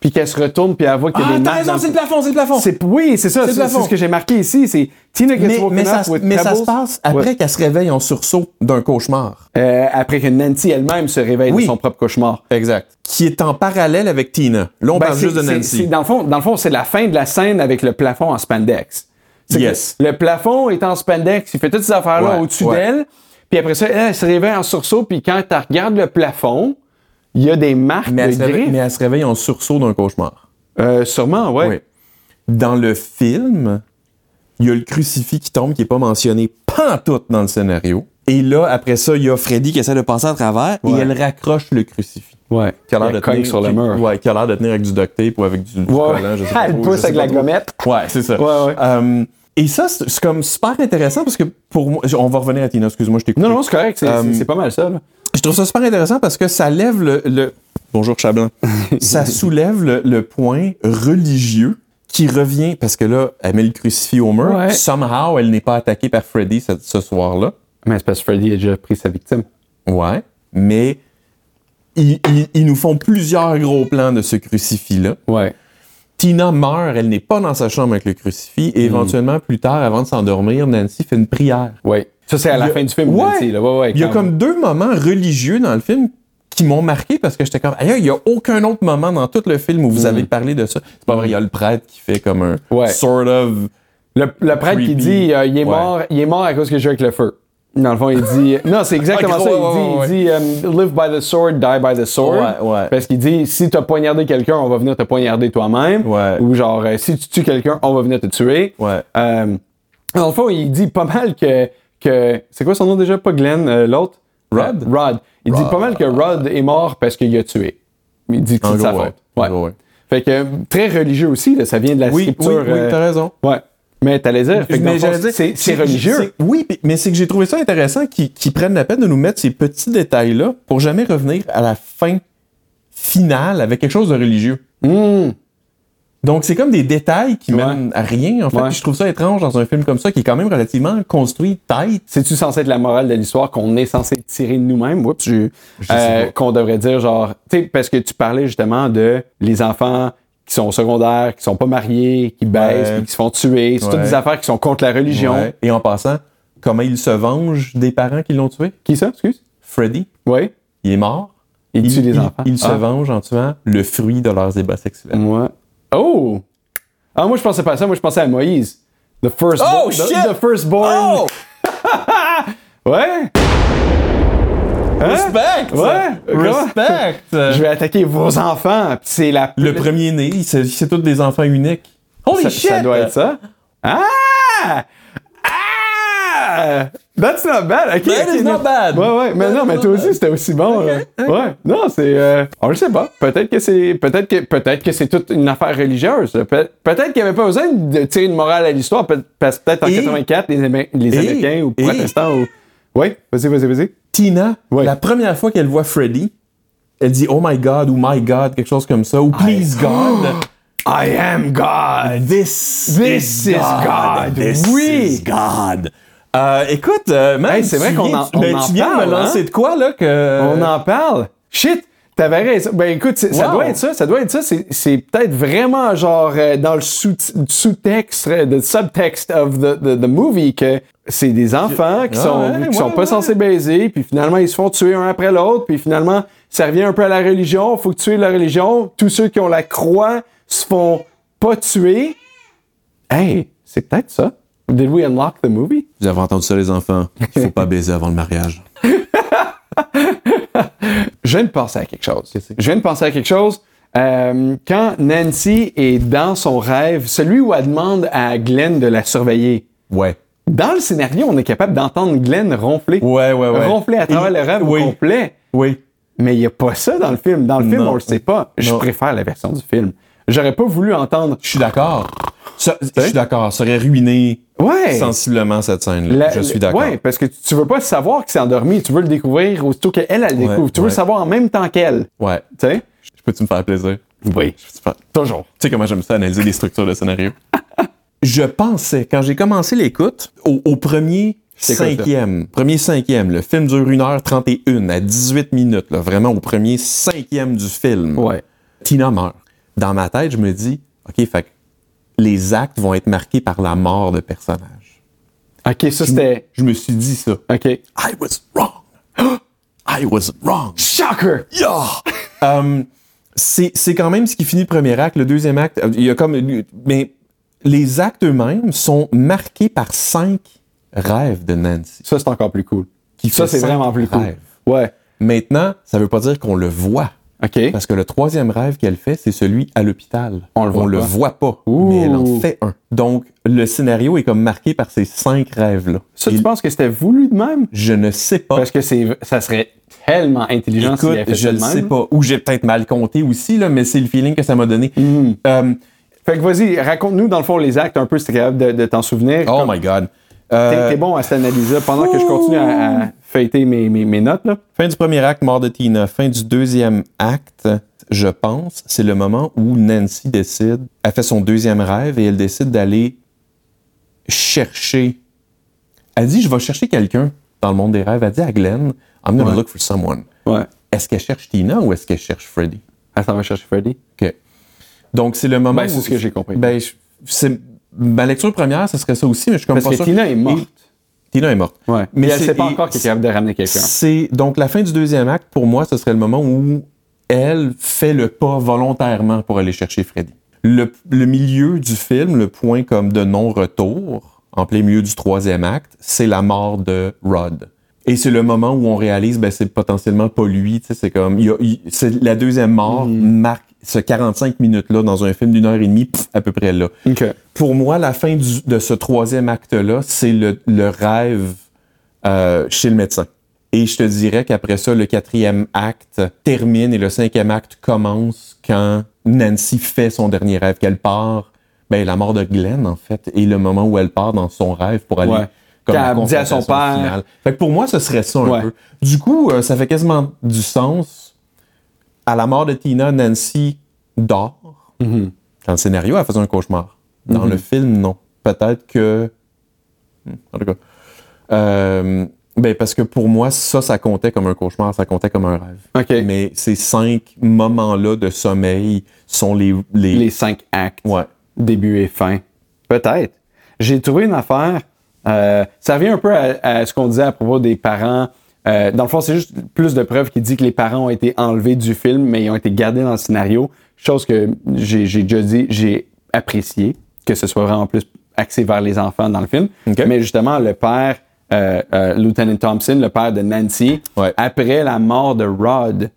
Speaker 1: Puis qu'elle se retourne, puis elle voit qu'il y a des marques dans-
Speaker 2: plafond, Ah, c'est le plafond.
Speaker 1: C'est- Oui, c'est ça. C'est
Speaker 2: C'est le
Speaker 1: c'est
Speaker 2: plafond.
Speaker 1: ce que j'ai marqué ici. C'est Tina gets
Speaker 2: Mais,
Speaker 1: woken
Speaker 2: mais ça,
Speaker 1: up with
Speaker 2: mais ça se
Speaker 1: pebbles.
Speaker 2: passe après
Speaker 1: Ouais.
Speaker 2: qu'elle se réveille en sursaut d'un cauchemar.
Speaker 1: Euh, après que Nancy elle-même se réveille
Speaker 2: Oui.
Speaker 1: de son propre cauchemar.
Speaker 2: Exact. Qui est en parallèle avec Tina. Là, on
Speaker 1: Ben,
Speaker 2: parle
Speaker 1: c'est-
Speaker 2: juste de
Speaker 1: c'est- c'est-
Speaker 2: Nancy.
Speaker 1: dans le fond, dans le fond, c'est la fin de la scène avec le plafond en spandex. C'est que
Speaker 2: Yes.
Speaker 1: Le plafond est en spandex, il fait toutes ces affaires-là
Speaker 2: Ouais,
Speaker 1: au-dessus
Speaker 2: ouais.
Speaker 1: d'elle. Puis après ça, elle, elle se réveille en sursaut, puis quand elle regarde le plafond, il y a des marques
Speaker 2: Mais, elle
Speaker 1: de
Speaker 2: se réveille,
Speaker 1: griffes.
Speaker 2: mais elle se réveille en sursaut d'un cauchemar.
Speaker 1: Euh, sûrement, ouais.
Speaker 2: Oui. Dans le film, il y a le crucifix qui tombe, qui n'est pas mentionné pantoute dans le scénario. Et là, après ça, il y a Freddy qui essaie de passer à travers
Speaker 1: Ouais.
Speaker 2: et elle raccroche le crucifix.
Speaker 1: Ouais.
Speaker 2: Qui a l'air
Speaker 1: Elle
Speaker 2: de
Speaker 1: cogne
Speaker 2: tenir
Speaker 1: sur le
Speaker 2: qui-
Speaker 1: mur.
Speaker 2: Ouais, qui a l'air de tenir avec du duct tape ou avec du, du
Speaker 1: Ouais.
Speaker 2: collant, je sais pas
Speaker 1: Elle
Speaker 2: trop,
Speaker 1: pousse
Speaker 2: je sais
Speaker 1: avec
Speaker 2: pas
Speaker 1: la
Speaker 2: trop.
Speaker 1: gommette.
Speaker 2: Ouais, c'est ça.
Speaker 1: Ouais, ouais.
Speaker 2: Euh, Et ça, c'est c'est comme super intéressant parce que pour moi, on va revenir à Tina, excuse-moi, je t'ai coupé.
Speaker 1: Non, non, c'est correct. C'est
Speaker 2: Euh,
Speaker 1: c'est- c'est pas mal ça. là.
Speaker 2: Je trouve ça super intéressant parce que ça lève le. le- Bonjour Chablin. [LAUGHS] ça soulève le, le point religieux qui revient parce que là, elle met le crucifix au mur.
Speaker 1: Ouais.
Speaker 2: Somehow, elle n'est pas attaquée par Freddy ce, ce soir-là.
Speaker 1: Mais c'est parce que Freddy a déjà pris sa victime.
Speaker 2: Ouais. Mais ils, ils- ils nous font plusieurs gros plans de ce crucifix-là.
Speaker 1: Ouais.
Speaker 2: Tina meurt, elle n'est pas dans sa chambre avec le crucifix. Et éventuellement, plus tard, avant de s'endormir, Nancy fait une prière.
Speaker 1: Ouais. Ça, c'est à la
Speaker 2: Il y a-
Speaker 1: fin du film.
Speaker 2: Ouais.
Speaker 1: Nancy, là. ouais, ouais,
Speaker 2: Il y a
Speaker 1: quand
Speaker 2: comme deux moments religieux dans le film qui m'ont marqué parce que j'étais comme, ailleurs, il n'y a aucun autre moment dans tout le film où vous avez parlé de ça. C'est pas vrai, il y a le prêtre qui fait comme un
Speaker 1: Mm. Ouais.
Speaker 2: sort of.
Speaker 1: Le, le prêtre qui
Speaker 2: Creepy.
Speaker 1: dit euh, il, est
Speaker 2: Ouais.
Speaker 1: mort, il est mort à cause que j'ai joué avec le feu. Dans le fond, il
Speaker 2: [LAUGHS]
Speaker 1: dit. Non, c'est exactement ça. Il
Speaker 2: Ouais, ouais, ouais,
Speaker 1: dit, il dit, euh, live by the sword, die by the sword.
Speaker 2: Ouais, ouais.
Speaker 1: Parce qu'il dit si t'as poignardé quelqu'un, on va venir te poignarder toi-même.
Speaker 2: Ouais.
Speaker 1: Ou genre, euh, si tu tues quelqu'un, on va venir te tuer.
Speaker 2: Ouais.
Speaker 1: Euh, dans le fond, il dit pas mal que. que c'est quoi son nom déjà Pas Glenn, euh, l'autre
Speaker 2: Rod?
Speaker 1: Euh, Rod. Il dit pas mal que Rod est mort parce qu'il a tué. Il dit que
Speaker 2: En
Speaker 1: c'est de sa
Speaker 2: gros, ouais.
Speaker 1: faute.
Speaker 2: En gros, ouais.
Speaker 1: Fait que euh, très religieux aussi, là, ça vient de la
Speaker 2: Oui, oui,
Speaker 1: scripture.
Speaker 2: oui,
Speaker 1: euh,
Speaker 2: t'as raison.
Speaker 1: Ouais. Mais t'allais dire, fait que dans
Speaker 2: Mais
Speaker 1: le fond,
Speaker 2: j'allais dire,
Speaker 1: c'est, c'est religieux.
Speaker 2: c'est- Oui, puis- mais c'est que j'ai trouvé ça intéressant qu'ils qu'ils prennent la peine de nous mettre ces petits détails-là pour jamais revenir à la fin finale avec quelque chose de religieux.
Speaker 1: Hmm.
Speaker 2: Donc, c'est comme des détails qui
Speaker 1: Ouais.
Speaker 2: mènent à rien, en fait.
Speaker 1: Ouais.
Speaker 2: Puis Je trouve ça étrange dans un film comme ça qui est quand même relativement construit tight.
Speaker 1: C'est-tu censé être la morale de l'histoire qu'on est censé tirer de nous-mêmes? Oups, j'ai-
Speaker 2: sais
Speaker 1: euh,
Speaker 2: pas.
Speaker 1: qu'on devrait dire genre, tu sais, parce que tu parlais justement de les enfants qui sont secondaires, qui sont pas mariés, qui baissent,
Speaker 2: Ouais.
Speaker 1: puis qui se font tuer. C'est toutes
Speaker 2: Ouais.
Speaker 1: des affaires qui sont contre la religion.
Speaker 2: Ouais. Et en passant, comment il se venge des parents qui l'ont tué?
Speaker 1: Qui ça, excuse?
Speaker 2: Freddy,
Speaker 1: Oui.
Speaker 2: il est mort.
Speaker 1: Il tue des enfants.
Speaker 2: Il, se
Speaker 1: Ah. Mm.
Speaker 2: venge en tuant le fruit de leurs ébats sexuels.
Speaker 1: Moi. Oh! Ah, moi, je pensais pas à ça. Moi, je pensais à Moïse. The first
Speaker 2: Oh,
Speaker 1: the,
Speaker 2: shit! Oh!
Speaker 1: the firstborn. Ouais! Hein?
Speaker 2: Respect!
Speaker 1: Ouais,
Speaker 2: Respect!
Speaker 1: Je vais attaquer vos enfants. Puis c'est la
Speaker 2: Euh, Le premier-né, il se- c'est tous des enfants uniques. Holy
Speaker 1: ça, ça doit être ça. Ah! Ah! That's not bad. ok,
Speaker 2: That
Speaker 1: ok,
Speaker 2: is
Speaker 1: non.
Speaker 2: not bad.
Speaker 1: Ouais, ouais. Mais
Speaker 2: That
Speaker 1: non,
Speaker 2: is
Speaker 1: mais
Speaker 2: not
Speaker 1: toi aussi,
Speaker 2: bad.
Speaker 1: c'était aussi bon. là. Ouais. Non, c'est. euh, on le sait pas. Peut-être que c'est. Peut-être que, peut-être que c'est toute une affaire religieuse. là. Pe- peut-être qu'il n'y avait pas besoin de tirer une morale à l'histoire. peut- Parce que peut-être en
Speaker 2: Et-
Speaker 1: 84, les, Amé- les
Speaker 2: et-
Speaker 1: Américains ou
Speaker 2: et-
Speaker 1: protestants ou. Oui, vas-y, vas-y, vas-y.
Speaker 2: Tina,
Speaker 1: Ouais.
Speaker 2: la première fois qu'elle voit Freddy, elle dit Oh my God ou My God, quelque chose comme ça, ou Please God.
Speaker 1: I am God.
Speaker 2: This,
Speaker 1: This is God.
Speaker 2: This
Speaker 1: Oui.
Speaker 2: is God. Euh, écoute, euh, man,
Speaker 1: Hey, c'est vrai
Speaker 2: tu
Speaker 1: qu'on
Speaker 2: viens-
Speaker 1: en- on
Speaker 2: ben,
Speaker 1: en
Speaker 2: tu viens de
Speaker 1: parle,
Speaker 2: me lancer
Speaker 1: hein?
Speaker 2: de quoi, là, que...
Speaker 1: On en parle? Shit! T'avais raison. Ben écoute, c'est- ça
Speaker 2: Wow.
Speaker 1: doit être ça, ça doit être ça. C'est, c'est peut-être vraiment genre euh, dans le sous- sous-texte, euh, the subtext of the, the, the movie que c'est des enfants qui
Speaker 2: Ah
Speaker 1: sont,
Speaker 2: ouais,
Speaker 1: qui
Speaker 2: ouais,
Speaker 1: sont pas
Speaker 2: ouais.
Speaker 1: censés baiser, puis finalement ils se font tuer un après l'autre, puis finalement ça revient un peu à la religion, faut que tuer la religion. Tous ceux qui ont la croix se font pas tuer. Hey, c'est peut-être ça. Did we unlock the movie?
Speaker 2: Vous avez entendu ça, les enfants? Il faut pas baiser avant le mariage.
Speaker 1: Je viens de penser à quelque chose.
Speaker 2: Qu'est-ce que-
Speaker 1: Je viens de penser à quelque chose. Euh, quand Nancy est dans son rêve, celui où elle demande à Glenn de la surveiller,
Speaker 2: Ouais.
Speaker 1: dans le scénario, on est capable d'entendre Glenn ronfler.
Speaker 2: Ouais, ouais, ouais.
Speaker 1: Ronfler à travers
Speaker 2: Il-
Speaker 1: le rêve
Speaker 2: oui.
Speaker 1: complet.
Speaker 2: Oui.
Speaker 1: Mais il n'y a pas ça dans le film. Dans le film,
Speaker 2: Non.
Speaker 1: on le sait pas. Je
Speaker 2: Non.
Speaker 1: préfère la version du film. J'aurais pas voulu entendre.
Speaker 2: Je suis d'accord. Ça- Je suis d'accord. Ça aurait ruiné
Speaker 1: Ouais.
Speaker 2: sensiblement cette scène-là.
Speaker 1: La-
Speaker 2: je suis
Speaker 1: la-
Speaker 2: d'accord.
Speaker 1: Ouais, parce que tu- tu veux pas savoir qu'il s'est endormi. Tu veux le découvrir aussitôt qu'elle, elle le découvre. Tu veux
Speaker 2: ouais.
Speaker 1: le savoir en même temps qu'elle.
Speaker 2: Ouais.
Speaker 1: Tu sais?
Speaker 2: Je Peux-tu me faire plaisir?
Speaker 1: Oui.
Speaker 2: Je peux-tu faire- Tu
Speaker 1: Toujours.
Speaker 2: sais comment j'aime ça, analyser les structures de scénario? je pensais, quand j'ai commencé l'écoute, au, au premier
Speaker 1: quoi ça?
Speaker 2: cinquième, premier cinquième, le film dure 1h31 à 18 minutes, là, vraiment au premier cinquième du film.
Speaker 1: Ouais.
Speaker 2: Tina meurt. Dans ma tête, je me dis, OK, fait que les actes vont être marqués par la mort de personnages.
Speaker 1: Ok, ça c'était.
Speaker 2: Je me suis dit ça.
Speaker 1: Ok.
Speaker 2: I was wrong. [GASPS] I was wrong.
Speaker 1: Shocker!
Speaker 2: Yeah! Um, c'est c'est quand même ce qui finit le premier acte. Le deuxième acte, euh, il y a comme. Mais les actes eux-mêmes sont marqués par cinq rêves de Nancy.
Speaker 1: Ça, c'est encore plus cool.
Speaker 2: Qui
Speaker 1: Ça,
Speaker 2: fait
Speaker 1: c'est
Speaker 2: cinq
Speaker 1: vraiment plus cool.
Speaker 2: rêves.
Speaker 1: Ouais.
Speaker 2: Maintenant, ça veut pas dire qu'on le voit.
Speaker 1: OK.
Speaker 2: Parce que le troisième rêve qu'elle fait, c'est celui à l'hôpital.
Speaker 1: On le voit pas.
Speaker 2: voit pas,
Speaker 1: Ouh.
Speaker 2: mais elle en fait un. Donc, le scénario est comme marqué par ces cinq rêves-là.
Speaker 1: Ça,
Speaker 2: Et
Speaker 1: tu penses que c'était voulu de même?
Speaker 2: Je ne sais pas.
Speaker 1: Parce que c'est, ça serait tellement intelligent s'il
Speaker 2: Oh. Écoute,
Speaker 1: avait fait
Speaker 2: je
Speaker 1: ça
Speaker 2: ne
Speaker 1: de
Speaker 2: sais
Speaker 1: même. Mm.
Speaker 2: pas. Ou j'ai peut-être mal compté aussi, là, mais c'est le feeling que ça m'a donné. Euh,
Speaker 1: Fait que vas-y, raconte-nous dans le fond les actes un peu si t'es capable de, de t'en souvenir.
Speaker 2: Oh
Speaker 1: Comme-
Speaker 2: my God.
Speaker 1: T'es
Speaker 2: Euh,
Speaker 1: t'es bon à cette analyse-là pendant que je continue à, à feuilleter mes, mes- mes notes. Là.
Speaker 2: Fin du premier acte, mort de Tina. Fin du deuxième acte, je pense, c'est le moment où Nancy décide, elle fait son deuxième rêve et elle décide d'aller chercher. Elle dit, je vais chercher quelqu'un dans le monde des rêves. Elle dit à Glenn, I'm gonna look for someone.
Speaker 1: Ouais.
Speaker 2: Est-ce qu'elle cherche Tina ou est-ce qu'elle cherche Freddy?
Speaker 1: Elle s'en va chercher Freddy.
Speaker 2: OK. Donc, c'est le moment
Speaker 1: Ben, c'est ce que j'ai compris.
Speaker 2: Ben, je- c'est... Ma lecture première, ce serait ça aussi, mais je suis comme
Speaker 1: Parce
Speaker 2: pas
Speaker 1: que
Speaker 2: sûr.
Speaker 1: Tina est morte.
Speaker 2: Tina est morte.
Speaker 1: Ouais. Mais elle
Speaker 2: c'est-
Speaker 1: sait pas
Speaker 2: et-
Speaker 1: encore qu'elle est capable de ramener quelqu'un.
Speaker 2: C'est donc la fin du deuxième acte, pour moi, ce serait le moment où elle fait le pas volontairement pour aller chercher Freddy. Le, le milieu du film, le point comme de non-retour, en plein milieu du troisième acte, c'est la mort de Rod. Et c'est le moment où on réalise, ben, c'est potentiellement pas lui, tu sais, c'est comme, il y a- il- c'est la deuxième mort
Speaker 1: Mm-hmm.
Speaker 2: marque ce 45 minutes-là dans un film d'une heure et demie, pff, à peu près là
Speaker 1: OK.
Speaker 2: pour moi, la fin du- de ce troisième acte-là, c'est le, le rêve euh, chez le médecin. Et je te dirais qu'après ça, le quatrième acte termine et le cinquième acte commence quand Nancy fait son dernier rêve, qu'elle part. Ben, la mort de Glenn, en fait, et le moment où elle part dans son rêve pour aller.
Speaker 1: Ouais.
Speaker 2: Comme
Speaker 1: Quand
Speaker 2: la
Speaker 1: elle dit à son
Speaker 2: confrontation
Speaker 1: père.
Speaker 2: finale. Fait que pour moi, ce serait ça un
Speaker 1: Ouais.
Speaker 2: peu. Du coup, euh, ça fait quasiment du sens. À la mort de Tina, Nancy dort.
Speaker 1: Mhm.
Speaker 2: Dans le scénario, elle faisait un cauchemar. Dans le film, non. Peut-être que. Hmm, En tout cas. Euh, ben parce que pour moi, ça, ça comptait comme un cauchemar, ça comptait comme un rêve.
Speaker 1: OK.
Speaker 2: Mais ces cinq moments-là de sommeil sont les. les...
Speaker 1: Les cinq actes.
Speaker 2: Ouais.
Speaker 1: début et fin. Peut-être. J'ai trouvé une affaire. euh, ça revient un peu à, à ce qu'on disait à propos des parents. Euh, dans le fond, c'est juste plus de preuves qui dit que les parents ont été enlevés du film, mais ils ont été gardés dans le scénario. Chose que j'ai j'ai déjà dit, j'ai apprécié que ce soit vraiment plus axé vers les enfants dans le film.
Speaker 2: Ok.
Speaker 1: Mais justement, le père, euh, euh, Lieutenant Thompson, le père de Nancy,
Speaker 2: Ouais.
Speaker 1: après la mort de Rod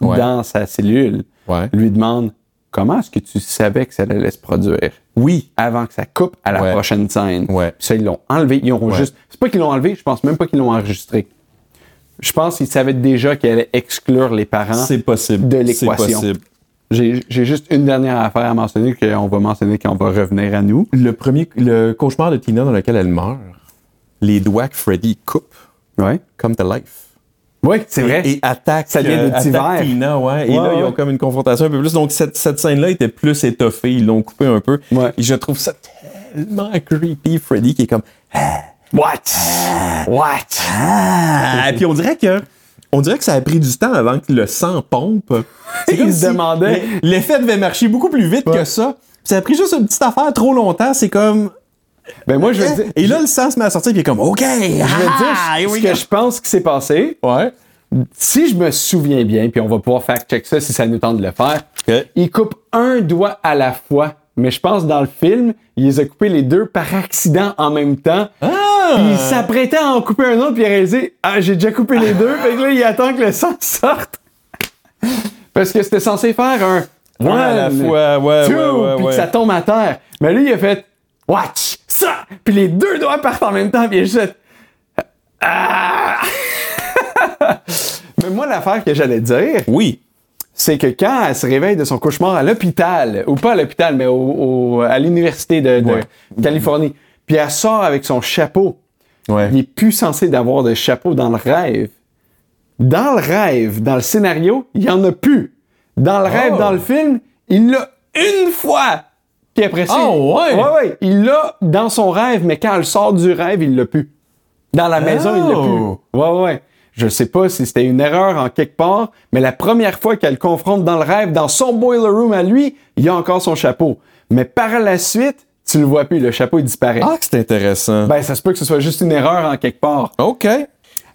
Speaker 2: Ouais.
Speaker 1: dans sa cellule,
Speaker 2: Ouais.
Speaker 1: lui demande comment est-ce que tu savais que ça allait se produire
Speaker 2: Oui.
Speaker 1: avant que ça coupe à la
Speaker 2: Ouais.
Speaker 1: prochaine scène.
Speaker 2: Ouais.
Speaker 1: Puis ça, ils l'ont enlevé. Ils ont
Speaker 2: Ouais.
Speaker 1: juste. C'est pas qu'ils l'ont enlevé, je pense même pas qu'ils l'ont enregistré. Je pense qu'ils savaient déjà qu'ils allaient exclure les parents.
Speaker 2: C'est possible.
Speaker 1: Hein? De
Speaker 2: C'est
Speaker 1: l'équation.
Speaker 2: possible.
Speaker 1: J'ai j'ai juste une dernière affaire à mentionner qu'on va mentionner quand on va revenir à nous.
Speaker 2: Le premier. Le cauchemar de Tina dans lequel elle meurt, les doigts que Freddy coupe,
Speaker 1: Ouais.
Speaker 2: come to life.
Speaker 1: Oui, c'est vrai.
Speaker 2: Et attaque,
Speaker 1: Ça vient de
Speaker 2: euh,
Speaker 1: petits
Speaker 2: attaque
Speaker 1: verres.
Speaker 2: Tina, ouais. Et
Speaker 1: Ouais,
Speaker 2: là, ils
Speaker 1: ouais.
Speaker 2: ont comme une confrontation un peu plus. Donc, cette, cette scène-là était plus étoffée. Ils l'ont coupée un peu.
Speaker 1: Ouais.
Speaker 2: Et je trouve ça tellement creepy, Freddy, qui est comme.
Speaker 1: What? What?
Speaker 2: Ah! Puis on dirait que. On dirait que ça a pris du temps avant que le sang [LAUGHS] pompe.
Speaker 1: Ils se demandaient.
Speaker 2: l'e- L'effet devait marcher beaucoup plus vite que ça. Puis ça a pris juste une petite affaire trop longtemps. C'est comme.
Speaker 1: Ben moi, je veux dire.
Speaker 2: Et là, le sang se met à sortir. Puis il est comme. OK.
Speaker 1: Je veux
Speaker 2: ah,
Speaker 1: dire
Speaker 2: here
Speaker 1: ce
Speaker 2: we
Speaker 1: que
Speaker 2: go.
Speaker 1: je pense qui s'est passé.
Speaker 2: Ouais.
Speaker 1: si je me souviens bien, puis on va pouvoir fact-check ça si ça nous tente de le faire,
Speaker 2: Ok.
Speaker 1: il coupe un doigt à la fois. Mais je pense dans le film, il les a coupés les deux par accident en même temps.
Speaker 2: Ah!
Speaker 1: Puis il s'apprêtait à en couper un autre, puis il a réalisé Ah, j'ai déjà coupé les deux, fait que là, il attend que le sang sorte. [LAUGHS] Parce que c'était censé faire un
Speaker 2: Un à la
Speaker 1: one,
Speaker 2: fois, ouais,
Speaker 1: two,
Speaker 2: Euh, ouais, ouais,
Speaker 1: puis
Speaker 2: ouais.
Speaker 1: que ça tombe à terre. Mais lui, il a fait Watch! Ça! Puis les deux doigts partent en même temps, puis il a juste fait, Ah! [LAUGHS] Mais moi, l'affaire que j'allais dire,
Speaker 2: Oui.
Speaker 1: c'est que quand elle se réveille de son cauchemar à l'hôpital, ou pas à l'hôpital, mais au- au- à l'université de, de
Speaker 2: Ouais.
Speaker 1: Californie, puis elle sort avec son chapeau,
Speaker 2: Ouais.
Speaker 1: il est plus censé d'avoir de chapeau dans le rêve. Dans le rêve, dans le scénario, il y en a plus. Dans le
Speaker 2: Oh.
Speaker 1: rêve, dans le film, il l'a une fois. Puis après ça,
Speaker 2: Oh, ouais.
Speaker 1: ouais, ouais, il l'a dans son rêve, mais quand elle sort du rêve, il l'a plus. Dans la maison, il l'a
Speaker 2: Oh.
Speaker 1: plus. Ouais, ouais. Je sais pas si c'était une erreur en quelque part, mais la première fois qu'elle le confronte dans le rêve, dans son boiler room à lui, il y a encore son chapeau. Mais par la suite, tu le vois plus, le chapeau il disparaît.
Speaker 2: Ah, que c'est intéressant.
Speaker 1: Ben, ça se peut que ce soit juste une erreur en quelque part.
Speaker 2: OK.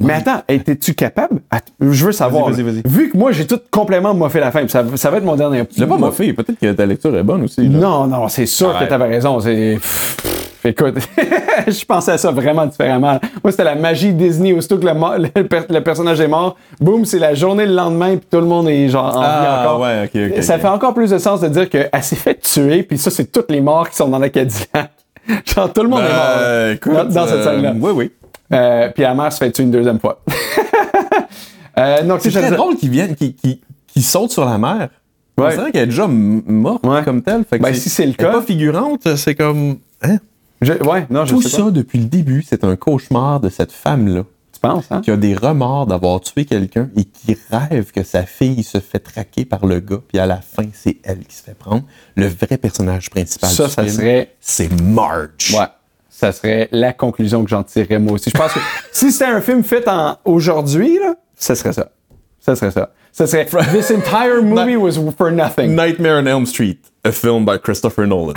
Speaker 1: Mais attends, étais-tu capable? Att- je veux savoir.
Speaker 2: Vas-y,
Speaker 1: là.
Speaker 2: vas-y, vas-y.
Speaker 1: Vu que moi, j'ai tout complètement moffé la fin, puis ça, ça va être mon dernier.
Speaker 2: Tu l'as pas moffé. Peut-être que ta lecture est bonne aussi. là.
Speaker 1: Non, non, c'est sûr
Speaker 2: Arrête.
Speaker 1: que t'avais raison. C'est. pff, pff, Écoute, [LAUGHS] je pensais à ça vraiment différemment. Moi, c'était la magie Disney. Aussitôt que le, mo- le per- le personnage est mort, boum, c'est la journée le lendemain, puis tout le monde est genre en vie
Speaker 2: Ah,
Speaker 1: encore.
Speaker 2: ouais, ok, ok,
Speaker 1: ça
Speaker 2: ok.
Speaker 1: fait encore plus de sens de dire qu'elle s'est fait tuer, puis ça, c'est toutes les morts qui sont dans la Cadillac. [LAUGHS] genre, tout le monde
Speaker 2: Euh,
Speaker 1: est mort là, dans, dans cette
Speaker 2: euh,
Speaker 1: scène-là.
Speaker 2: Oui, oui.
Speaker 1: Euh, puis la mère se fait tuer une deuxième fois. [LAUGHS] euh, donc,
Speaker 2: C'est
Speaker 1: je te
Speaker 2: très
Speaker 1: disais-
Speaker 2: drôle qu'ils viennent, qu'ils qu'ils- qu'ils sautent sur la mer.
Speaker 1: Ouais.
Speaker 2: C'est vrai qu'elle est déjà m- morte
Speaker 1: Ouais.
Speaker 2: comme telle. Fait que
Speaker 1: Ben,
Speaker 2: c'est-
Speaker 1: si c'est le
Speaker 2: elle est
Speaker 1: cas-
Speaker 2: pas figurante, c'est comme. Hein?
Speaker 1: Je- ouais, non, je
Speaker 2: Tout
Speaker 1: sais
Speaker 2: ça, depuis le début, c'est un cauchemar de cette femme-là
Speaker 1: pas. Tu penses, hein?
Speaker 2: qui a des remords d'avoir tué quelqu'un et qui rêve que sa fille se fait traquer par le gars, puis à la fin, c'est elle qui se fait prendre. Le vrai personnage principal
Speaker 1: Ça,
Speaker 2: du
Speaker 1: ça
Speaker 2: film,
Speaker 1: serait-
Speaker 2: c'est Marge.
Speaker 1: Ouais. Ça serait la conclusion que j'en tirerais moi aussi. Je pense
Speaker 2: [LAUGHS]
Speaker 1: que si c'était un film fait en aujourd'hui, là, ça serait ça. Ça serait ça. Ça serait This
Speaker 2: [LAUGHS]
Speaker 1: entire movie was for nothing.
Speaker 2: Nightmare on Elm Street, a film by Christopher
Speaker 1: [LAUGHS]
Speaker 2: Nolan.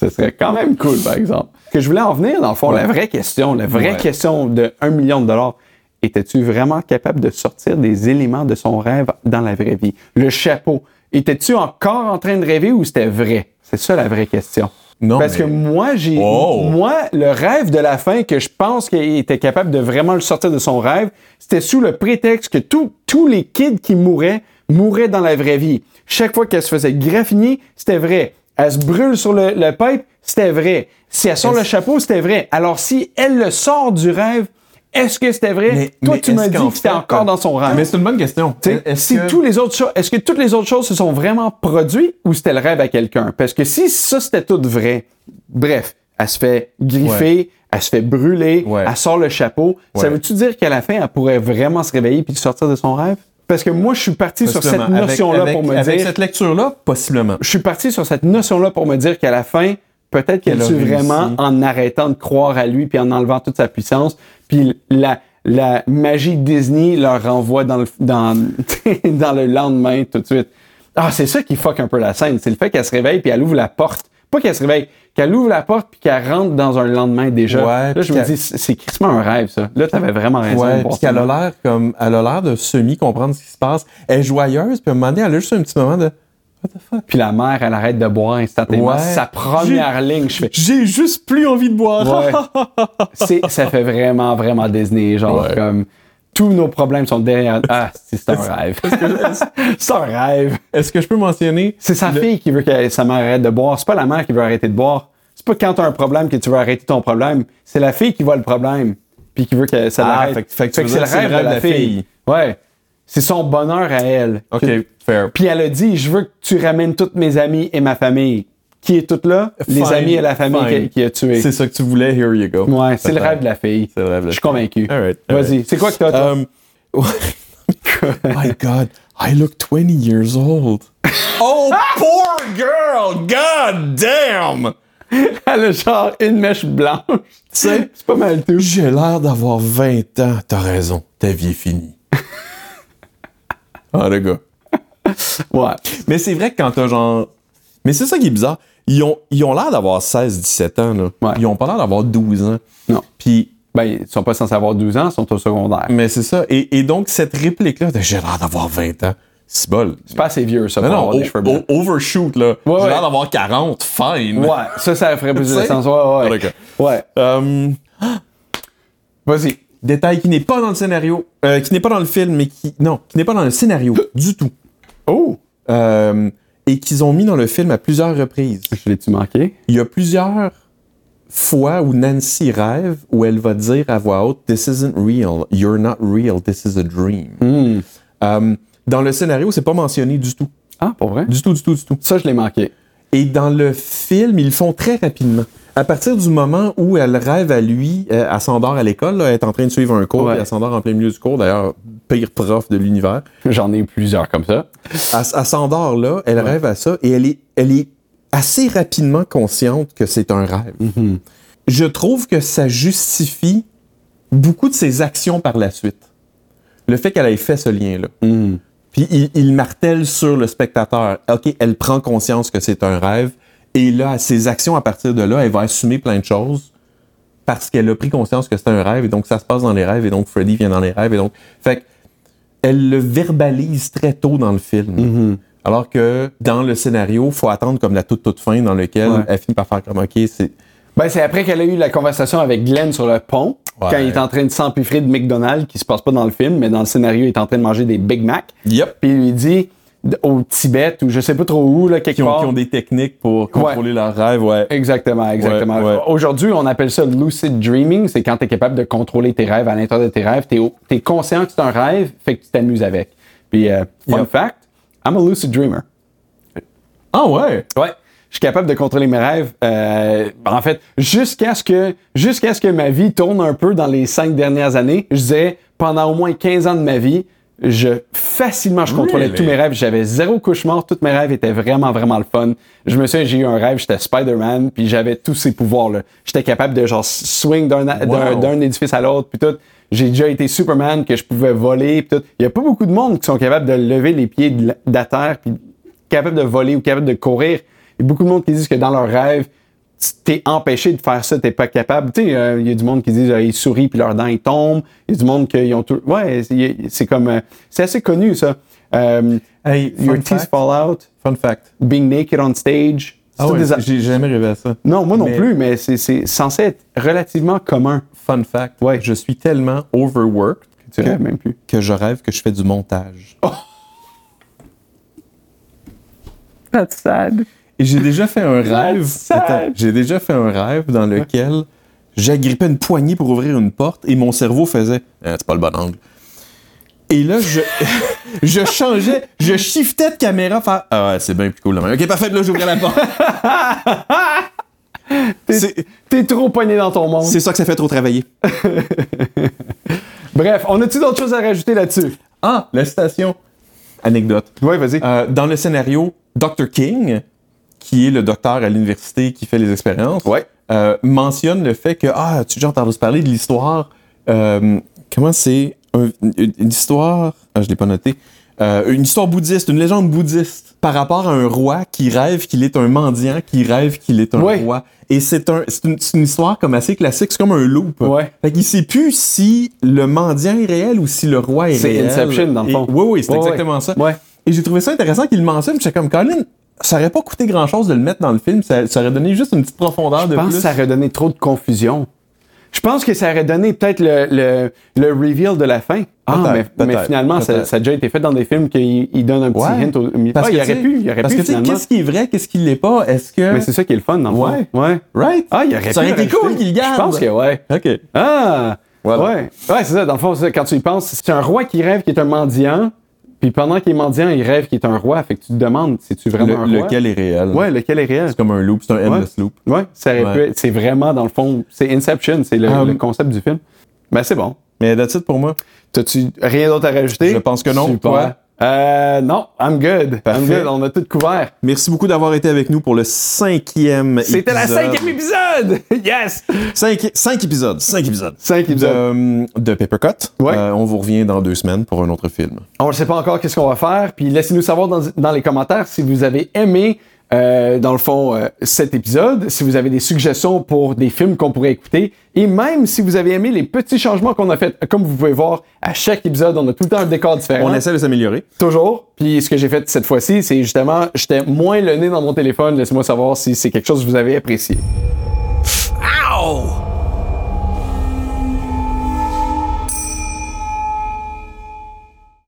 Speaker 1: Ce serait quand même cool, par exemple. Que je voulais en venir, dans le fond, la vraie question, la vraie
Speaker 2: Ouais.
Speaker 1: question de 1 million de dollars. Étais-tu vraiment capable de sortir des éléments de son rêve dans la vraie vie? Le chapeau, étais-tu encore en train de rêver ou c'était vrai? C'est ça la vraie question.
Speaker 2: Non,
Speaker 1: Parce que
Speaker 2: mais-
Speaker 1: moi, j'ai.
Speaker 2: Oh!
Speaker 1: Moi, le rêve de la fin, que je pense qu'il était capable de vraiment le sortir de son rêve, c'était sous le prétexte que tous- tous les kids qui mouraient, mouraient dans la vraie vie. Chaque fois qu'elle se faisait graffiner, c'était vrai. Elle se brûle sur le, le pipe, c'était vrai. Si elle sort le chapeau, c'était vrai. Alors, si elle le sort du rêve, est-ce que c'était vrai? Toi, tu
Speaker 2: est-ce
Speaker 1: m'as dit
Speaker 2: qu'en
Speaker 1: que c'était
Speaker 2: fait,
Speaker 1: encore dans son rêve.
Speaker 2: Mais c'est une bonne question.
Speaker 1: Tu sais,
Speaker 2: Euh, Est-ce
Speaker 1: si
Speaker 2: que-
Speaker 1: tous les autres choses, est-ce que toutes les autres choses se sont vraiment produites ou c'était le rêve à quelqu'un? Parce que si ça c'était tout vrai, bref, elle se fait griffer, elle se fait brûler,
Speaker 2: Ouais.
Speaker 1: elle sort le chapeau, ça
Speaker 2: Ouais.
Speaker 1: veut-tu dire qu'à la fin, elle pourrait vraiment se réveiller puis sortir de son rêve? Parce que moi, je suis parti sur cette
Speaker 2: Justement, avec-
Speaker 1: notion-là
Speaker 2: avec-
Speaker 1: pour me
Speaker 2: avec
Speaker 1: dire.
Speaker 2: cette lecture-là, possiblement.
Speaker 1: Je suis parti sur cette notion-là pour me dire qu'à la fin, peut-être qu'elle
Speaker 2: a
Speaker 1: tue
Speaker 2: réussi.
Speaker 1: vraiment en arrêtant de croire à lui puis en enlevant toute sa puissance. Puis la, la magie Disney leur renvoie dans le, dans, [LAUGHS] dans le lendemain tout de suite. Ah, c'est ça qui fuck un peu la scène. C'est le fait qu'elle se réveille puis elle ouvre la porte. Pas qu'elle se réveille, qu'elle ouvre la porte puis qu'elle rentre dans un lendemain déjà.
Speaker 2: Ouais,
Speaker 1: là,
Speaker 2: puis
Speaker 1: je me
Speaker 2: qu'elle-
Speaker 1: dis, c'est c'est crissement un rêve, ça. Là, t'avais vraiment raison. de
Speaker 2: Ouais,
Speaker 1: voir
Speaker 2: puis
Speaker 1: ça.
Speaker 2: qu'elle a l'air comme, elle a l'air de semi-comprendre ce qui se passe. Elle est joyeuse, puis à un moment donné, elle a juste un petit moment de What the fuck?
Speaker 1: Puis la mère, elle arrête de boire instantanément.
Speaker 2: Ouais.
Speaker 1: Sa première ligne, je fais.
Speaker 2: J'ai juste plus envie de boire. [LAUGHS]
Speaker 1: [LAUGHS] Ouais. C'est- ça fait vraiment, vraiment Disney. Genre,
Speaker 2: Ouais.
Speaker 1: comme tous nos problèmes sont derrière. Ah, c'est c'est un
Speaker 2: [LAUGHS]
Speaker 1: rêve. c'est un rêve.
Speaker 2: Est-ce que je peux mentionner?
Speaker 1: C'est sa
Speaker 2: Le-
Speaker 1: fille qui veut que sa mère arrête de boire. C'est pas la mère qui veut arrêter de boire. C'est pas quand t'as un problème que tu veux arrêter ton problème. C'est la fille qui voit le problème. Puis qui veut que ça
Speaker 2: Ah,
Speaker 1: l'arrête.
Speaker 2: fait que- fait que tu veux
Speaker 1: c'est
Speaker 2: dire
Speaker 1: le
Speaker 2: que c'est
Speaker 1: rêve de la fille. Ouais. C'est son bonheur à elle.
Speaker 2: Ok, fair.
Speaker 1: Puis elle a dit Je veux que tu ramènes toutes mes amis et ma famille. Qui est toute là Les
Speaker 2: Fine,
Speaker 1: amis et la famille
Speaker 2: fine.
Speaker 1: qui, qui a tué.
Speaker 2: C'est ça que tu voulais, here you go.
Speaker 1: Ouais, c'est le
Speaker 2: Peut-être.
Speaker 1: rêve de la fille.
Speaker 2: C'est le rêve de la
Speaker 1: Je suis
Speaker 2: fille.
Speaker 1: convaincu.
Speaker 2: All right, all
Speaker 1: Vas-y,
Speaker 2: right.
Speaker 1: c'est quoi que t'as, toi?
Speaker 2: Um, [LAUGHS] My God, I look 20
Speaker 1: [LAUGHS]
Speaker 2: years old. Oh, poor girl! God damn!
Speaker 1: [LAUGHS] Elle a genre une mèche
Speaker 2: [LAUGHS]
Speaker 1: blanche.
Speaker 2: Euh, sais,
Speaker 1: c'est pas mal tout.
Speaker 2: J'ai l'air d'avoir 20 ans. T'as raison, ta vie
Speaker 1: [LAUGHS]
Speaker 2: est finie. ah, le gars.
Speaker 1: Ouais.
Speaker 2: Mais c'est vrai que quand t'as genre. Mais c'est ça qui est bizarre. Ils ont ils ont l'air d'avoir 16-17 ans, là.
Speaker 1: Ouais.
Speaker 2: Ils ont pas l'air d'avoir 12 ans.
Speaker 1: Non.
Speaker 2: Puis,
Speaker 1: Ben, ils sont pas censés avoir 12 ans, ils sont au secondaire.
Speaker 2: mais c'est ça. Et, et donc, cette réplique-là, de j'ai l'air d'avoir 20 ans. C'est bol.
Speaker 1: C'est pas assez vieux, ça,
Speaker 2: Non,
Speaker 1: pour
Speaker 2: non, oh,
Speaker 1: avoir
Speaker 2: o-
Speaker 1: des cheveux blancs.
Speaker 2: o- overshoot, là.
Speaker 1: Ouais,
Speaker 2: j'ai
Speaker 1: ouais.
Speaker 2: l'air d'avoir 40, fine.
Speaker 1: Ouais, ça, ça ferait plus de
Speaker 2: oh. Tu sais?
Speaker 1: sens. Ouais, ouais.
Speaker 2: D'accord.
Speaker 1: Ouais.
Speaker 2: Euh,
Speaker 1: Vas-y.
Speaker 2: détail qui n'est pas dans le scénario, euh, qui n'est pas dans le film, mais qui. Non, qui n'est pas dans le scénario du tout.
Speaker 1: Oh!
Speaker 2: Euh, et qu'ils ont mis dans le film à plusieurs reprises.
Speaker 1: Je l'ai-tu manqué?
Speaker 2: Il y a plusieurs fois où Nancy rêve, où elle va dire à voix haute This isn't real, you're not real, this is a dream. Euh, dans le scénario, c'est pas mentionné du tout.
Speaker 1: Ah, pour vrai?
Speaker 2: Du tout, du tout, du tout.
Speaker 1: Ça, je l'ai manqué.
Speaker 2: Et dans le film, ils le font très rapidement. À partir du moment où elle rêve à lui, euh, elle s'endort à l'école, là, elle est en train de suivre un cours,
Speaker 1: Ouais.
Speaker 2: puis elle s'endort en plein milieu du cours, d'ailleurs, pire prof de l'univers.
Speaker 1: J'en ai plusieurs comme ça.
Speaker 2: Elle, elle s'endort là, elle rêve à ça et elle est, elle est assez rapidement consciente que c'est un rêve. Je trouve que ça justifie beaucoup de ses actions par la suite. Le fait qu'elle ait fait ce lien-là. Puis il, il martèle sur le spectateur. OK, elle prend conscience que c'est un rêve. Et là, ses actions à partir de là, elle va assumer plein de choses parce qu'elle a pris conscience que c'est un rêve. Et donc, ça se passe dans les rêves. Et donc, Freddy vient dans les rêves. Et donc, fait que elle le verbalise très tôt dans le film.
Speaker 1: Mhm.
Speaker 2: Alors que dans le scénario, faut attendre comme la toute toute fin dans lequel
Speaker 1: Ouais.
Speaker 2: elle finit par faire comme OK, c'est
Speaker 1: Ben, c'est après qu'elle a eu la conversation avec Glenn sur le pont,
Speaker 2: Ouais.
Speaker 1: quand il est en train de s'empiffrer de McDonald's, qui se passe pas dans le film, mais dans le scénario, il est en train de manger des Big Mac.
Speaker 2: Yep.
Speaker 1: Puis il lui dit, d- au Tibet, ou je sais pas trop où, là, quelque
Speaker 2: qui ont,
Speaker 1: part.
Speaker 2: qui ont des techniques pour contrôler leurs rêves, ouais.
Speaker 1: Exactement, exactement.
Speaker 2: Ouais, ouais.
Speaker 1: Aujourd'hui, on appelle ça lucid dreaming. C'est quand tu es capable de contrôler tes rêves à l'intérieur de tes rêves. Tu es, conscient que c'est un rêve, fait que tu t'amuses avec. Puis, euh, fun
Speaker 2: Yeah.
Speaker 1: fact, I'm a lucid dreamer.
Speaker 2: Ah ouais?
Speaker 1: Ouais. Je suis capable de contrôler mes rêves. euh, en fait, jusqu'à ce que jusqu'à ce que ma vie tourne un peu dans les cinq dernières années, je disais pendant au moins 15 ans de ma vie, je facilement je contrôlais
Speaker 2: Really?
Speaker 1: tous mes rêves. J'avais zéro cauchemar. Tous mes rêves étaient vraiment vraiment le fun. Je me souviens, j'ai eu un rêve, j'étais Spider-Man, puis j'avais tous ces pouvoirs là. J'étais capable de genre swing d'un d'un-
Speaker 2: Wow.
Speaker 1: d'un édifice à l'autre, puis tout. J'ai déjà été Superman, que je pouvais voler, puis tout. Il y a pas beaucoup de monde qui sont capables de lever les pieds de la, de la terre, puis capables de voler ou capables de courir. Il y a beaucoup de monde qui disent que dans leurs rêves, tu- t'es empêché de faire ça, t'es pas capable. Tu sais, euh, il y a du monde qui disent euh, ils sourient puis leurs dents ils tombent. Il y a du monde qui ont tout. Ouais, c'est- c'est comme euh, c'est assez connu ça. Euh,
Speaker 2: Hey, fun
Speaker 1: your teeth
Speaker 2: fact.
Speaker 1: fall out,
Speaker 2: Fun fact.
Speaker 1: being naked on stage. C'est
Speaker 2: Ah
Speaker 1: tout
Speaker 2: ouais,
Speaker 1: des a-
Speaker 2: j'ai jamais rêvé à ça.
Speaker 1: non, moi non
Speaker 2: Mais-
Speaker 1: plus, mais c'est- c'est censé être relativement commun.
Speaker 2: Fun fact.
Speaker 1: Ouais.
Speaker 2: Je suis tellement overworked
Speaker 1: Tu rêves même plus.
Speaker 2: que je rêve que je fais du montage.
Speaker 1: Oh! That's sad.
Speaker 2: Et j'ai déjà fait un rêve.
Speaker 1: sad.
Speaker 2: Attends, j'ai déjà fait un rêve dans lequel j'agrippais une poignée pour ouvrir une porte et mon cerveau faisait Ah, c'est pas le bon angle. Et là, je, [LAUGHS] je changeais, je shiftais de caméra, faire Ah, ouais, c'est bien plus cool là Ok, parfait, là, j'ouvrais la porte. C'est-
Speaker 1: T'es trop poigné dans ton monde.
Speaker 2: C'est ça que ça fait trop travailler.
Speaker 1: Bref, on a-tu d'autres choses à rajouter là-dessus?
Speaker 2: Ah, la citation. Anecdote.
Speaker 1: Ouais, vas-y.
Speaker 2: Euh, dans le scénario, Dr. King, qui est le docteur à l'université qui fait les expériences,
Speaker 1: Ouais.
Speaker 2: euh, mentionne le fait que, ah, tu déjà entendu parler de l'histoire, euh, comment c'est, un- une, une histoire, ah, je l'ai pas noté, Euh, une histoire bouddhiste, une légende bouddhiste par rapport à un roi qui rêve qu'il est un mendiant, qui rêve qu'il est un
Speaker 1: Ouais.
Speaker 2: roi. Et c'est un, c'est une, c'est une histoire comme assez classique, c'est comme un loop.
Speaker 1: Ouais.
Speaker 2: Fait qu'il sait plus si le mendiant est réel ou si le roi est
Speaker 1: C'est
Speaker 2: réel.
Speaker 1: Inception, dans le
Speaker 2: Et-
Speaker 1: fond.
Speaker 2: Oui, oui, c'est
Speaker 1: Ouais,
Speaker 2: exactement ça.
Speaker 1: Ouais.
Speaker 2: Et j'ai trouvé ça intéressant qu'il le mentionne. puis J'étais comme, Colin, ça aurait pas coûté grand chose de le mettre dans le film. Ça, ça aurait donné juste une petite profondeur de
Speaker 1: Je pense
Speaker 2: plus.
Speaker 1: que ça aurait donné trop de confusion. Je pense que ça aurait donné peut-être le, le, le reveal de la fin. Ah, mais,
Speaker 2: Peut-être,
Speaker 1: mais
Speaker 2: peut-être,
Speaker 1: finalement, ça,
Speaker 2: peut-être.
Speaker 1: ça a déjà été fait dans des films qu'ils ils donnent un petit
Speaker 2: Ouais.
Speaker 1: hint au milieu.
Speaker 2: Parce
Speaker 1: Ah,
Speaker 2: que
Speaker 1: il
Speaker 2: tu
Speaker 1: aurait
Speaker 2: sais-
Speaker 1: pu, il aurait
Speaker 2: Parce
Speaker 1: pu
Speaker 2: que tu sais,
Speaker 1: finalement.
Speaker 2: qu'est-ce qui est vrai, qu'est-ce qui l'est pas? Est-ce que.
Speaker 1: Mais c'est ça qui est le fun, dans le fond.
Speaker 2: Ouais.
Speaker 1: Ouais.
Speaker 2: Right?
Speaker 1: Ah, il aurait
Speaker 2: Ça
Speaker 1: pu
Speaker 2: aurait été
Speaker 1: rajouter.
Speaker 2: cool qu'il le garde.
Speaker 1: Je pense que ouais.
Speaker 2: OK.
Speaker 1: Ah!
Speaker 2: Voilà.
Speaker 1: Ouais, ouais c'est ça. Dans le fond, c'est ça, quand tu y penses, c'est un roi qui rêve qui est un mendiant, puis pendant qu'il est mendiant, il rêve qu'il est un roi. Fait que tu te demandes, c'est-tu vraiment un
Speaker 2: Le-
Speaker 1: roi?
Speaker 2: lequel est réel?
Speaker 1: Ouais, lequel est réel?
Speaker 2: C'est comme un loop, c'est un endless loop.
Speaker 1: Ouais, ça aurait pu
Speaker 2: Ouais.
Speaker 1: être- C'est vraiment, dans le fond, c'est Inception, c'est le,
Speaker 2: Um,
Speaker 1: le concept du film. Mais c'est bon.
Speaker 2: Mais that's it pour moi.
Speaker 1: T'as-tu rien d'autre à rajouter?
Speaker 2: Je pense que non.
Speaker 1: Super.
Speaker 2: Toi?
Speaker 1: Euh, non, I'm good.
Speaker 2: Parfait.
Speaker 1: I'm good, on a tout couvert.
Speaker 2: Merci beaucoup d'avoir été avec nous pour le cinquième
Speaker 1: C'était la
Speaker 2: épisode.
Speaker 1: cinquième épisode! [LAUGHS] yes!
Speaker 2: Cinq, cinq épisodes. Cinq épisodes.
Speaker 1: Cinq épisodes.
Speaker 2: De, de Papercut.
Speaker 1: Ouais.
Speaker 2: Euh, on vous revient dans deux semaines pour un autre film.
Speaker 1: On ne sait pas encore qu'est-ce qu'on va faire. Puis laissez-nous savoir dans, dans les commentaires si vous avez aimé, euh, dans le fond, euh, cet épisode, si vous avez des suggestions pour des films qu'on pourrait écouter, et même si vous avez aimé les petits changements qu'on a fait. Comme vous pouvez voir, à chaque épisode, on a tout le temps un décor différent.
Speaker 2: On essaie de s'améliorer.
Speaker 1: Toujours. Puis ce que j'ai fait cette fois-ci, c'est justement, j'étais moins le nez dans mon téléphone. Laissez-moi savoir si c'est quelque chose que vous avez apprécié.
Speaker 3: Ow!